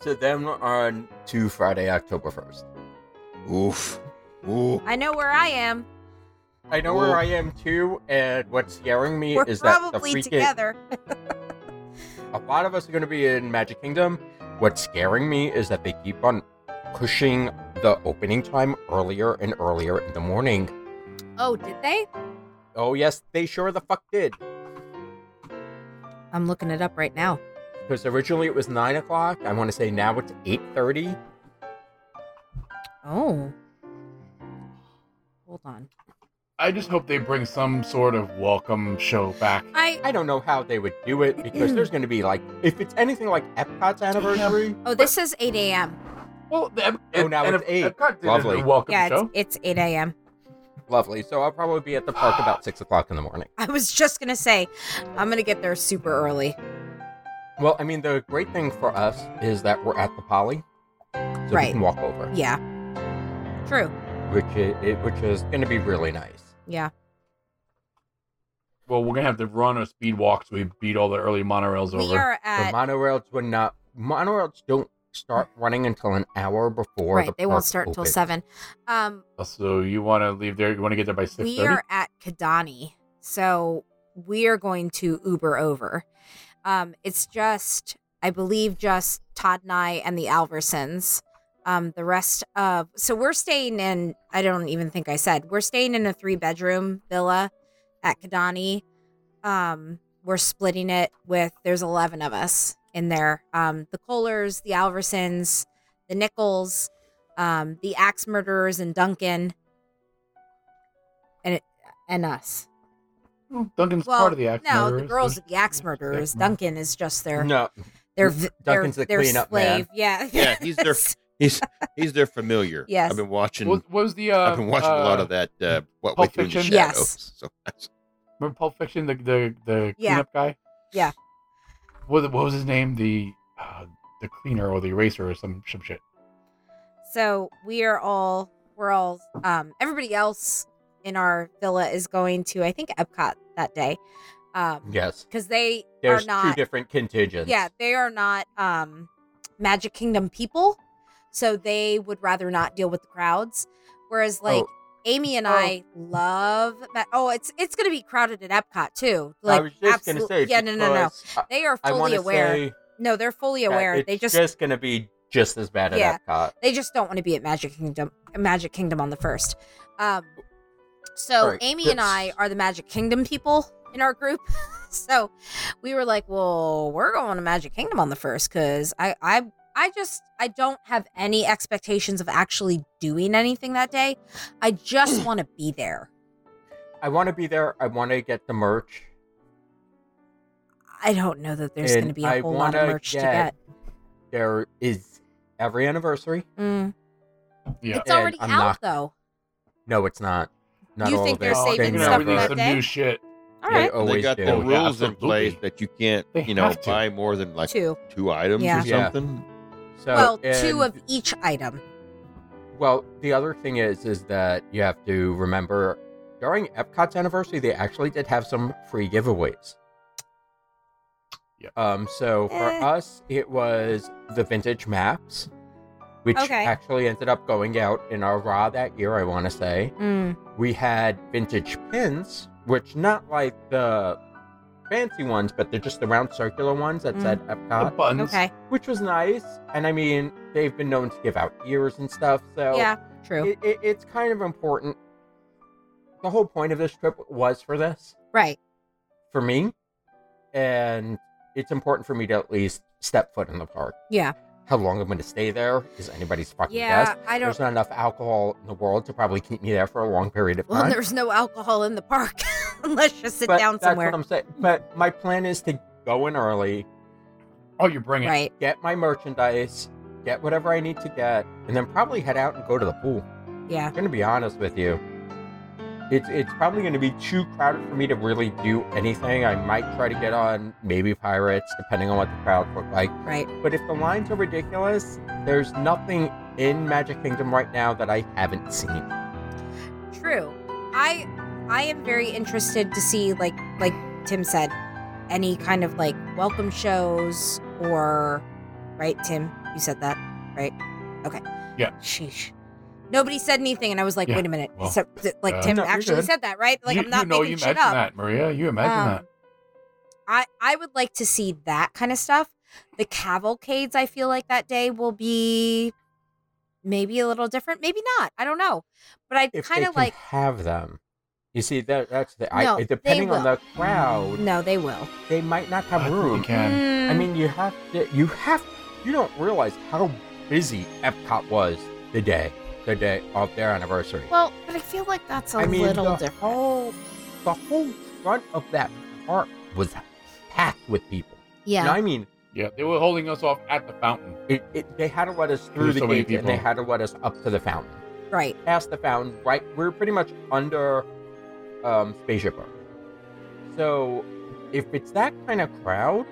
Speaker 4: So then we're on to Friday, October 1st.
Speaker 3: Oof. Ooh.
Speaker 5: [laughs]
Speaker 6: I know where I am.
Speaker 4: I know
Speaker 3: Well-
Speaker 4: where I am too, and what's scaring me
Speaker 6: We're
Speaker 4: is that the
Speaker 6: probably
Speaker 4: freaking
Speaker 6: together.
Speaker 4: a lot of us are going to be in Magic Kingdom. What's scaring me is that they keep on pushing the opening time earlier and earlier in the morning.
Speaker 6: Oh, did they?
Speaker 4: Oh yes, they sure the fuck did.
Speaker 6: I'm looking it up right now.
Speaker 4: Because originally it was nine o'clock. I want to say now it's eight thirty.
Speaker 6: Oh. Hold on.
Speaker 5: I just hope they bring some sort of welcome show back.
Speaker 6: I
Speaker 4: I don't know how they would do it because there's going to be like, if it's anything like Epcot's anniversary,
Speaker 6: oh, this says 8 a.m.
Speaker 5: Well, the, Ep-
Speaker 4: Oh, now
Speaker 5: and
Speaker 4: it's
Speaker 5: Ep-
Speaker 4: eight.
Speaker 5: Epcot did
Speaker 4: Lovely.
Speaker 5: a welcome
Speaker 6: Yeah,
Speaker 5: show.
Speaker 6: it's, it's 8 a.m.
Speaker 4: lovely. So I'll probably be at the park about six o'clock in the morning.
Speaker 6: I was just gonna say, I'm gonna get there super early.
Speaker 4: Well, I mean, the great thing for us is that we're at the Poly, so
Speaker 6: Right.
Speaker 4: we can walk over,
Speaker 6: Yeah. True.
Speaker 4: which is it- which is going to be really nice.
Speaker 6: Yeah.
Speaker 5: Well, we're gonna have to run a speed walk so we beat all the early monorails
Speaker 6: We
Speaker 5: over.
Speaker 6: are
Speaker 4: The
Speaker 6: at Mm.
Speaker 4: monorails would not. Monorails don't start running until an hour before.
Speaker 6: right.
Speaker 4: the
Speaker 6: They won't
Speaker 4: park
Speaker 6: start until
Speaker 4: opens.
Speaker 6: seven. Um,
Speaker 5: So you want to leave there? You want to get there by six
Speaker 6: we
Speaker 5: thirty?
Speaker 6: are at Kadani, so we are going to Uber over. Um, it's just, I believe, just Todd and I and the Alversons. Um, the rest of so we're staying in. I don't even think I said we're staying in a three bedroom villa at Kadani. Um, we're splitting it with there's eleven of us in there. Um, the Kohlers, the Alversons, the Nichols, um, the Axe Murderers, and Duncan and us.
Speaker 5: Duncan's
Speaker 6: Well,
Speaker 5: part of the act.
Speaker 6: no, the
Speaker 5: murderers.
Speaker 6: girls of the axe murderers.
Speaker 5: Axe murderers.
Speaker 6: Duncan is just their
Speaker 4: No,
Speaker 6: their v- their,
Speaker 4: Duncan's the
Speaker 6: their
Speaker 4: cleanup
Speaker 6: slave.
Speaker 4: man.
Speaker 6: Yeah, [laughs]
Speaker 3: Yeah, he's their-
Speaker 4: [laughs]
Speaker 3: He's he's their familiar.
Speaker 6: Yes.
Speaker 3: I've been watching.
Speaker 5: What what was the? Uh,
Speaker 3: I've been watching a lot
Speaker 5: uh,
Speaker 3: of that. Uh, what we
Speaker 5: Pulp
Speaker 3: do in the
Speaker 5: Fiction?
Speaker 3: shadows.
Speaker 6: Yes.
Speaker 3: So that's
Speaker 5: Remember Pulp Fiction? The the the
Speaker 6: Yeah.
Speaker 5: cleanup guy.
Speaker 6: Yeah.
Speaker 5: What what was his name? The uh, the cleaner or the eraser or some some shit.
Speaker 6: So we are all we're all um everybody else in our villa is going to I think Epcot that day. Um
Speaker 4: yes,
Speaker 6: because they
Speaker 4: there's
Speaker 6: are
Speaker 4: two
Speaker 6: not
Speaker 4: different contingents.
Speaker 6: yeah, they are not um Magic Kingdom people. So they would rather not deal with the crowds. Whereas like
Speaker 4: Oh.
Speaker 6: Amy and
Speaker 4: Oh.
Speaker 6: I love Ma- oh it's it's gonna be crowded at Epcot too. Like
Speaker 4: I was just going to
Speaker 6: absolute-
Speaker 4: say,
Speaker 6: yeah, no no no.
Speaker 4: because I-
Speaker 6: They are
Speaker 4: I want
Speaker 6: fully
Speaker 4: to
Speaker 6: aware.
Speaker 4: say
Speaker 6: no, they're fully
Speaker 4: that
Speaker 6: aware.
Speaker 4: it's
Speaker 6: They just,
Speaker 4: going to be just as bad at
Speaker 6: Yeah.
Speaker 4: Epcot.
Speaker 6: they just don't want to be at Magic Kingdom Magic Kingdom on the first. Um so
Speaker 4: Right,
Speaker 6: Amy and I
Speaker 4: that's-
Speaker 6: are the Magic Kingdom people in our group. [laughs] so we were like, Well, we're going to Magic Kingdom on the first because I, I I just I don't have any expectations of actually doing anything that day.
Speaker 4: [clears throat]
Speaker 6: I just want to be there.
Speaker 4: I want to be there. I want to get the merch.
Speaker 6: I don't know that there's
Speaker 4: And
Speaker 6: going to be a
Speaker 4: I
Speaker 6: whole lot of
Speaker 4: wanna
Speaker 6: merch to
Speaker 4: get-
Speaker 6: get.
Speaker 4: There is every anniversary.
Speaker 6: Mm.
Speaker 5: Yeah.
Speaker 6: It's already
Speaker 4: I'm
Speaker 6: out
Speaker 4: not-
Speaker 6: though.
Speaker 4: No, it's not. Not
Speaker 6: You
Speaker 4: all
Speaker 6: think
Speaker 4: of
Speaker 6: they're
Speaker 4: it.
Speaker 5: Oh,
Speaker 6: saving
Speaker 5: they're
Speaker 4: They
Speaker 5: gonna
Speaker 6: stuff for
Speaker 5: release
Speaker 6: that
Speaker 5: some
Speaker 6: day?
Speaker 5: new shit.
Speaker 6: All
Speaker 4: They
Speaker 6: right,
Speaker 3: they
Speaker 4: always
Speaker 3: got
Speaker 4: do.
Speaker 3: the
Speaker 5: Yeah,
Speaker 3: rules in
Speaker 5: absolutely.
Speaker 3: place that you can't,
Speaker 5: They
Speaker 3: you know,
Speaker 5: have to.
Speaker 3: buy more than like
Speaker 6: two.
Speaker 3: two items
Speaker 6: Yeah.
Speaker 3: or
Speaker 4: Yeah.
Speaker 3: something.
Speaker 4: So,
Speaker 6: well,
Speaker 4: and-
Speaker 6: two of each item.
Speaker 4: Well, the other thing is, is that you have to remember during Epcot's anniversary, they actually did have some free giveaways.
Speaker 5: Yeah.
Speaker 4: Um. So for
Speaker 6: Eh.
Speaker 4: us, it was the vintage maps, which
Speaker 6: Okay.
Speaker 4: actually ended up going out in our raw that year. I want to say
Speaker 6: Mm.
Speaker 4: we had vintage pins, which not like the fancy ones, but they're just the round circular ones that
Speaker 6: Mm.
Speaker 4: said
Speaker 5: The
Speaker 4: Epcot,
Speaker 5: buttons.
Speaker 6: Okay.
Speaker 4: which was nice. And I mean, they've been known to give out ears and stuff. So
Speaker 6: yeah. True.
Speaker 4: it, it, it's kind of important. The whole point of this trip was for this,
Speaker 6: right.
Speaker 4: for me, and it's important for me to at least step foot in the park.
Speaker 6: Yeah.
Speaker 4: How long I'm going to stay there is anybody's fucking
Speaker 6: Yeah.
Speaker 4: guess.
Speaker 6: I don't.
Speaker 4: There's not enough alcohol in the world to probably keep me there for a long period of
Speaker 6: well,
Speaker 4: time.
Speaker 6: there's no alcohol in the park [laughs] unless you sit
Speaker 4: but
Speaker 6: down
Speaker 4: that's
Speaker 6: somewhere.
Speaker 4: what I'm saying. But my plan is to go in early,
Speaker 5: Oh, you bring it.
Speaker 6: Right.
Speaker 4: get my merchandise, get whatever I need to get, and then probably head out and go to the pool.
Speaker 6: Yeah.
Speaker 4: I'm gonna be honest with you. It's it's probably gonna be too crowded for me to really do anything. I might try to get on maybe pirates, depending on what the crowd look like.
Speaker 6: Right.
Speaker 4: But if the lines are ridiculous, there's nothing in Magic Kingdom right now that I haven't seen.
Speaker 6: True. I I am very interested to see like like Tim said, any kind of like welcome shows or right, Tim, you said that, right? Okay.
Speaker 5: Yeah.
Speaker 6: Sheesh. Nobody said anything, and I was like,
Speaker 5: Yeah,
Speaker 6: "Wait a minute!"
Speaker 5: well,
Speaker 6: so, th- like
Speaker 5: uh,
Speaker 6: Tim
Speaker 5: no, you're
Speaker 6: actually
Speaker 5: good.
Speaker 6: said that, right? Like
Speaker 5: you,
Speaker 6: I'm not
Speaker 5: you know,
Speaker 6: making
Speaker 5: you
Speaker 6: shit
Speaker 5: imagine
Speaker 6: up.
Speaker 5: that, Maria. You imagine
Speaker 6: Um,
Speaker 5: that.
Speaker 6: I I would like to see that kind of stuff. The cavalcades, I feel like that day will be maybe a little different, maybe not. I don't know, but I
Speaker 4: If
Speaker 6: kind
Speaker 4: they
Speaker 6: of
Speaker 4: can
Speaker 6: like.
Speaker 4: have them. You see, that that's the I,
Speaker 6: No, they
Speaker 4: depending on
Speaker 6: will.
Speaker 4: the crowd,
Speaker 6: No, they will. Hmm.
Speaker 4: they might not
Speaker 5: I
Speaker 4: have
Speaker 5: think
Speaker 4: room.
Speaker 5: You can.
Speaker 4: I mean, you have to. You have. You don't realize how busy Epcot was the day, the day of their anniversary.
Speaker 6: well, but I feel like that's a
Speaker 4: I mean, uh,
Speaker 6: little
Speaker 4: the
Speaker 6: different.
Speaker 4: whole the whole front of that park was packed with people.
Speaker 6: yeah.
Speaker 4: And I mean,
Speaker 5: Yeah, they were holding us off at the fountain.
Speaker 4: it, it, they had to let us through
Speaker 5: There's
Speaker 4: the
Speaker 5: so many
Speaker 4: gate, and they
Speaker 5: people.
Speaker 4: had to let us up to the fountain.
Speaker 6: Right.
Speaker 4: Past the fountain, right? We were pretty much under um, Spaceship Earth. So, if it's that kind of crowd,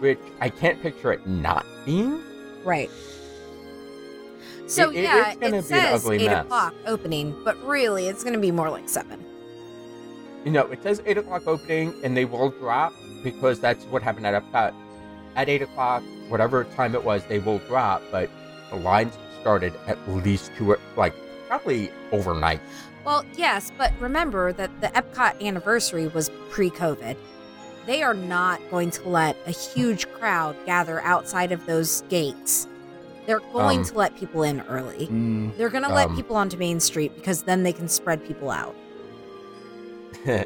Speaker 4: which I can't picture it not being,
Speaker 6: Right. So
Speaker 4: It- it-
Speaker 6: yeah,
Speaker 4: it's gonna be
Speaker 6: it
Speaker 4: an
Speaker 6: says
Speaker 4: ugly
Speaker 6: eight
Speaker 4: mess.
Speaker 6: o'clock opening, but really it's gonna be more like seven.
Speaker 4: you know, it says 8 o'clock opening and they will drop because that's what happened at Epcot. At 8 o'clock, whatever time it was, they will drop, but the lines started at least two, like probably overnight. [laughs]
Speaker 6: Well, yes, but remember that the Epcot anniversary was pre-COVID. They are not going to let a huge crowd gather outside of those gates. They're going
Speaker 4: Um,
Speaker 6: to let people in early.
Speaker 5: Mm,
Speaker 6: They're going to let
Speaker 4: um,
Speaker 6: people onto Main Street because then they can spread people out.
Speaker 4: I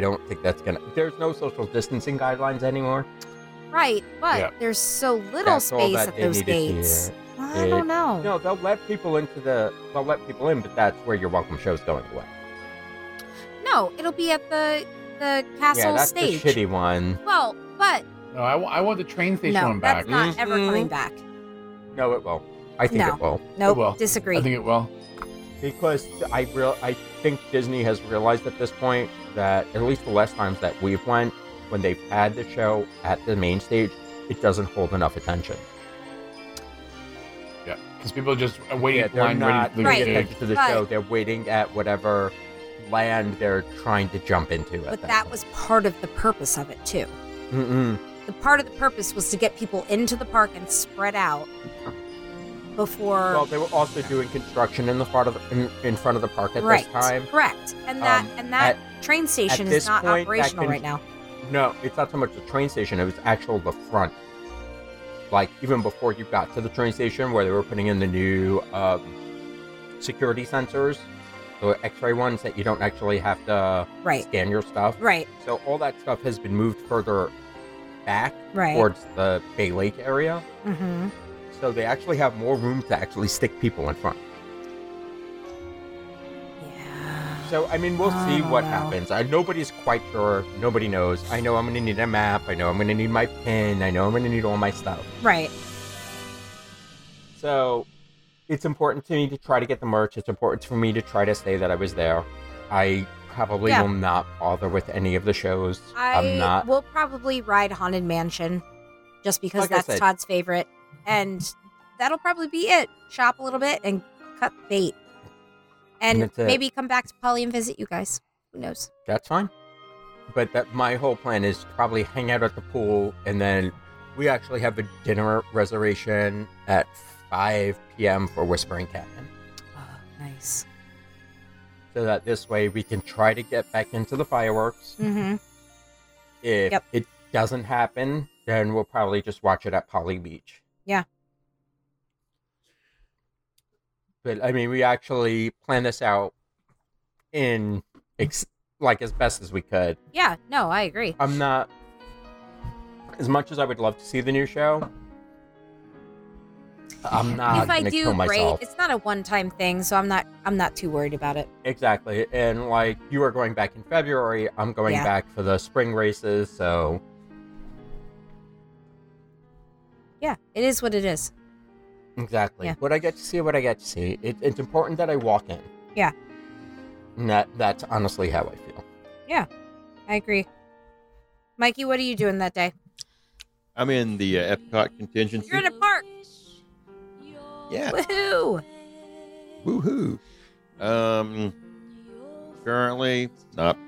Speaker 4: don't think that's gonna. There's no social distancing guidelines anymore.
Speaker 6: Right, but
Speaker 5: Yeah.
Speaker 6: there's so little
Speaker 4: That's all
Speaker 6: space
Speaker 4: that
Speaker 6: at
Speaker 4: they
Speaker 6: those
Speaker 4: needed here.
Speaker 6: gates. I
Speaker 4: It-
Speaker 6: don't know.
Speaker 4: No, they'll let people into the. They'll let people in, but that's where your welcome show's going away.
Speaker 6: No, it'll be at the the castle
Speaker 4: yeah, that's
Speaker 6: stage.
Speaker 4: the shitty one.
Speaker 6: Well, but
Speaker 5: no, I, wa- I want the train station
Speaker 6: no,
Speaker 5: one back. Mm-hmm.
Speaker 6: that's not ever
Speaker 4: Mhm.
Speaker 6: coming back.
Speaker 4: No, it will. I think
Speaker 6: No.
Speaker 4: it will.
Speaker 6: Nope,
Speaker 5: will.
Speaker 6: disagree.
Speaker 5: I think it will.
Speaker 4: because I real I think Disney has realized at this point that at least the last times that we've went when they've had the show at the main stage, it doesn't hold enough attention.
Speaker 5: Because people are just uh, waiting
Speaker 4: Yeah,
Speaker 5: in
Speaker 4: they're
Speaker 5: line
Speaker 4: not paying
Speaker 5: ready to
Speaker 6: Right.
Speaker 5: leave.
Speaker 4: attention to the
Speaker 6: But-
Speaker 4: show. They're waiting at whatever land they're trying to jump into. At
Speaker 6: but
Speaker 4: that,
Speaker 6: that was part of the purpose of it too.
Speaker 4: Mm-mm.
Speaker 6: The part of the purpose was to get people into the park and spread out before
Speaker 4: well. They were also doing construction in the front of the, in, in front of the park at
Speaker 6: right.
Speaker 4: this time.
Speaker 6: Correct. And that
Speaker 4: Um,
Speaker 6: and that train station
Speaker 4: at
Speaker 6: is
Speaker 4: this
Speaker 6: not
Speaker 4: point, that
Speaker 6: operational
Speaker 4: can-
Speaker 6: right now.
Speaker 4: No, it's not so much the train station. It was actual the front. Like even before you got to the train station, where they were putting in the new um, security sensors, the X-ray ones that you don't actually have to
Speaker 6: Right.
Speaker 4: scan your stuff.
Speaker 6: Right.
Speaker 4: So all that stuff has been moved further back
Speaker 6: Right.
Speaker 4: towards the Bay Lake area.
Speaker 6: mm-hmm.
Speaker 4: So they actually have more room to actually stick people in front.
Speaker 6: Yeah.
Speaker 4: So I mean, we'll
Speaker 6: I
Speaker 4: see
Speaker 6: don't
Speaker 4: what
Speaker 6: know.
Speaker 4: happens. I, nobody's quite sure. Nobody knows. I know I'm gonna need a map. I know I'm gonna need my pin. I know I'm gonna need all my stuff.
Speaker 6: Right.
Speaker 4: So it's important to me to try to get the merch. It's important for me to try to say that I was there. I probably
Speaker 6: Yeah.
Speaker 4: will not bother with any of the shows.
Speaker 6: I
Speaker 4: am not.
Speaker 6: will probably ride Haunted Mansion just because
Speaker 4: Like I
Speaker 6: that's
Speaker 4: said-
Speaker 6: Todd's favorite. And that'll probably be it. Shop a little bit and cut bait.
Speaker 4: And
Speaker 6: And
Speaker 4: that's it.
Speaker 6: maybe come back to Polly and visit you guys. Who knows?
Speaker 4: That's fine. But that my whole plan is to probably hang out at the pool and then we actually have a dinner reservation at 5 p.m. for Whispering Cabin.
Speaker 6: Oh, nice.
Speaker 4: So that this way we can try to get back into the fireworks.
Speaker 6: Mm-hmm.
Speaker 4: If
Speaker 6: Yep.
Speaker 4: it doesn't happen, then we'll probably just watch it at Polly Beach.
Speaker 6: Yeah.
Speaker 4: But I mean, we actually planned this out in ex- like as best as we could.
Speaker 6: Yeah, no, I agree.
Speaker 4: I'm not as much as I would love to see the new show. I'm not
Speaker 6: if I
Speaker 4: Ah, gonna
Speaker 6: do
Speaker 4: kill
Speaker 6: great,
Speaker 4: myself.
Speaker 6: it's not a one time thing, so I'm not I'm not too worried about it.
Speaker 4: Exactly. And like you are going back in February, I'm going
Speaker 6: Yeah.
Speaker 4: back for the spring races, so
Speaker 6: Yeah, it is what it is.
Speaker 4: Exactly.
Speaker 6: Yeah.
Speaker 4: What I get to see, what I get to see. It, it's important that I walk in.
Speaker 6: Yeah.
Speaker 4: And that that's honestly how I feel.
Speaker 6: I agree. Mikey, what are you doing that day?
Speaker 3: I'm in the uh, Epcot contingency.
Speaker 6: You're in a park.
Speaker 3: yeah,
Speaker 6: Woohoo!
Speaker 3: woohoo! Um, currently, not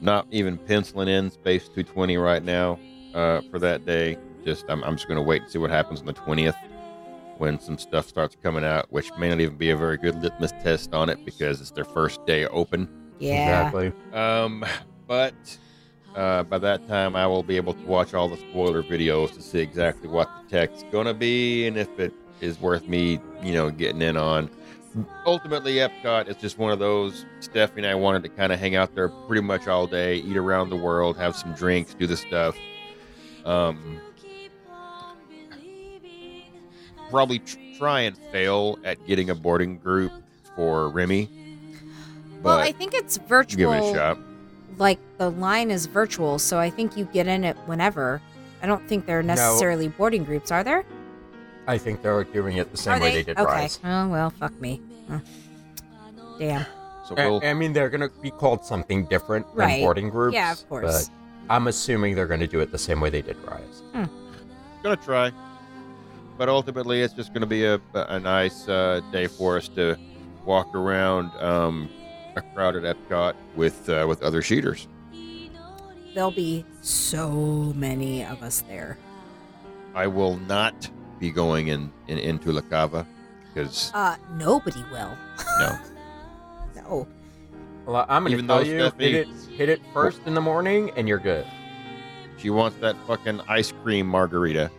Speaker 3: not even penciling in space 220 right now uh, for that day. Just I'm, I'm just gonna wait and see what happens on the 20th when some stuff starts coming out, which may not even be a very good litmus test on it because it's their first day open.
Speaker 6: Yeah.
Speaker 4: Exactly.
Speaker 3: Um, but uh, by that time, I will be able to watch all the spoiler videos to see exactly what the tech's gonna be and if it is worth me, you know, getting in on. Ultimately, Epcot is just one of those. Stephanie and I wanted to kind of hang out there pretty much all day, eat around the world, have some drinks, do the stuff. Um, probably tr- try and fail at getting a boarding group for Remy,
Speaker 6: Well,
Speaker 3: but
Speaker 6: I think it's virtual.
Speaker 3: give it a shot.
Speaker 6: Like the line is virtual, so I think you get in it whenever. I don't think there are
Speaker 4: No.
Speaker 6: necessarily boarding groups, are there?
Speaker 4: I think they're doing it the same
Speaker 6: are
Speaker 4: way they, did
Speaker 6: okay.
Speaker 4: Rise.
Speaker 6: Oh well, fuck me. Huh. Damn.
Speaker 3: So
Speaker 4: I-
Speaker 3: we'll
Speaker 4: I, mean, they're going to be called something different
Speaker 6: Right.
Speaker 4: than boarding groups.
Speaker 6: yeah, of course.
Speaker 4: But I'm assuming they're going to do it the same way they did Rise.
Speaker 3: gonna try, but ultimately it's just gonna be a, a nice uh, day for us to walk around um, a crowded Epcot with uh, with other shooters.
Speaker 6: There'll be so many of us there.
Speaker 3: I will not be going in, in into La Cava because
Speaker 6: Uh, nobody will.
Speaker 3: no,
Speaker 6: [laughs] No.
Speaker 4: Well, I'm going
Speaker 3: Even
Speaker 4: to tell
Speaker 3: though
Speaker 4: you,
Speaker 3: Stephanie-
Speaker 4: hit it, hit it first in the morning, and you're good.
Speaker 3: she wants that fucking ice cream margarita.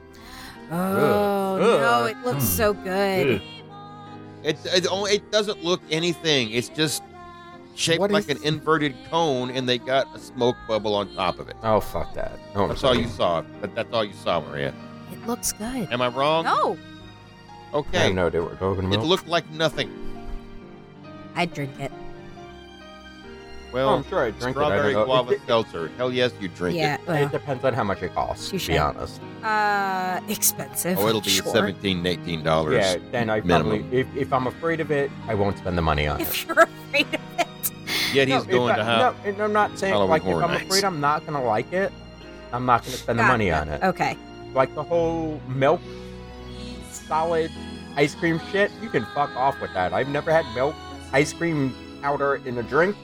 Speaker 6: Oh no,
Speaker 4: Ugh.
Speaker 6: it looks so
Speaker 5: Ugh.
Speaker 6: good.
Speaker 3: It it, only, it doesn't look anything. It's just shaped
Speaker 4: What
Speaker 3: like
Speaker 4: is-
Speaker 3: an inverted cone, and they got a smoke bubble on top of it.
Speaker 4: Oh, fuck that. Oh,
Speaker 3: That's all you saw. That, that's all you saw, Maria.
Speaker 6: It looks good.
Speaker 3: Am I wrong?
Speaker 6: No,
Speaker 4: I have
Speaker 3: Okay.
Speaker 4: no idea what we're talking
Speaker 3: It
Speaker 4: about.
Speaker 3: looked like nothing.
Speaker 6: I drink it.
Speaker 3: Well,
Speaker 4: oh, I'm sure I drink it. I
Speaker 3: strawberry [laughs]
Speaker 4: don't know.
Speaker 3: guava
Speaker 4: It,
Speaker 3: seltzer. Hell yes, you drink
Speaker 6: yeah.
Speaker 3: it.
Speaker 4: it
Speaker 6: Well,
Speaker 4: depends on how much it costs,
Speaker 6: Touche.
Speaker 4: to be honest.
Speaker 6: uh, expensive.
Speaker 3: Oh, it'll be
Speaker 6: sure.
Speaker 3: seventeen, eighteen dollars.
Speaker 4: Yeah, then I
Speaker 3: minimum.
Speaker 4: probably, if, if I'm afraid of it, I won't spend the money on it.
Speaker 6: [laughs] If you're afraid of it.
Speaker 3: Yet he's
Speaker 4: No, if
Speaker 3: going
Speaker 4: I-
Speaker 3: to have.
Speaker 4: No, and I'm not saying
Speaker 3: Halloween
Speaker 4: like if
Speaker 3: Horror
Speaker 4: I'm
Speaker 3: Nights.
Speaker 4: afraid I'm not gonna like it, I'm not gonna spend the
Speaker 6: Got
Speaker 4: money on it.
Speaker 6: Okay.
Speaker 4: Like the whole milk solid ice cream shit, you can fuck off with that. I've never had milk ice cream powder in a drink.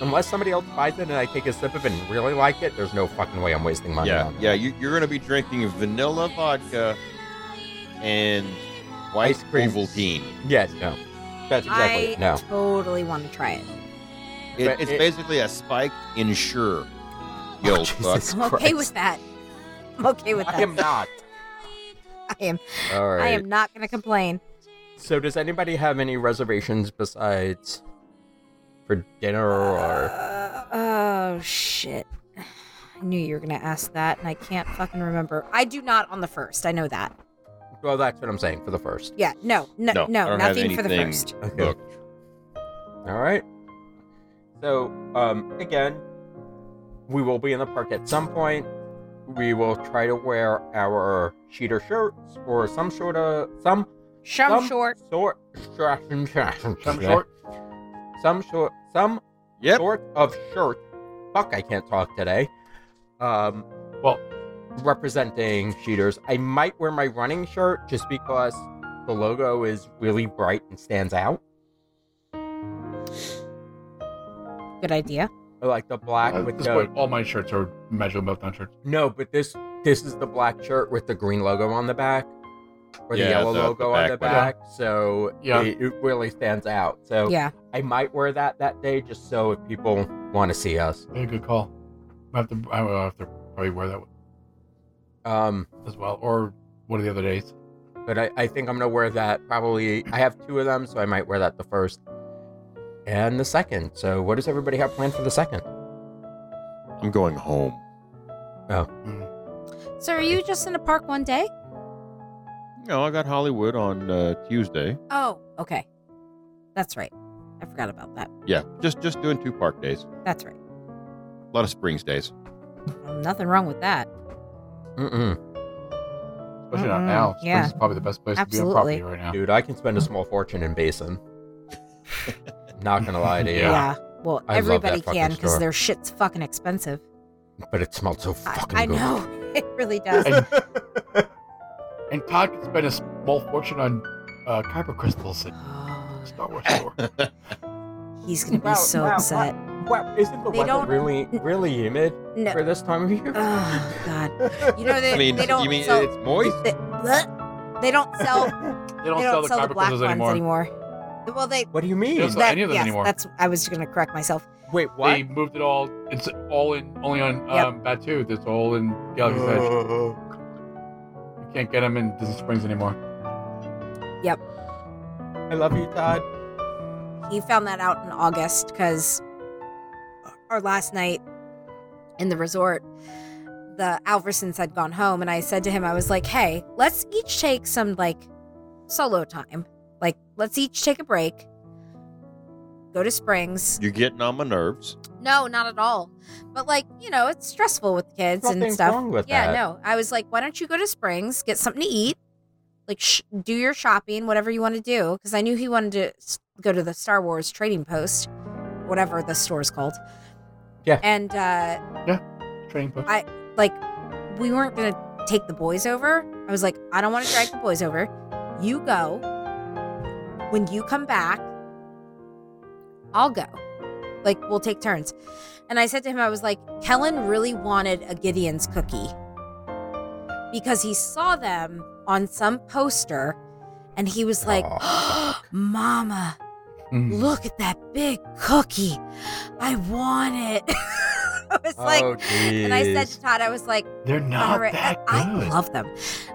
Speaker 4: Unless somebody else buys it and I take a sip of it and really like it, there's no fucking way I'm wasting money
Speaker 3: Yeah,
Speaker 4: on it.
Speaker 3: yeah. You, you're going to be drinking vanilla vodka and white
Speaker 4: Ice cream.
Speaker 3: Ovaltine.
Speaker 4: Yes, no. That's exactly
Speaker 6: I
Speaker 4: it.
Speaker 6: [laughs]
Speaker 4: No.
Speaker 6: totally want to try it.
Speaker 3: It,
Speaker 4: But
Speaker 3: it's
Speaker 4: it-
Speaker 3: basically a spiked insure. [laughs] Yo,
Speaker 4: Oh,
Speaker 3: fuck.
Speaker 4: Jesus
Speaker 6: I'm okay
Speaker 4: Christ.
Speaker 6: with that. I'm okay with that.
Speaker 4: I am not.
Speaker 6: I am.
Speaker 4: All right.
Speaker 6: I am not going to complain.
Speaker 4: So, does anybody have any reservations besides for dinner or?
Speaker 6: Uh, oh shit! I knew you were going to ask that, and I can't fucking remember. I do not on the first. I know that.
Speaker 4: Well, that's what I'm saying for the first.
Speaker 6: Yeah. No. No.
Speaker 3: No,
Speaker 6: No.
Speaker 3: I don't have
Speaker 6: nothing for the
Speaker 3: anything.
Speaker 6: first.
Speaker 4: Okay.
Speaker 3: Look,
Speaker 4: All right. So, um, again, we will be in the park at some point. We will try to wear our cheater shirts or some sort of some
Speaker 6: Shum
Speaker 4: some
Speaker 6: short.
Speaker 4: sort [laughs] some
Speaker 5: Some short.
Speaker 4: some short some
Speaker 3: yep.
Speaker 4: sort of shirt. Fuck, I can't talk today. Um,
Speaker 5: Well,
Speaker 4: representing cheaters. I might wear my running shirt just because the logo is really bright and stands out.
Speaker 6: Good idea.
Speaker 4: I like the black
Speaker 5: at
Speaker 4: with
Speaker 5: Uh, this
Speaker 4: the
Speaker 5: point, all my shirts are magical meltdown shirts.
Speaker 4: no, but this this is the black shirt with the green logo on the back or
Speaker 3: Yeah,
Speaker 4: the yellow
Speaker 3: the- the
Speaker 4: logo on the
Speaker 3: back
Speaker 4: back. So
Speaker 5: Yeah.
Speaker 4: it, it really stands out. So
Speaker 6: Yeah.
Speaker 4: I might wear that that day just so if people want to see us.
Speaker 5: Yeah, good call. I have to. I will have to probably wear that
Speaker 4: Um,
Speaker 5: as well, or one of the other days.
Speaker 4: but I, I think I'm gonna wear that probably. I have two of them, so I might wear that the first and the second. So what does everybody have planned for the second?
Speaker 3: I'm going home.
Speaker 6: So are you just in the park one day?
Speaker 3: No, I got Hollywood on uh, Tuesday.
Speaker 6: Oh, okay. That's right. I forgot about that.
Speaker 3: Yeah, just just doing two park days.
Speaker 6: That's right.
Speaker 3: A lot of Springs days.
Speaker 6: Well, nothing wrong with that.
Speaker 4: Mm-mm.
Speaker 5: Especially not
Speaker 6: Mm-mm.
Speaker 5: now. Springs
Speaker 6: Mm-hmm. Yeah.
Speaker 5: is probably the best place to be
Speaker 6: Absolutely.
Speaker 5: on property right now.
Speaker 4: Dude, I can spend a small fortune in
Speaker 5: [laughs]
Speaker 4: Basin. Not gonna lie to you,
Speaker 5: Yeah.
Speaker 6: Well,
Speaker 4: I love
Speaker 6: everybody
Speaker 4: that fucking
Speaker 6: can because
Speaker 4: store.
Speaker 6: their shit's fucking expensive.
Speaker 4: but it smelled so
Speaker 6: I,
Speaker 4: fucking
Speaker 6: I
Speaker 4: good.
Speaker 6: know. [laughs] It really does.
Speaker 5: And, and Todd can spend a small fortune on uh, kyber crystals.
Speaker 6: oh,
Speaker 5: the Star
Speaker 6: [laughs]
Speaker 5: Wars store.
Speaker 6: [sighs] He's gonna be
Speaker 4: Wow,
Speaker 6: so
Speaker 4: wow, wow.
Speaker 6: upset.
Speaker 4: Wow, isn't the
Speaker 6: They
Speaker 4: weather
Speaker 6: don't- [laughs]
Speaker 4: really, really humid
Speaker 6: No.
Speaker 4: for this time of year?
Speaker 6: Oh God. You know they,
Speaker 3: I mean,
Speaker 6: they don't
Speaker 3: you mean uh,
Speaker 6: sell.
Speaker 3: it's moist?
Speaker 6: They, bleh. They don't sell.
Speaker 5: [laughs] They don't sell the
Speaker 6: they don't sell the
Speaker 5: copper
Speaker 6: black
Speaker 5: crystals
Speaker 6: ones
Speaker 5: anymore.
Speaker 6: anymore. Well, they.
Speaker 4: what do you mean?
Speaker 5: They don't sell
Speaker 6: that-
Speaker 5: any of them
Speaker 6: yes,
Speaker 5: anymore.
Speaker 6: That's. I was gonna correct myself.
Speaker 4: Wait, what?
Speaker 5: They moved it all. It's all in only on
Speaker 6: Yep.
Speaker 5: um, Batu. That's all in Galaxy's Edge. You can't get them in Disney Springs anymore.
Speaker 4: I love you, Todd.
Speaker 6: He found that out in August because our last night in the resort, the Alversons had gone home, and I said to him, I was like, "Hey, let's each take some like solo time. Like, let's each take a break, go to Springs.
Speaker 3: You're getting on my nerves.
Speaker 6: No, not at all. But like, you know, it's stressful with kids and
Speaker 4: Nothing's
Speaker 6: stuff.
Speaker 4: wrong with
Speaker 6: yeah,
Speaker 4: that.
Speaker 6: no. I was like, why don't you go to Springs, get something to eat, like sh- do your shopping, whatever you want to do, because I knew he wanted to s- go to the Star Wars Trading Post, whatever the store's called.
Speaker 4: Yeah.
Speaker 6: And uh,
Speaker 5: Train post.
Speaker 6: I- like, we weren't gonna take the boys over. I was like, I don't want to drag the boys over. You go. When you come back, I'll go. Like, we'll take turns. And I said to him, I was like, Kellen really wanted a Gideon's cookie because he saw them on some poster and he was like, "Oh,
Speaker 4: Aw.
Speaker 6: Mama,
Speaker 5: Mm.
Speaker 6: look at that big cookie. I want it. [laughs] I was like,
Speaker 4: oh, geez.
Speaker 6: and I said to Todd, I was like,
Speaker 5: They're not
Speaker 6: "Alright,
Speaker 5: that
Speaker 6: I, I
Speaker 5: good.
Speaker 6: love them.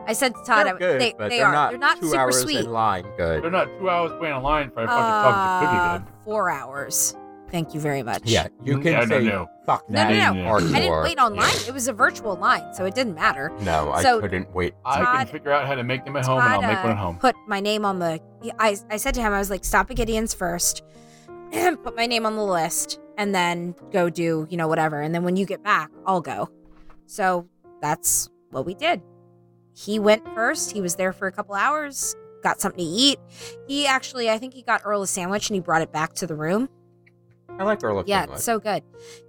Speaker 6: I said to Todd, I,
Speaker 4: they're
Speaker 6: was-
Speaker 4: good,
Speaker 6: they,
Speaker 4: but
Speaker 6: they
Speaker 4: they're
Speaker 6: are.
Speaker 4: Not
Speaker 6: they're not
Speaker 4: two
Speaker 6: super
Speaker 4: hours
Speaker 6: sweet.
Speaker 4: in line.
Speaker 5: They're
Speaker 4: Good.
Speaker 5: not two hours waiting in line for a fucking
Speaker 6: Uh,
Speaker 5: copy of cookie,
Speaker 6: four hours. Thank you very much.
Speaker 4: Yeah, you
Speaker 5: Mm,
Speaker 4: can
Speaker 5: yeah, no,
Speaker 4: say
Speaker 5: no.
Speaker 4: fuck
Speaker 6: No,
Speaker 4: that.
Speaker 6: no, no.
Speaker 5: Yeah.
Speaker 4: Or
Speaker 6: I didn't
Speaker 4: sure.
Speaker 6: wait online. It was a virtual line, so it didn't matter.
Speaker 4: No, I
Speaker 6: So-
Speaker 4: couldn't wait.
Speaker 5: I can
Speaker 6: Todd-
Speaker 5: figure out how to make them at home, and I'll make
Speaker 6: Todd,
Speaker 5: one
Speaker 6: uh,
Speaker 5: at home.
Speaker 6: Put my name on the. I, I said to him, I was like, stop at Gideon's first, [clears throat] put my name on the list, and then go do, you know, whatever. And then when you get back, I'll go. So that's what we did. He went first. He was there for a couple hours, got something to eat. He actually, I think he got Earl a sandwich and he brought it back to the room.
Speaker 4: I like Earl of
Speaker 6: Yeah,
Speaker 4: Finland.
Speaker 6: it's so good.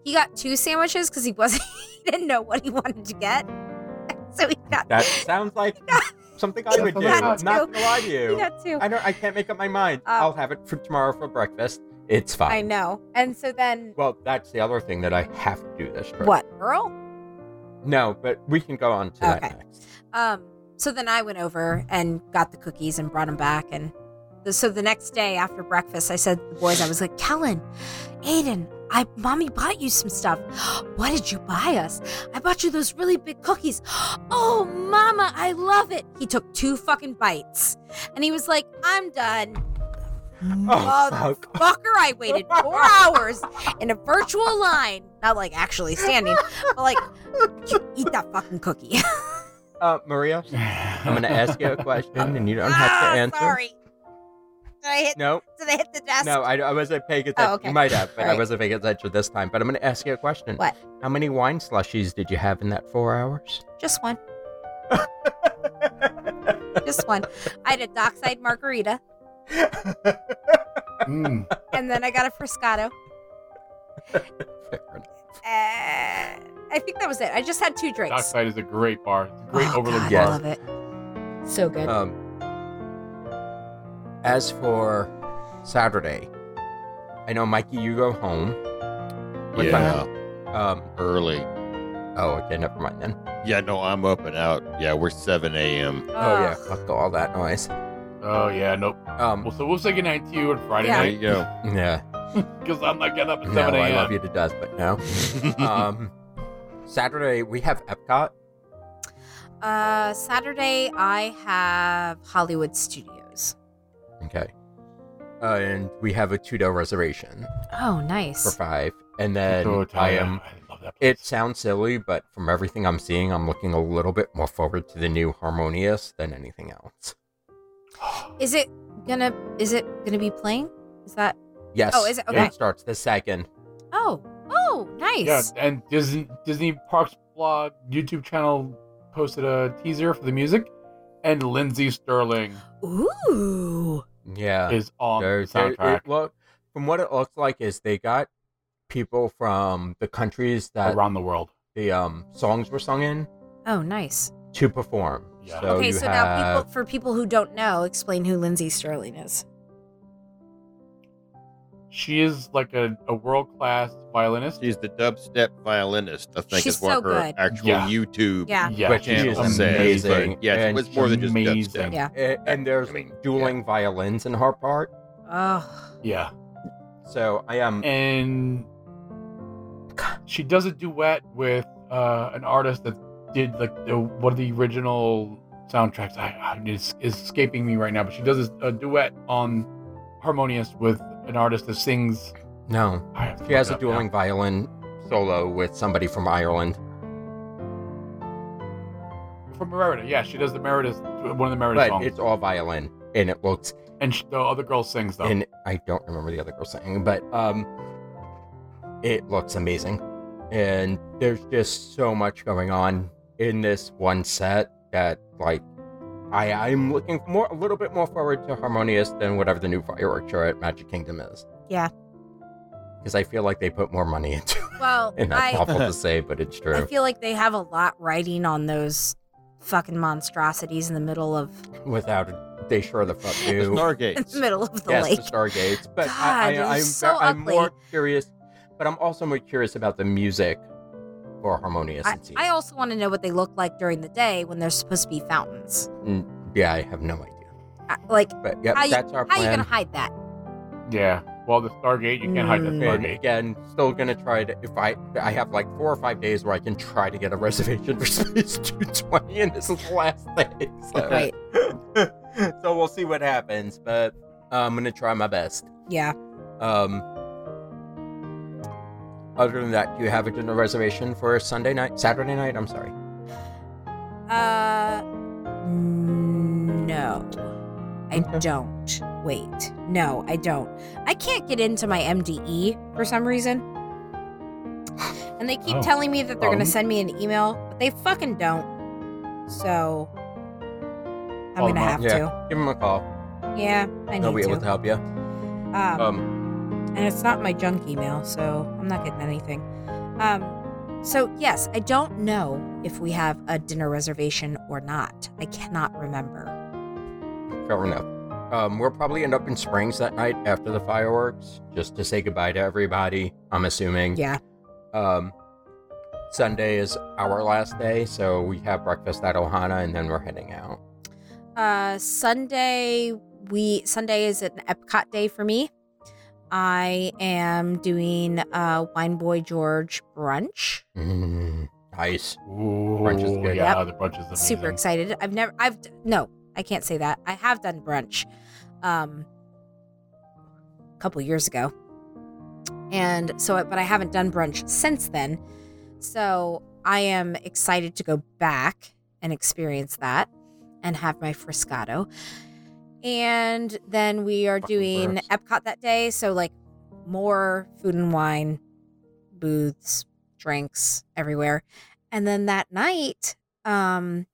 Speaker 6: He got two sandwiches because he wasn't, [laughs] he didn't know what he wanted to get. [laughs] So he got,
Speaker 4: that sounds like
Speaker 6: [laughs]
Speaker 4: something I [laughs] would do.
Speaker 5: Yeah,
Speaker 4: Not
Speaker 5: too.
Speaker 4: gonna lie to
Speaker 6: he
Speaker 4: you.
Speaker 6: got two.
Speaker 4: I don't. I can't make up my mind.
Speaker 6: Uh,
Speaker 4: I'll have it for tomorrow for breakfast. It's fine.
Speaker 6: I know. And so then
Speaker 4: Well, that's the other thing that I have to do this trip.
Speaker 6: what, Earl?
Speaker 4: No, but we can go on to
Speaker 6: Okay.
Speaker 4: that next.
Speaker 6: Um, so then I went over and got the cookies and brought them back. And the, so the next day after breakfast, I said to the boys, I was like, Kellen, Aiden, I mommy bought you some stuff. [gasps] What did you buy us? I bought you those really big cookies. [gasps] Oh, mama, I love it. He took two fucking bites, and he was like, I'm done.
Speaker 4: Oh, fuck.
Speaker 6: Fucker, I waited four hours in a virtual line. Not like actually standing, but like, you eat that fucking cookie.
Speaker 4: Uh, Maria, I'm
Speaker 5: I'm
Speaker 4: going to ask you a [laughs] question, and you don't
Speaker 6: Ah,
Speaker 4: have to answer.
Speaker 6: Sorry. Did I hit?
Speaker 4: No,
Speaker 6: Did I hit the desk?
Speaker 4: no, I, I wasn't paying attention.
Speaker 6: Oh, okay.
Speaker 4: You might have, but I
Speaker 6: Alright.
Speaker 4: wasn't paying attention this time. But I'm going to ask you a question.
Speaker 6: What?
Speaker 4: How many wine slushies did you have in that four hours? [laughs]
Speaker 6: Just one. Just one. I had a dockside margarita,
Speaker 5: [laughs] Mm.
Speaker 6: and then I got a Friscato.
Speaker 4: Fair enough.
Speaker 6: Uh, I think that was it. I just had two drinks.
Speaker 5: Dockside is a great bar. It's a great
Speaker 6: oh,
Speaker 5: overlook
Speaker 6: God,
Speaker 4: Yes.
Speaker 5: bar.
Speaker 6: I love it. So good.
Speaker 4: Um, as for Saturday, I know, Mikey, you go home. What
Speaker 3: yeah,
Speaker 4: Um,
Speaker 3: early.
Speaker 4: oh, okay, never mind then.
Speaker 3: Yeah, no, I'm up and out. Yeah, we're 7 a.m.
Speaker 4: Oh, yeah,
Speaker 6: Ugh.
Speaker 4: fuck all that noise.
Speaker 5: Oh yeah, nope.
Speaker 4: Um,
Speaker 5: Well, so we'll say goodnight to you on Friday
Speaker 6: Yeah.
Speaker 3: There
Speaker 5: night
Speaker 3: you go.
Speaker 4: yeah.
Speaker 5: because I'm not getting up at
Speaker 4: No,
Speaker 5: seven
Speaker 4: I
Speaker 5: a.m.
Speaker 4: love you to death, but
Speaker 5: [laughs]
Speaker 4: no. um, Saturday we have Epcot.
Speaker 6: Uh, Saturday I have Hollywood Studios.
Speaker 4: Okay. Uh, and we have a Tudo reservation
Speaker 6: Oh,
Speaker 4: for
Speaker 6: nice.
Speaker 4: five. And
Speaker 5: I'm
Speaker 4: then
Speaker 5: so
Speaker 4: I
Speaker 5: tired.
Speaker 4: am.
Speaker 5: I love that place.
Speaker 4: It sounds silly, but from everything I'm seeing, I'm looking a little bit more forward to the new Harmonious than anything else.
Speaker 6: Is it gonna? Is it gonna be playing? Is that?
Speaker 4: Yes.
Speaker 6: Oh, is it? Okay.
Speaker 4: starts the second.
Speaker 6: Oh, oh, nice.
Speaker 5: [sighs] Yeah, and Disney Disney Parks blog YouTube channel posted a teaser for the music, and Lindsey Sterling
Speaker 6: Ooh.
Speaker 4: Yeah.
Speaker 5: is on
Speaker 4: They're-
Speaker 5: the
Speaker 4: they're-
Speaker 5: soundtrack.
Speaker 4: Uh, it look- from what it looks like is they got people from the countries that
Speaker 5: around the world.
Speaker 4: the um, songs were sung in
Speaker 6: Oh, nice.
Speaker 4: to perform.
Speaker 5: Yeah.
Speaker 4: So
Speaker 6: Okay,
Speaker 4: you
Speaker 6: so
Speaker 4: have...
Speaker 6: now people for people who don't know, explain who Lindsay Sterling is.
Speaker 5: She is like a, a world class violinist.
Speaker 3: [laughs] She's the dubstep violinist, I think,
Speaker 6: She's
Speaker 3: is what
Speaker 6: so
Speaker 3: her
Speaker 6: good.
Speaker 3: actual
Speaker 5: Yeah.
Speaker 3: YouTube
Speaker 6: Yeah.
Speaker 5: yeah,
Speaker 4: Which
Speaker 5: she
Speaker 4: is
Speaker 5: is
Speaker 3: channel says.
Speaker 5: amazing.
Speaker 3: But
Speaker 4: amazing,
Speaker 3: yeah,
Speaker 4: and
Speaker 3: it's, it's more than just
Speaker 5: amazing.
Speaker 3: dubstep.
Speaker 6: Yeah.
Speaker 4: A- and there's
Speaker 3: I mean,
Speaker 4: dueling violins in her part.
Speaker 6: Oh,
Speaker 5: Yeah.
Speaker 4: So I am
Speaker 5: And she does a duet with uh, an artist that did like the, one of the original soundtracks. I, I it's, it's escaping me right now, but she does a, a duet on harmonious with an artist that sings.
Speaker 4: no.
Speaker 5: I have to
Speaker 4: She has a
Speaker 5: look it up now.
Speaker 4: dueling violin solo with somebody from Ireland.
Speaker 5: from Merida. Yeah, she does the Merida, one of the Merida
Speaker 4: but
Speaker 5: songs,
Speaker 4: it's all violin and it looks
Speaker 5: and she, the other girl sings though.
Speaker 4: and I don't remember the other girl saying, but um it looks amazing. And there's just so much going on in this one set that like I I'm looking more a little bit more forward to Harmonious than whatever the new fireworks show at Magic Kingdom is.
Speaker 6: Yeah.
Speaker 4: Because I feel like they put more money [laughs] into it.
Speaker 6: well,
Speaker 4: And that's
Speaker 6: I,
Speaker 4: awful to say, but it's
Speaker 6: I
Speaker 4: true.
Speaker 6: feel like they have a lot riding on those fucking monstrosities in the middle of [laughs]
Speaker 4: Without it, they sure the fuck
Speaker 3: It's
Speaker 4: do.
Speaker 6: in
Speaker 3: Nargates.
Speaker 6: the middle of the
Speaker 4: yes,
Speaker 6: lake.
Speaker 4: the Stargates. But I,
Speaker 6: God,
Speaker 4: I, I'm,
Speaker 6: it's so
Speaker 4: I'm
Speaker 6: ugly.
Speaker 4: more curious. But I'm also more curious about the music for harmonious.
Speaker 6: I,
Speaker 4: and Sea.
Speaker 6: I also want to know what they look like during the day when there's supposed to be fountains.
Speaker 4: yeah, I have no idea.
Speaker 6: Uh, Like,
Speaker 4: But yep,
Speaker 6: How you-
Speaker 4: that's our
Speaker 6: how are you
Speaker 4: plan.
Speaker 6: gonna hide that?
Speaker 5: yeah. Well, the Stargate, you can't hide the
Speaker 6: Mm.
Speaker 4: and
Speaker 5: Stargate.
Speaker 4: again, still gonna try to. If I, I have like four or five days where I can try to get a reservation for [laughs] Space 220, and this is the last day. So,
Speaker 6: Right.
Speaker 4: [laughs] so we'll see what happens. But uh, I'm gonna try my best.
Speaker 6: Yeah.
Speaker 4: Um, other than that, do you have a dinner reservation for Sunday night, Saturday night? I'm sorry.
Speaker 6: Uh, no, I don't. Wait, no, I don't. I can't get into my MDE for some reason, and they keep
Speaker 5: Oh.
Speaker 6: telling me that they're gonna
Speaker 5: Um.
Speaker 6: send me an email, but they fucking don't. So I'm
Speaker 5: Call them
Speaker 6: gonna
Speaker 5: up.
Speaker 6: have
Speaker 4: Oh, Yeah.
Speaker 6: to.
Speaker 4: Give him a call.
Speaker 6: Yeah, I
Speaker 4: They'll be
Speaker 6: need
Speaker 4: able to
Speaker 6: to.
Speaker 4: help you.
Speaker 6: Um,
Speaker 4: Um,
Speaker 6: and it's not my junk email, so I'm not getting anything. Um, so yes, I don't know if we have a dinner reservation or not. I cannot remember.
Speaker 4: fair enough. Um, we'll probably end up in Springs that night after the fireworks, just to say goodbye to everybody. I'm assuming.
Speaker 6: Yeah,
Speaker 4: Um, Sunday is our last day, so we have breakfast at Ohana, and then we're heading out.
Speaker 6: uh, Sunday we Sunday is an Epcot day for me. I am doing uh, Wine Boy George brunch.
Speaker 4: Mm, nice.
Speaker 5: Ooh,
Speaker 4: Brunch is good.
Speaker 5: yeah, the brunch is amazing.
Speaker 6: Super excited. I've never. I've d- no. I can't say that. I have done brunch, um, a couple years ago, and so. But I haven't done brunch since then. So I am excited to go back and experience that, and have my friscato. And then we are
Speaker 4: Fucking
Speaker 6: doing
Speaker 4: gross.
Speaker 6: Epcot that day. So like more food and wine booths, drinks everywhere. And then that night, um,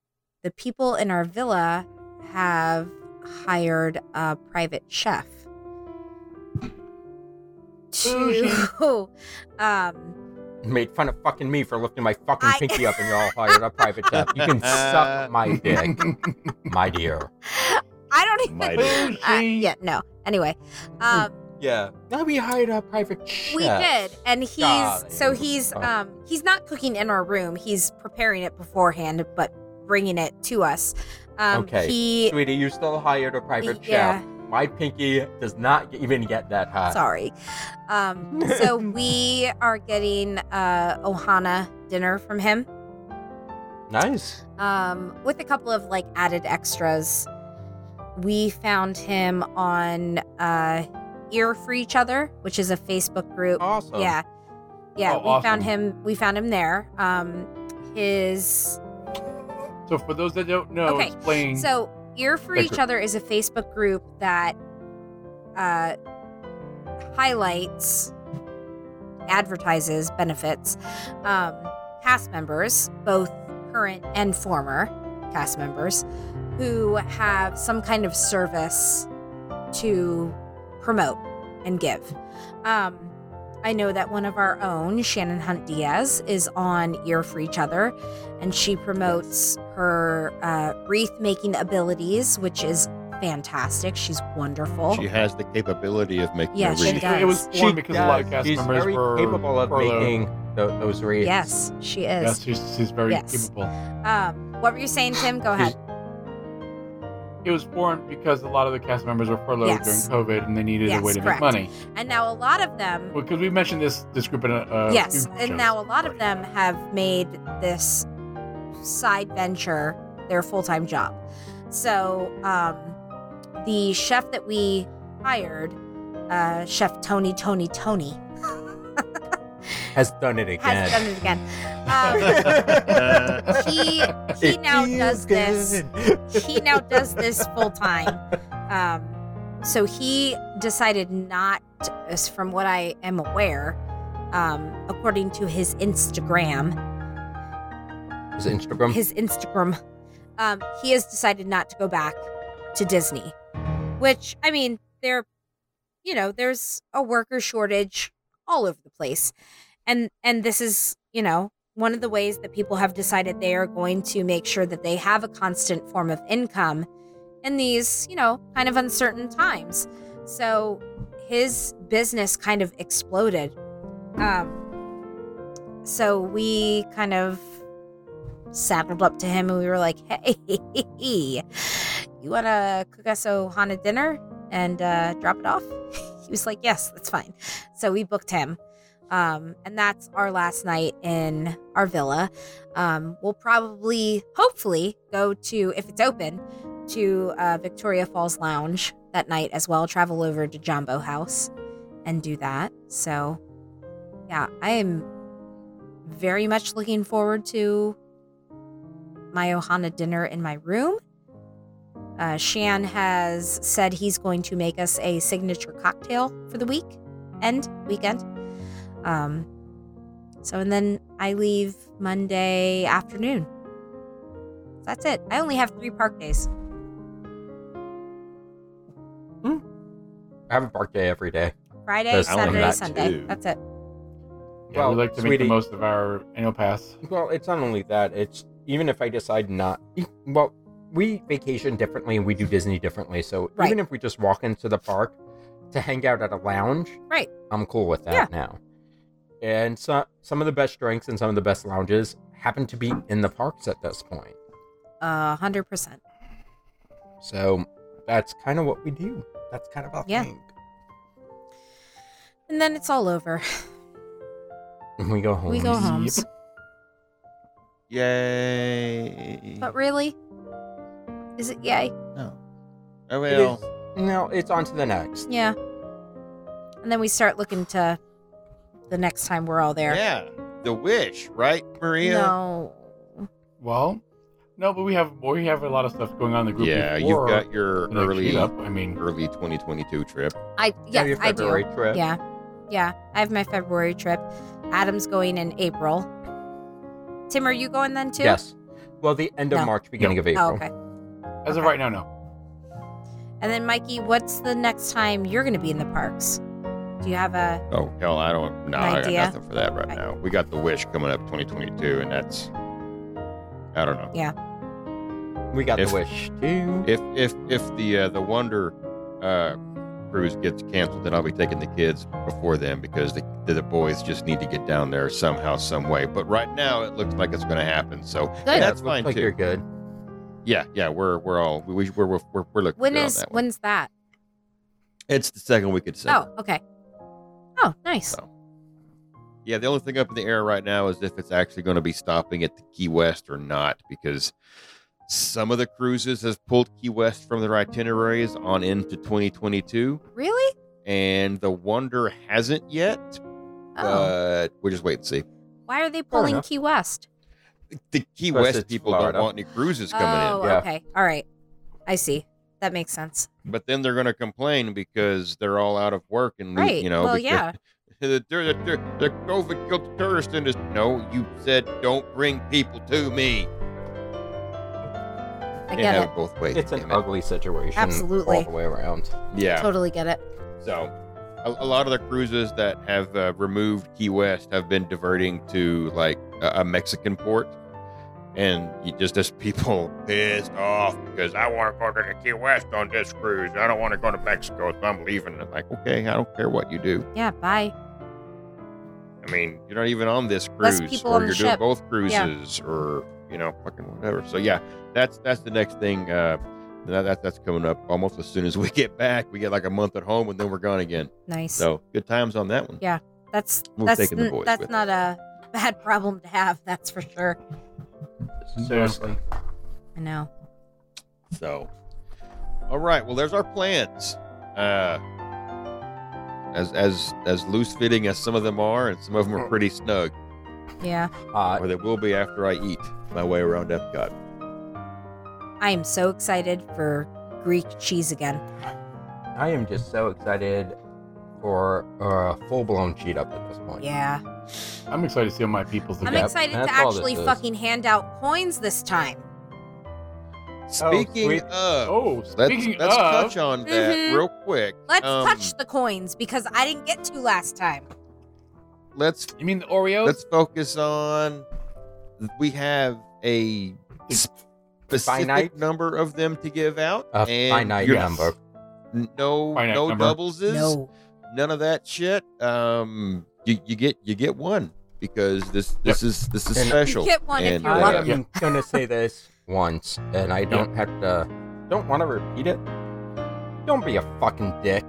Speaker 6: the people in our villa have hired a private chef to [laughs] um,
Speaker 4: Made fun of fucking me for lifting my fucking
Speaker 6: I-
Speaker 4: pinky up, and
Speaker 6: [laughs]
Speaker 4: y'all hired a private chef. You can suck my dick, my dear.
Speaker 6: I don't even [laughs]
Speaker 3: Mighty.
Speaker 6: uh, yeah no anyway um,
Speaker 4: Yeah. Now we hired a private chef.
Speaker 6: we did and he's so
Speaker 4: Golly.
Speaker 6: he's
Speaker 4: Oh.
Speaker 6: um he's not cooking in our room he's preparing it beforehand but bringing it to us um
Speaker 4: Okay.
Speaker 6: he
Speaker 4: Sweetie, you still hired a private
Speaker 6: yeah
Speaker 4: chef. My pinky does not even get that hot.
Speaker 6: Sorry. Um,
Speaker 5: [laughs]
Speaker 6: so we are getting uh, Ohana dinner from him
Speaker 4: Nice.
Speaker 6: um, with a couple of like added extras. We found him on uh, Ear for Each Other, which is a Facebook group.
Speaker 4: Awesome.
Speaker 6: Yeah, yeah.
Speaker 5: Oh,
Speaker 6: we
Speaker 5: awesome.
Speaker 6: found him. We found him there. Um, his
Speaker 5: [laughs] So for those that don't know,
Speaker 6: Okay,
Speaker 5: explain.
Speaker 6: So, Ear for
Speaker 5: That
Speaker 6: Each
Speaker 5: group.
Speaker 6: Other is a Facebook group that uh, highlights, advertises benefits um, cast members, both current and former cast members, who have some kind of service to promote and give. Um, I know that one of our own, Shannon Hunt Diaz, is on Ear for Each Other, and she promotes her uh, wreath making abilities, which is fantastic. She's wonderful.
Speaker 3: She has the capability of making
Speaker 6: Yeah,
Speaker 3: a
Speaker 6: she
Speaker 3: read.
Speaker 5: It, it was
Speaker 4: She
Speaker 5: one because a lot of
Speaker 4: does.
Speaker 5: cast
Speaker 4: she's
Speaker 5: members
Speaker 4: very
Speaker 5: were
Speaker 4: capable of
Speaker 5: furloughed.
Speaker 4: making tho- those reads.
Speaker 6: yes, she is.
Speaker 5: Yes, she's, she's very
Speaker 6: Yes.
Speaker 5: capable.
Speaker 6: Um, what were you saying, Tim? Go ahead.
Speaker 5: It was formed because a lot of the cast members were furloughed
Speaker 6: Yes.
Speaker 5: during COVID, and they needed
Speaker 6: Yes,
Speaker 5: a way to
Speaker 6: correct.
Speaker 5: make money.
Speaker 6: And now a lot of them
Speaker 5: Because we mentioned this this group in a uh,
Speaker 6: yes
Speaker 5: few
Speaker 6: and
Speaker 5: shows
Speaker 6: now a lot of
Speaker 5: already.
Speaker 6: them have made this side venture their full-time job so um, the chef that we hired uh, chef tony tony tony
Speaker 4: Has done it
Speaker 6: has done
Speaker 4: again.
Speaker 6: it again
Speaker 4: [laughs]
Speaker 6: um, he he now does this he now does this full time. Um, so he decided not, as from what I am aware, um, according to his Instagram,
Speaker 4: His Instagram.
Speaker 6: his Instagram, um, he has decided not to go back to Disney. Which I mean, there, you know, there's a worker shortage all over the place, and and this is you know one of the ways that people have decided they are going to make sure that they have a constant form of income in these, you know, kind of uncertain times. So his business kind of exploded. Um, so we kind of saddled up to him and we were like, hey, [laughs] you want to cook us Ohana dinner and uh, drop it off? [laughs] he was like, yes, that's fine. So we booked him. Um, and that's our last night in our villa. Um, we'll probably, hopefully, go to, if it's open, to uh, Victoria Falls Lounge that night as well. Travel over to Jumbo House and do that. So, yeah, I am very much looking forward to my Ohana dinner in my room. Uh, Shan has said he's going to make us a signature cocktail for the week end weekend. Um, so, and then I leave Monday afternoon. That's it. I only have three park days.
Speaker 4: I have a birthday every day.
Speaker 6: Friday,
Speaker 4: That's- I like
Speaker 6: Saturday,
Speaker 4: that
Speaker 6: Sunday.
Speaker 3: too.
Speaker 6: That's it.
Speaker 5: Yeah,
Speaker 4: Well,
Speaker 5: we like to make
Speaker 4: sweetie.
Speaker 5: the most of our annual pass.
Speaker 4: Well, it's not only that. It's even if I decide not. e, Well, we vacation differently and we do Disney differently. So
Speaker 6: Right.
Speaker 4: even if we just walk into the park to hang out at a lounge,
Speaker 6: Right.
Speaker 4: I'm cool with that
Speaker 6: Yeah.
Speaker 4: now. And so, some of the best drinks and some of the best lounges happen to be in the parks at this point.
Speaker 6: A hundred percent.
Speaker 4: So that's kind of what we do. That's kind of our
Speaker 6: Yeah.
Speaker 4: thing.
Speaker 6: And then it's all over. [laughs]
Speaker 4: And we go home.
Speaker 6: We go homes.
Speaker 3: Yay.
Speaker 6: But really, is it yay?
Speaker 3: No. Oh,
Speaker 4: It is-
Speaker 3: well.
Speaker 4: no, it's on to the next.
Speaker 6: Yeah. And then we start looking to the next time we're all there.
Speaker 3: Yeah. The wish, right, Maria?
Speaker 6: No.
Speaker 5: Well, no, but we have we have a lot of stuff going on in the group.
Speaker 3: Yeah, you've
Speaker 5: before
Speaker 3: got your
Speaker 5: the
Speaker 3: early
Speaker 5: cleanup. I mean,
Speaker 3: early 2022 trip.
Speaker 6: I
Speaker 4: Yeah,
Speaker 6: yeah,
Speaker 4: your
Speaker 6: I do.
Speaker 4: February trip.
Speaker 6: Yeah. Yeah. I have my February trip. Adam's going in April. Tim, are you going then too?
Speaker 4: Yes. Well, the end of
Speaker 6: No.
Speaker 4: March, beginning of April.
Speaker 6: Oh, okay.
Speaker 5: as of
Speaker 6: okay.
Speaker 5: right now, no.
Speaker 6: And then Mikey, what's the next time you're gonna be in the parks? Do you have a
Speaker 3: Oh, hell, I don't No, I got
Speaker 6: Idea.
Speaker 3: nothing for that right now. We got the wish coming up 2022, and that's. I don't know.
Speaker 4: We got
Speaker 3: If-
Speaker 4: the wish too.
Speaker 3: If if if the uh, the Wonder uh, cruise gets canceled, then I'll be taking the kids before them because the the boys just need to get down there somehow, some way. But right now, it looks like it's going to happen. So
Speaker 4: Yeah,
Speaker 6: good?
Speaker 3: that's
Speaker 4: it looks
Speaker 3: fine,
Speaker 4: like
Speaker 3: too.
Speaker 4: You're good.
Speaker 3: yeah, yeah, we're we're all we we're we're, we're, we're looking
Speaker 6: When
Speaker 3: good on
Speaker 6: is
Speaker 3: that one.
Speaker 6: when's that?
Speaker 3: It's the second week of December.
Speaker 6: Oh, okay. Oh, nice.
Speaker 3: So- Yeah, the only thing up in the air right now is if it's actually going to be stopping at the Key West or not, because some of the cruises has pulled Key West from their itineraries on into 2022,
Speaker 6: Really?
Speaker 3: and the Wonder hasn't yet.
Speaker 6: Oh,
Speaker 4: uh,
Speaker 3: But we'll just wait and see.
Speaker 6: why are they pulling
Speaker 4: enough.
Speaker 6: Key West?
Speaker 3: The Key
Speaker 4: Plus
Speaker 3: West
Speaker 4: it's
Speaker 3: people
Speaker 4: Florida.
Speaker 3: don't want any cruises coming
Speaker 6: Oh,
Speaker 4: in, yeah.
Speaker 6: okay. All right. I see. That makes sense.
Speaker 3: in, but then they're going to complain because they're all out of work and
Speaker 6: Right.
Speaker 3: you know.
Speaker 6: well,
Speaker 3: because-
Speaker 6: yeah.
Speaker 3: [laughs] The, the, the, the COVID killed the tourist industry. No, you said don't bring people to me.
Speaker 6: I
Speaker 3: Can't
Speaker 6: get
Speaker 3: have
Speaker 6: it.
Speaker 3: both ways.
Speaker 4: It's an
Speaker 3: damn it.
Speaker 4: ugly situation.
Speaker 6: Absolutely.
Speaker 4: All the way around.
Speaker 3: Yeah.
Speaker 6: Totally get it.
Speaker 3: So, a, a lot of the cruises that have uh, removed Key West have been diverting to like a, a Mexican port, and you just this people [laughs] pissed off because I want to go to the Key West on this cruise. I don't want to go to Mexico, so I'm leaving. And I'm like, okay, I don't care what you do.
Speaker 6: Yeah, bye.
Speaker 3: I mean, you're not even on this
Speaker 6: Less
Speaker 3: cruise,
Speaker 6: people
Speaker 3: or
Speaker 6: on the
Speaker 3: you're
Speaker 6: ship.
Speaker 3: doing both cruises, or you know, fucking whatever. So yeah, that's that's the next thing. Uh, that, that, that's coming up almost as soon as we get back. We get like a month at home, and then we're gone again.
Speaker 6: Nice.
Speaker 3: So good times on that one.
Speaker 6: Yeah. that's
Speaker 3: We're
Speaker 6: that's
Speaker 3: taking the
Speaker 6: n-
Speaker 3: boys
Speaker 6: that's
Speaker 3: with
Speaker 6: not a [laughs] bad problem to have. That's for sure.
Speaker 4: Seriously.
Speaker 6: I know.
Speaker 3: So, all right. Well, there's our plans. Uh, as as as loose fitting as some of them are, and some of them are pretty snug,
Speaker 6: Yeah,
Speaker 4: Uh,
Speaker 3: or they will be after I eat my way around Epcot.
Speaker 6: I am so excited for Greek cheese again.
Speaker 4: I am just so excited for a full blown cheat up at this point.
Speaker 6: Yeah,
Speaker 5: I'm excited to see all my peoples
Speaker 6: I'm
Speaker 5: again.
Speaker 4: Yep,
Speaker 6: excited to
Speaker 4: that's all
Speaker 6: actually
Speaker 4: this is.
Speaker 6: fucking hand out coins this time.
Speaker 3: Speaking
Speaker 5: sweet.
Speaker 3: of,
Speaker 5: Oh,
Speaker 3: let's
Speaker 5: speaking
Speaker 3: let's
Speaker 5: of,
Speaker 3: touch on that
Speaker 6: Mhm.
Speaker 3: real quick.
Speaker 6: Let's
Speaker 3: Um,
Speaker 6: touch the coins because I didn't get to last time.
Speaker 3: Let's
Speaker 5: you mean the Oreos?
Speaker 3: let's focus on. We have a specific
Speaker 4: Finite?
Speaker 3: number of them to give out,
Speaker 4: A
Speaker 3: and
Speaker 4: finite
Speaker 3: you're-
Speaker 4: number.
Speaker 3: No,
Speaker 5: Finite
Speaker 3: no
Speaker 5: number.
Speaker 3: doubles.
Speaker 6: No,
Speaker 3: none of that shit. Um, you, you get you get one because this this is this is
Speaker 4: And-
Speaker 3: special.
Speaker 6: You get one if
Speaker 3: and,
Speaker 6: you're
Speaker 3: uh,
Speaker 4: I
Speaker 6: lucky.
Speaker 4: am [laughs] gonna say this once, and I don't have to. Don't want to repeat it. Don't be a fucking dick.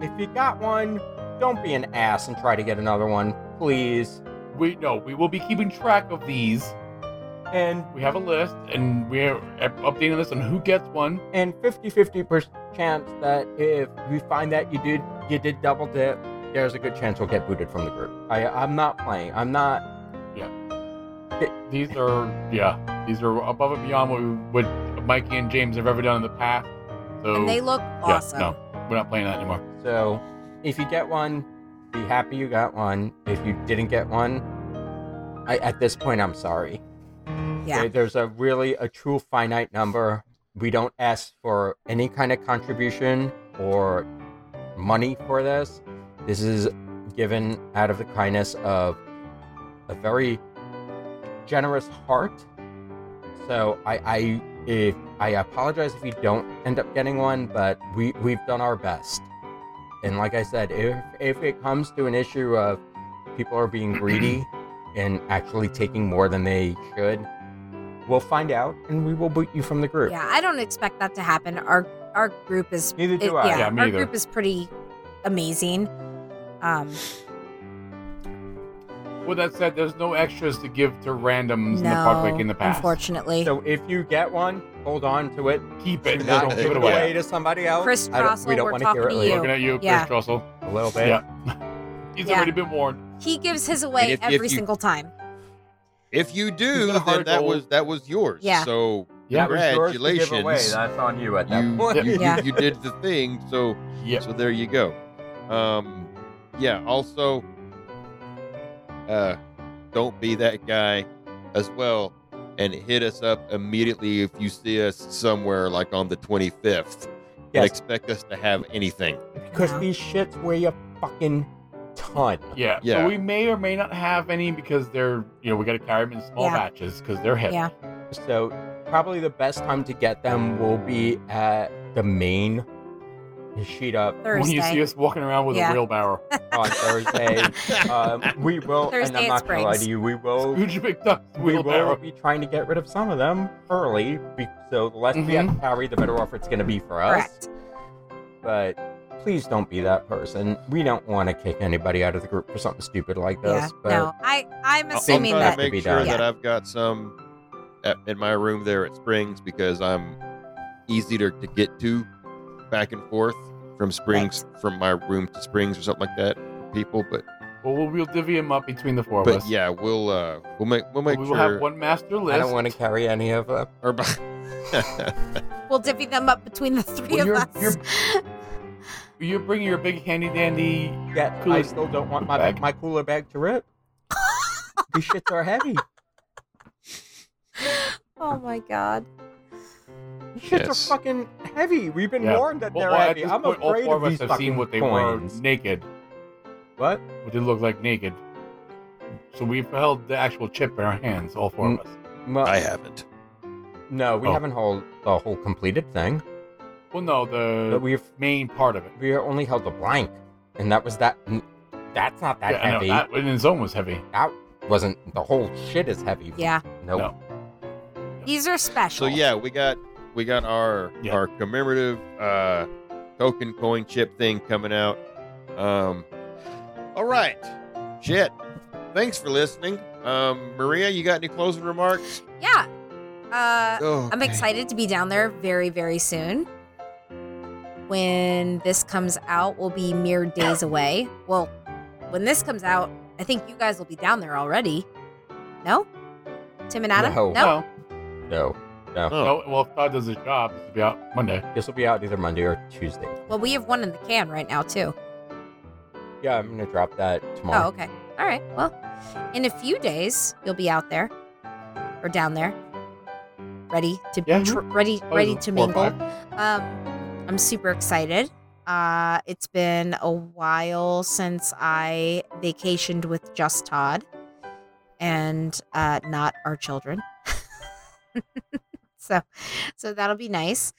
Speaker 4: If you got one, don't be an ass and try to get another one, please.
Speaker 5: we no, we will be keeping track of these.
Speaker 4: And
Speaker 5: We have a list, and we're updating this on who gets one.
Speaker 4: and 50-50 chance that if we find that you did you did double dip, there's a good chance we'll get booted from the group. I I'm not playing. I'm not.
Speaker 5: These are yeah, these are above and beyond what, we, what Mikey and James have ever done in the past. So
Speaker 6: and they look awesome.
Speaker 5: no. we're not playing that anymore.
Speaker 4: So if you get one, be happy you got one. If you didn't get one, I at this point I'm sorry.
Speaker 6: Yeah.
Speaker 4: There- There's a really a true finite number. We don't ask for any kind of contribution or money for this. This is given out of the kindness of a very generous heart. So I, I if I apologize if you don't end up getting one, but we we've done our best. And like I said, if if it comes to an issue of people are being greedy and actually taking more than they should, we'll find out and we will boot you from the group.
Speaker 6: Yeah, I don't expect that to happen. Our our group is
Speaker 4: Neither
Speaker 6: it-
Speaker 4: do I.
Speaker 6: yeah,
Speaker 5: Yeah, me
Speaker 6: our
Speaker 5: either.
Speaker 6: group is pretty amazing. Um,
Speaker 5: With that said, there's no extras to give to randoms in the
Speaker 6: no,
Speaker 5: parkway in the past.
Speaker 6: unfortunately,
Speaker 4: So if you get one, hold on to it.
Speaker 5: Keep it.
Speaker 4: Do
Speaker 5: Don't
Speaker 4: not
Speaker 5: give it away.
Speaker 4: to somebody else.
Speaker 6: Chris
Speaker 4: I don't-
Speaker 6: Russell,
Speaker 4: we don't
Speaker 6: we're
Speaker 4: want to
Speaker 6: talking
Speaker 4: hear it
Speaker 6: to
Speaker 4: later.
Speaker 6: you.
Speaker 5: Looking at you,
Speaker 6: Yeah.
Speaker 5: Chris Trussell.
Speaker 4: A little bit.
Speaker 5: Yeah. [laughs] He's
Speaker 6: Yeah.
Speaker 5: already been warned.
Speaker 6: he gives his away
Speaker 3: And if- if
Speaker 6: every
Speaker 3: you-
Speaker 6: single time.
Speaker 3: If you
Speaker 5: You
Speaker 3: do,
Speaker 5: got a
Speaker 3: then
Speaker 5: hard
Speaker 3: that
Speaker 5: goal.
Speaker 3: was that was yours.
Speaker 6: Yeah.
Speaker 3: So
Speaker 5: Yeah.
Speaker 4: That was yours to give
Speaker 3: Congratulations.
Speaker 4: away. That's on you at that
Speaker 3: you
Speaker 4: point.
Speaker 3: you, you-
Speaker 6: Yeah.
Speaker 3: you did the thing. So
Speaker 5: Yeah.
Speaker 3: so there you go. Um, yeah. Also, uh, don't be that guy as well, and hit us up immediately if you see us somewhere like on the 25th. And
Speaker 4: Yes.
Speaker 3: expect us to have anything.
Speaker 4: Because these shits weigh a fucking ton.
Speaker 5: Yeah.
Speaker 3: Yeah.
Speaker 5: So we may or may not have any because they're, you know, we got to carry them in small
Speaker 6: Yeah.
Speaker 5: batches because they're heavy.
Speaker 6: Yeah.
Speaker 4: So probably the best time to get them will be at the main sheet up
Speaker 5: When you see
Speaker 6: Thursday.
Speaker 5: us walking around with
Speaker 6: Yeah.
Speaker 5: a
Speaker 6: [laughs]
Speaker 5: wheelbarrow,
Speaker 4: on Thursday. um, we will, and
Speaker 6: Thursday
Speaker 4: I'm
Speaker 6: at
Speaker 4: not gonna lie to
Speaker 6: Springs.
Speaker 4: you, we will,
Speaker 5: Scrooge McDuck's
Speaker 4: we will
Speaker 5: wheelbarrow.
Speaker 4: be trying to get rid of some of them early. Be- so the less we have to carry, the better off it's going to be for us.
Speaker 6: Mm-hmm. Correct.
Speaker 4: but please don't be that person. We don't want to kick anybody out of the group for something stupid like
Speaker 6: Yeah.
Speaker 4: this. But
Speaker 6: No, I I'm
Speaker 3: I'll-
Speaker 6: assuming
Speaker 3: I'm trying
Speaker 6: that
Speaker 3: to
Speaker 4: Be
Speaker 3: make sure
Speaker 4: done.
Speaker 3: that I've got some at, in my room there at Springs because I'm easy to, to get to back and forth from Springs from my room to Springs or something like that. for People, but
Speaker 5: Well, we'll, we'll divvy them up between the four of
Speaker 3: but
Speaker 5: us.
Speaker 3: yeah, we'll uh we'll make we'll
Speaker 5: we
Speaker 3: make
Speaker 5: will
Speaker 3: sure
Speaker 5: have one master list.
Speaker 4: I don't want to carry any of uh, them.
Speaker 3: or by-
Speaker 6: we'll divvy them up between the 3
Speaker 5: Well,
Speaker 6: of
Speaker 5: you're-
Speaker 6: us.
Speaker 5: you're- [laughs] You bring your big handy dandy.
Speaker 4: Yeah, I
Speaker 5: Cooler
Speaker 4: still don't want my
Speaker 5: bag.
Speaker 4: my cooler bag to rip. These shits are heavy.
Speaker 6: oh my god.
Speaker 4: These shits
Speaker 3: Yes.
Speaker 4: are fucking heavy. We've been
Speaker 5: Yeah.
Speaker 4: warned that
Speaker 5: Well,
Speaker 4: they're
Speaker 5: well, at
Speaker 4: heavy.
Speaker 5: this
Speaker 4: I'm
Speaker 5: point, all
Speaker 4: afraid
Speaker 5: four
Speaker 4: of
Speaker 5: of us
Speaker 4: these
Speaker 5: have
Speaker 4: fucking
Speaker 5: seen what they
Speaker 4: coins.
Speaker 5: were naked,
Speaker 4: What?
Speaker 5: what they look like naked. So we've held the actual chip in our hands, all four
Speaker 4: Mm.
Speaker 5: of us.
Speaker 4: Well,
Speaker 1: I haven't.
Speaker 4: no, we
Speaker 5: Oh.
Speaker 4: haven't held the whole completed thing,
Speaker 5: Well, no, the
Speaker 4: but we've
Speaker 5: main part of it.
Speaker 4: we only held the blank, and that was that. That's not that
Speaker 5: yeah, I know,
Speaker 4: heavy.
Speaker 5: that in its own was heavy.
Speaker 4: that wasn't the whole shit is heavy.
Speaker 6: Yeah.
Speaker 4: Nope.
Speaker 5: No.
Speaker 6: These are special.
Speaker 3: [laughs] So yeah, we got we got our
Speaker 5: Yeah.
Speaker 3: our commemorative uh, token coin chip thing coming out. Um, all right, shit. Thanks for listening, um, Maria. You got any closing remarks?
Speaker 6: Yeah. Uh,
Speaker 3: Oh,
Speaker 6: I'm excited to be down there very, very soon. When this comes out, we'll be mere days away. Well, when this comes out, I think you guys will be down there already. No? Tim and Adam?
Speaker 4: No.
Speaker 6: no?
Speaker 4: No.
Speaker 5: No, well, if Todd does his job, this will be out Monday.
Speaker 4: This will be out either Monday or Tuesday.
Speaker 6: Well, we have one in the can right now, too.
Speaker 4: Yeah, I'm gonna drop that
Speaker 6: Oh,
Speaker 4: tomorrow.
Speaker 6: okay. All right. Well, in a few days, you'll be out there or down there, ready to
Speaker 5: Yeah.
Speaker 6: tr- ready
Speaker 5: Probably
Speaker 6: ready to
Speaker 5: four or
Speaker 6: mingle.
Speaker 5: five.
Speaker 6: Um, I'm super excited. Uh, it's been a while since I vacationed with just Todd and uh, not our children. [laughs] so, so that'll be nice.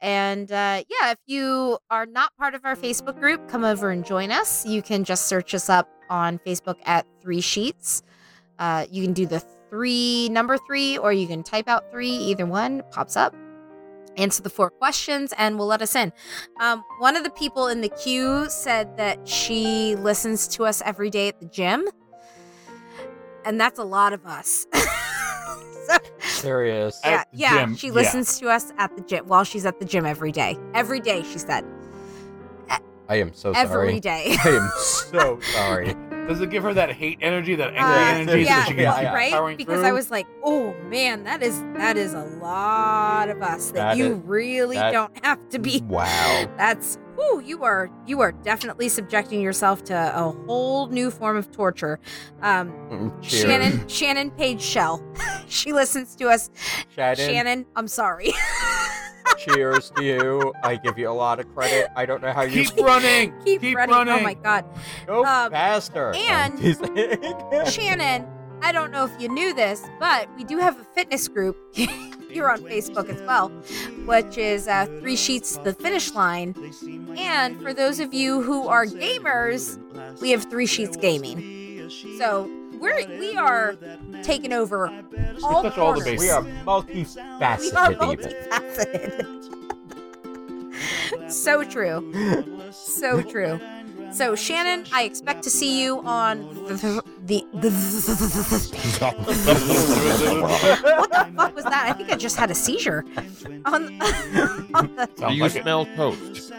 Speaker 6: And uh, yeah, if you are not part of our Facebook group, come over and join us. You can just search us up on Facebook at Three Sheets. Uh, you can do the three number three, or you can type out three. Either one pops up answer the four questions and will let us in. Um, one of the people in the queue said that she listens to us every day at the gym, and that's a lot of us. [laughs] so,
Speaker 4: Serious.
Speaker 5: At
Speaker 6: yeah,
Speaker 5: the
Speaker 6: yeah,
Speaker 5: gym,
Speaker 6: she
Speaker 5: yeah.
Speaker 6: listens to us at the gym while she's at the gym every day. Every day, she said.
Speaker 4: I am so
Speaker 6: every
Speaker 4: sorry.
Speaker 6: day.
Speaker 4: I am so sorry.
Speaker 5: Does it give her that hate energy,
Speaker 6: [laughs]
Speaker 5: that
Speaker 6: Uh,
Speaker 5: angry energy,
Speaker 6: yeah,
Speaker 5: so she can
Speaker 4: yeah,
Speaker 5: keep
Speaker 4: yeah.
Speaker 5: powering
Speaker 6: right? Because
Speaker 5: through?
Speaker 6: I was like, "Oh man, that is that is a lot of us
Speaker 4: That
Speaker 6: that, you
Speaker 4: is-
Speaker 6: really
Speaker 4: that-
Speaker 6: don't have to [laughs]
Speaker 5: Mm-hmm.
Speaker 6: be."
Speaker 4: Wow.
Speaker 6: That's whoo, you are you are definitely subjecting yourself to a whole new form of torture. Um
Speaker 4: Mm, Cheers.
Speaker 5: [laughs]
Speaker 6: Shannon Shannon Page Shell. [laughs] she listens to us.
Speaker 4: Shannon,
Speaker 6: Shannon, I'm sorry.
Speaker 4: cheers to you. I give you a lot of credit. I don't know how you
Speaker 6: [laughs]
Speaker 5: Keep running!
Speaker 6: Keep, running.
Speaker 5: running!
Speaker 6: Oh my god.
Speaker 4: go
Speaker 6: um,
Speaker 4: faster.
Speaker 6: and-
Speaker 4: [laughs] He's like-
Speaker 6: Shannon, I don't know if you knew this, but we do have a fitness group [laughs] here on Facebook as well, which is uh, Three Sheets to the Finish Line. And for those of you who are gamers, we have Three Sheets Gaming. So we're we are taking over all
Speaker 5: touch
Speaker 6: corners.
Speaker 5: all the bases.
Speaker 4: we are
Speaker 6: We are
Speaker 4: multifaceted. people.
Speaker 6: multifaceted. so true. So true. So Shannon, I expect to see you on the the, the, What the fuck was that? I think I just had a seizure. On, [laughs] on the,
Speaker 3: Do
Speaker 5: Sounds
Speaker 3: you
Speaker 5: like it.
Speaker 3: smell toast?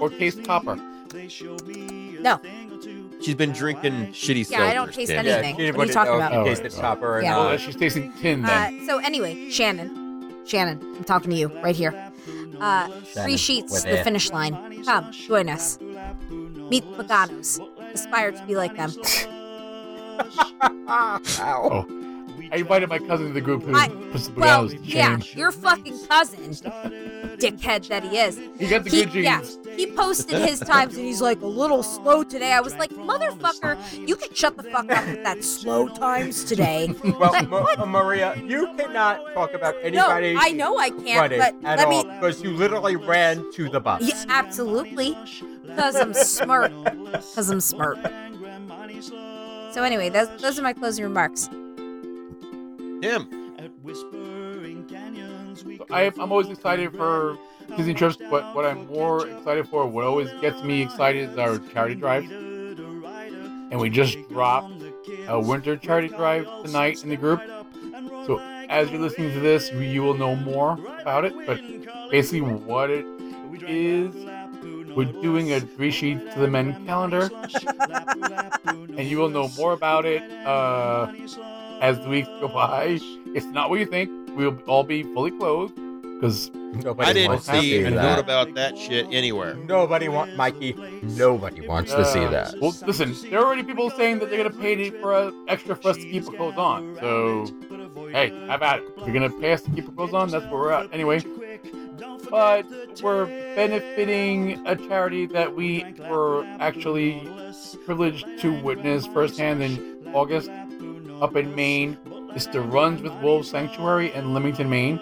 Speaker 5: Or taste copper.
Speaker 6: no,
Speaker 3: She's been drinking shitty
Speaker 6: Yeah, I don't
Speaker 3: seltzers,
Speaker 6: taste
Speaker 3: Tim.
Speaker 6: anything.
Speaker 4: Yeah, she didn't
Speaker 6: What are you
Speaker 4: want to
Speaker 6: talking
Speaker 4: know if
Speaker 5: about?
Speaker 4: you tasted
Speaker 5: Oh,
Speaker 4: copper or
Speaker 6: yeah.
Speaker 5: Well,
Speaker 4: not.
Speaker 5: then she's tasting tin
Speaker 6: Uh,
Speaker 5: then.
Speaker 6: so anyway, Shannon, Shannon, I'm talking to you right here. Uh,
Speaker 4: Shannon,
Speaker 6: three sheets,
Speaker 4: we're
Speaker 6: to the
Speaker 4: there.
Speaker 6: finish line. Come, join us. Meet the Paganos. Aspire to be like them.
Speaker 4: Ow.
Speaker 5: Oh. I invited my cousin to the group who
Speaker 6: uh, I-
Speaker 5: puts the
Speaker 6: well,
Speaker 5: bananas in the
Speaker 6: yeah,
Speaker 5: chain.
Speaker 6: your fucking cousin, dickhead that he is.
Speaker 5: He got the
Speaker 6: He,
Speaker 5: good genes.
Speaker 6: yeah, he posted his times and he's like a little slow today. I was like, motherfucker, you can shut the fuck up with that slow times
Speaker 5: [laughs]
Speaker 6: today.
Speaker 4: Well, Ma- Maria, you cannot talk about
Speaker 6: no,
Speaker 4: anybody
Speaker 6: I know I can't,
Speaker 4: running
Speaker 6: but
Speaker 4: at
Speaker 6: let
Speaker 4: all
Speaker 6: me.
Speaker 4: because you literally ran to the bus.
Speaker 6: Yeah, absolutely. Because I'm smart. Because I'm smart. So, anyway, those, those are my closing remarks.
Speaker 3: Tim,
Speaker 5: I, I'm always excited for Disney trips, but what I'm more excited for, what always gets me excited, is our charity drives. And we just dropped a winter charity drive tonight in the group. So as you're listening to this, you- you will know more about it. But basically, what it is, we're doing a three sheet to the men calendar, and you will know more about it uh, as the weeks go by. It's not what you think. We'll all be fully clothed because
Speaker 4: Nobody
Speaker 3: I didn't
Speaker 4: wants to
Speaker 3: see
Speaker 4: do
Speaker 3: a note
Speaker 4: that.
Speaker 3: about that shit anywhere.
Speaker 4: Nobody wants Mikey. Nobody wants to see
Speaker 5: Uh,
Speaker 4: that.
Speaker 5: Well, listen, there are already people saying that they're gonna pay to- for uh, extra for us to keep our clothes on. So, hey, how about it? If you're gonna pay us to keep our clothes on, that's where we're at. Anyway, but we're benefiting a charity that we were actually privileged to witness firsthand in August up in Maine. It's the Runs with Wolves Sanctuary in Leamington, Maine.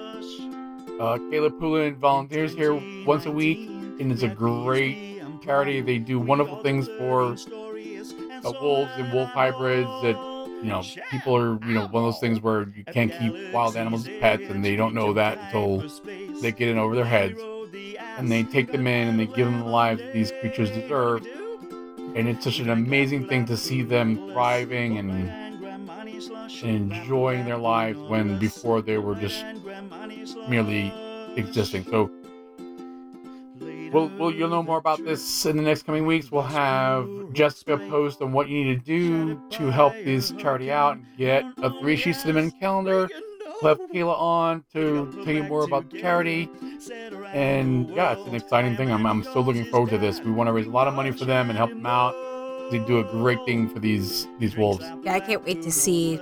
Speaker 5: Uh, Caleb Poulin volunteers here once a week, and it's a great charity. They do wonderful things for uh, wolves and wolf hybrids that you know people are you know one of those things where you can't keep wild animals as pets and they don't know that until they get in over their heads and they take them in and they give them the lives these creatures deserve and it's such an amazing thing to see them thriving and, and enjoying their lives when before they were just merely existing so We'll, we'll, you'll know more about this in the next coming weeks. We'll have Jessica post on what you need to do to help this charity out and get a three sheets to the men calendar. We'll have Kayla on to tell you more about the charity. And yeah, it's an exciting thing. I'm, I'm so looking forward to this. We want to raise a lot of money for them and help them out. They do a great thing for these these wolves.
Speaker 6: Yeah, I can't wait to see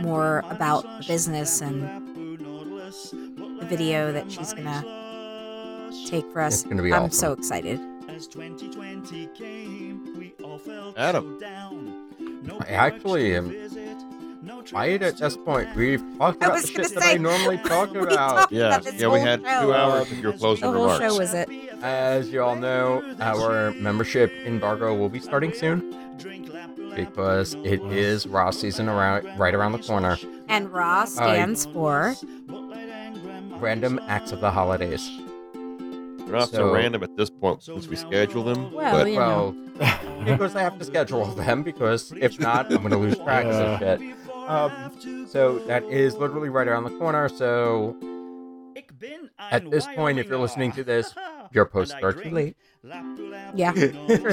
Speaker 6: more about the business and the video that she's gonna take for us.
Speaker 4: It's gonna be
Speaker 6: I'm
Speaker 4: awesome.
Speaker 6: so excited.
Speaker 3: Adam.
Speaker 4: I actually am tired at this point. We've talked about
Speaker 6: I
Speaker 4: the
Speaker 6: was gonna
Speaker 4: shit that I
Speaker 6: say, [laughs]
Speaker 4: normally talk
Speaker 6: we
Speaker 4: about.
Speaker 6: talked-
Speaker 3: Yeah,
Speaker 6: That's this
Speaker 3: yeah, we
Speaker 6: whole
Speaker 3: had
Speaker 6: show.
Speaker 3: two hours of your closing
Speaker 6: The whole show
Speaker 3: remarks.
Speaker 6: was it.
Speaker 4: As you all know, our membership embargo will be starting soon because it is raw season around right around the corner.
Speaker 6: And Raw stands for
Speaker 4: Random acts of the holidays.
Speaker 3: They're not so
Speaker 4: So-
Speaker 3: random at this point since we schedule them.
Speaker 6: Well,
Speaker 3: but
Speaker 6: we- You
Speaker 4: Well,
Speaker 6: know.
Speaker 4: because I have to schedule [laughs] them because if not, I'm gonna lose track of this shit. Um, so that is literally right around the corner. So
Speaker 7: At this point, if you're listening to this,
Speaker 6: [laughs]
Speaker 7: your post starts too late.
Speaker 6: Yeah,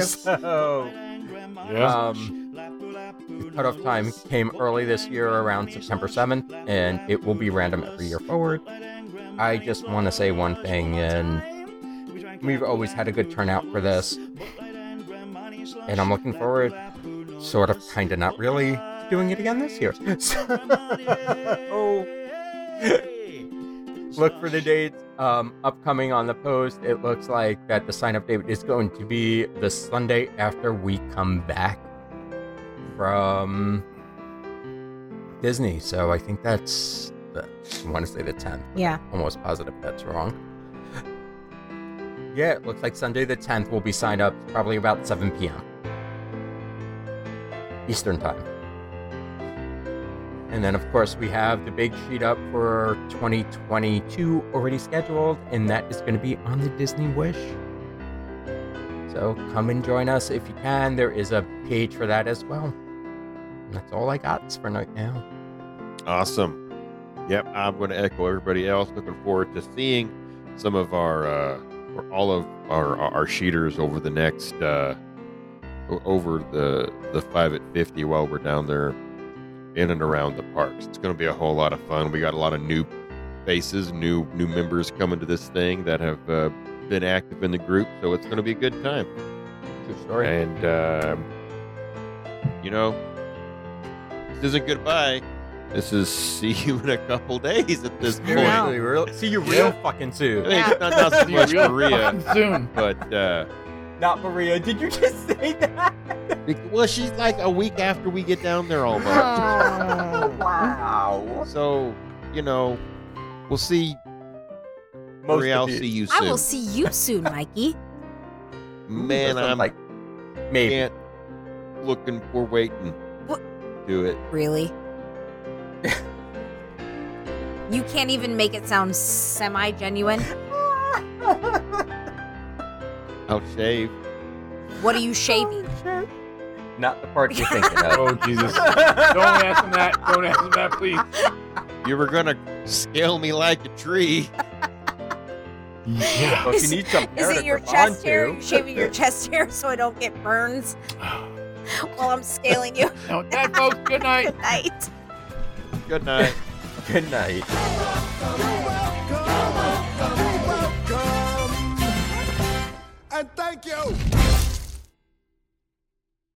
Speaker 4: [laughs] So,
Speaker 5: Yeah.
Speaker 4: um, the cutoff time came early this year around September 7th, and it will be random every year forward. I just want to say one thing, and we've always had a good turnout for this, and I'm looking forward, sort of, kind of, not really, to doing it again this year. [laughs] So, look for the dates um, upcoming on the post. It looks like that the sign up date is going to be the Sunday after we come back from Disney. So I think that's the, I want to say the 10th.
Speaker 6: yeah.
Speaker 4: Almost positive that's wrong. Yeah, it looks like Sunday the 10th will be signed up probably about 7 p.m. Eastern time. And then, of course, we have the big sheet up for 2022 already scheduled, and that is going to be on the Disney Wish. So come and join us if you can. There is a page for that as well. And that's all I got for right now.
Speaker 3: Awesome. Yep, I'm going to echo everybody else. Looking forward to seeing some of our, uh, or all of our our sheeters over the next, uh, o- over the the five at fifty while we're down there, in and around the parks. It's going to be a whole lot of fun. We got a lot of new faces, new new members coming to this thing that have uh, been active in the group, so it's going to be a good time.
Speaker 4: True story.
Speaker 3: And um, you know, this isn't goodbye. This is [laughs] see you in a couple days at this point.
Speaker 6: Yeah.
Speaker 4: Seriously, real, see you real fucking
Speaker 3: I
Speaker 4: soon.
Speaker 3: mean, it's not, not so
Speaker 5: [laughs]
Speaker 6: [laughs]
Speaker 5: See you
Speaker 3: much
Speaker 5: real
Speaker 3: Maria,
Speaker 5: fucking soon.
Speaker 3: but uh,
Speaker 4: [laughs] Not Maria. Did you just say that?
Speaker 3: be- well, she's like a week after we get down there almost.
Speaker 6: Oh.
Speaker 4: wow.
Speaker 3: so you know, we'll see.
Speaker 4: Most
Speaker 3: Maria,
Speaker 4: of
Speaker 3: I'll
Speaker 4: you-
Speaker 3: see you
Speaker 6: I
Speaker 3: soon.
Speaker 6: will see you soon, Mikey.
Speaker 3: Man,
Speaker 4: That's
Speaker 3: I'm
Speaker 4: like maybe.
Speaker 3: can't looking. We're waiting.
Speaker 6: What?
Speaker 3: Do it.
Speaker 6: Really? you can't even make it sound semi genuine.
Speaker 3: I'll shave.
Speaker 6: What are you shaving?
Speaker 4: Not the part you're thinking [laughs] of.
Speaker 5: Oh Jesus! [laughs] Don't ask him that. Don't ask him that, please.
Speaker 3: You were gonna scale me like a tree.
Speaker 5: Yeah.
Speaker 4: Well, if you need something
Speaker 6: Is
Speaker 4: to
Speaker 6: it your
Speaker 4: grip
Speaker 6: chest hair?
Speaker 4: onto-
Speaker 6: you shaving your chest hair so I don't get burns while I'm scaling you.
Speaker 5: Now with that, folks, good night. [laughs]
Speaker 6: Good night.
Speaker 3: Good night.
Speaker 4: Good night.
Speaker 2: welcome, welcome, welcome, and thank you.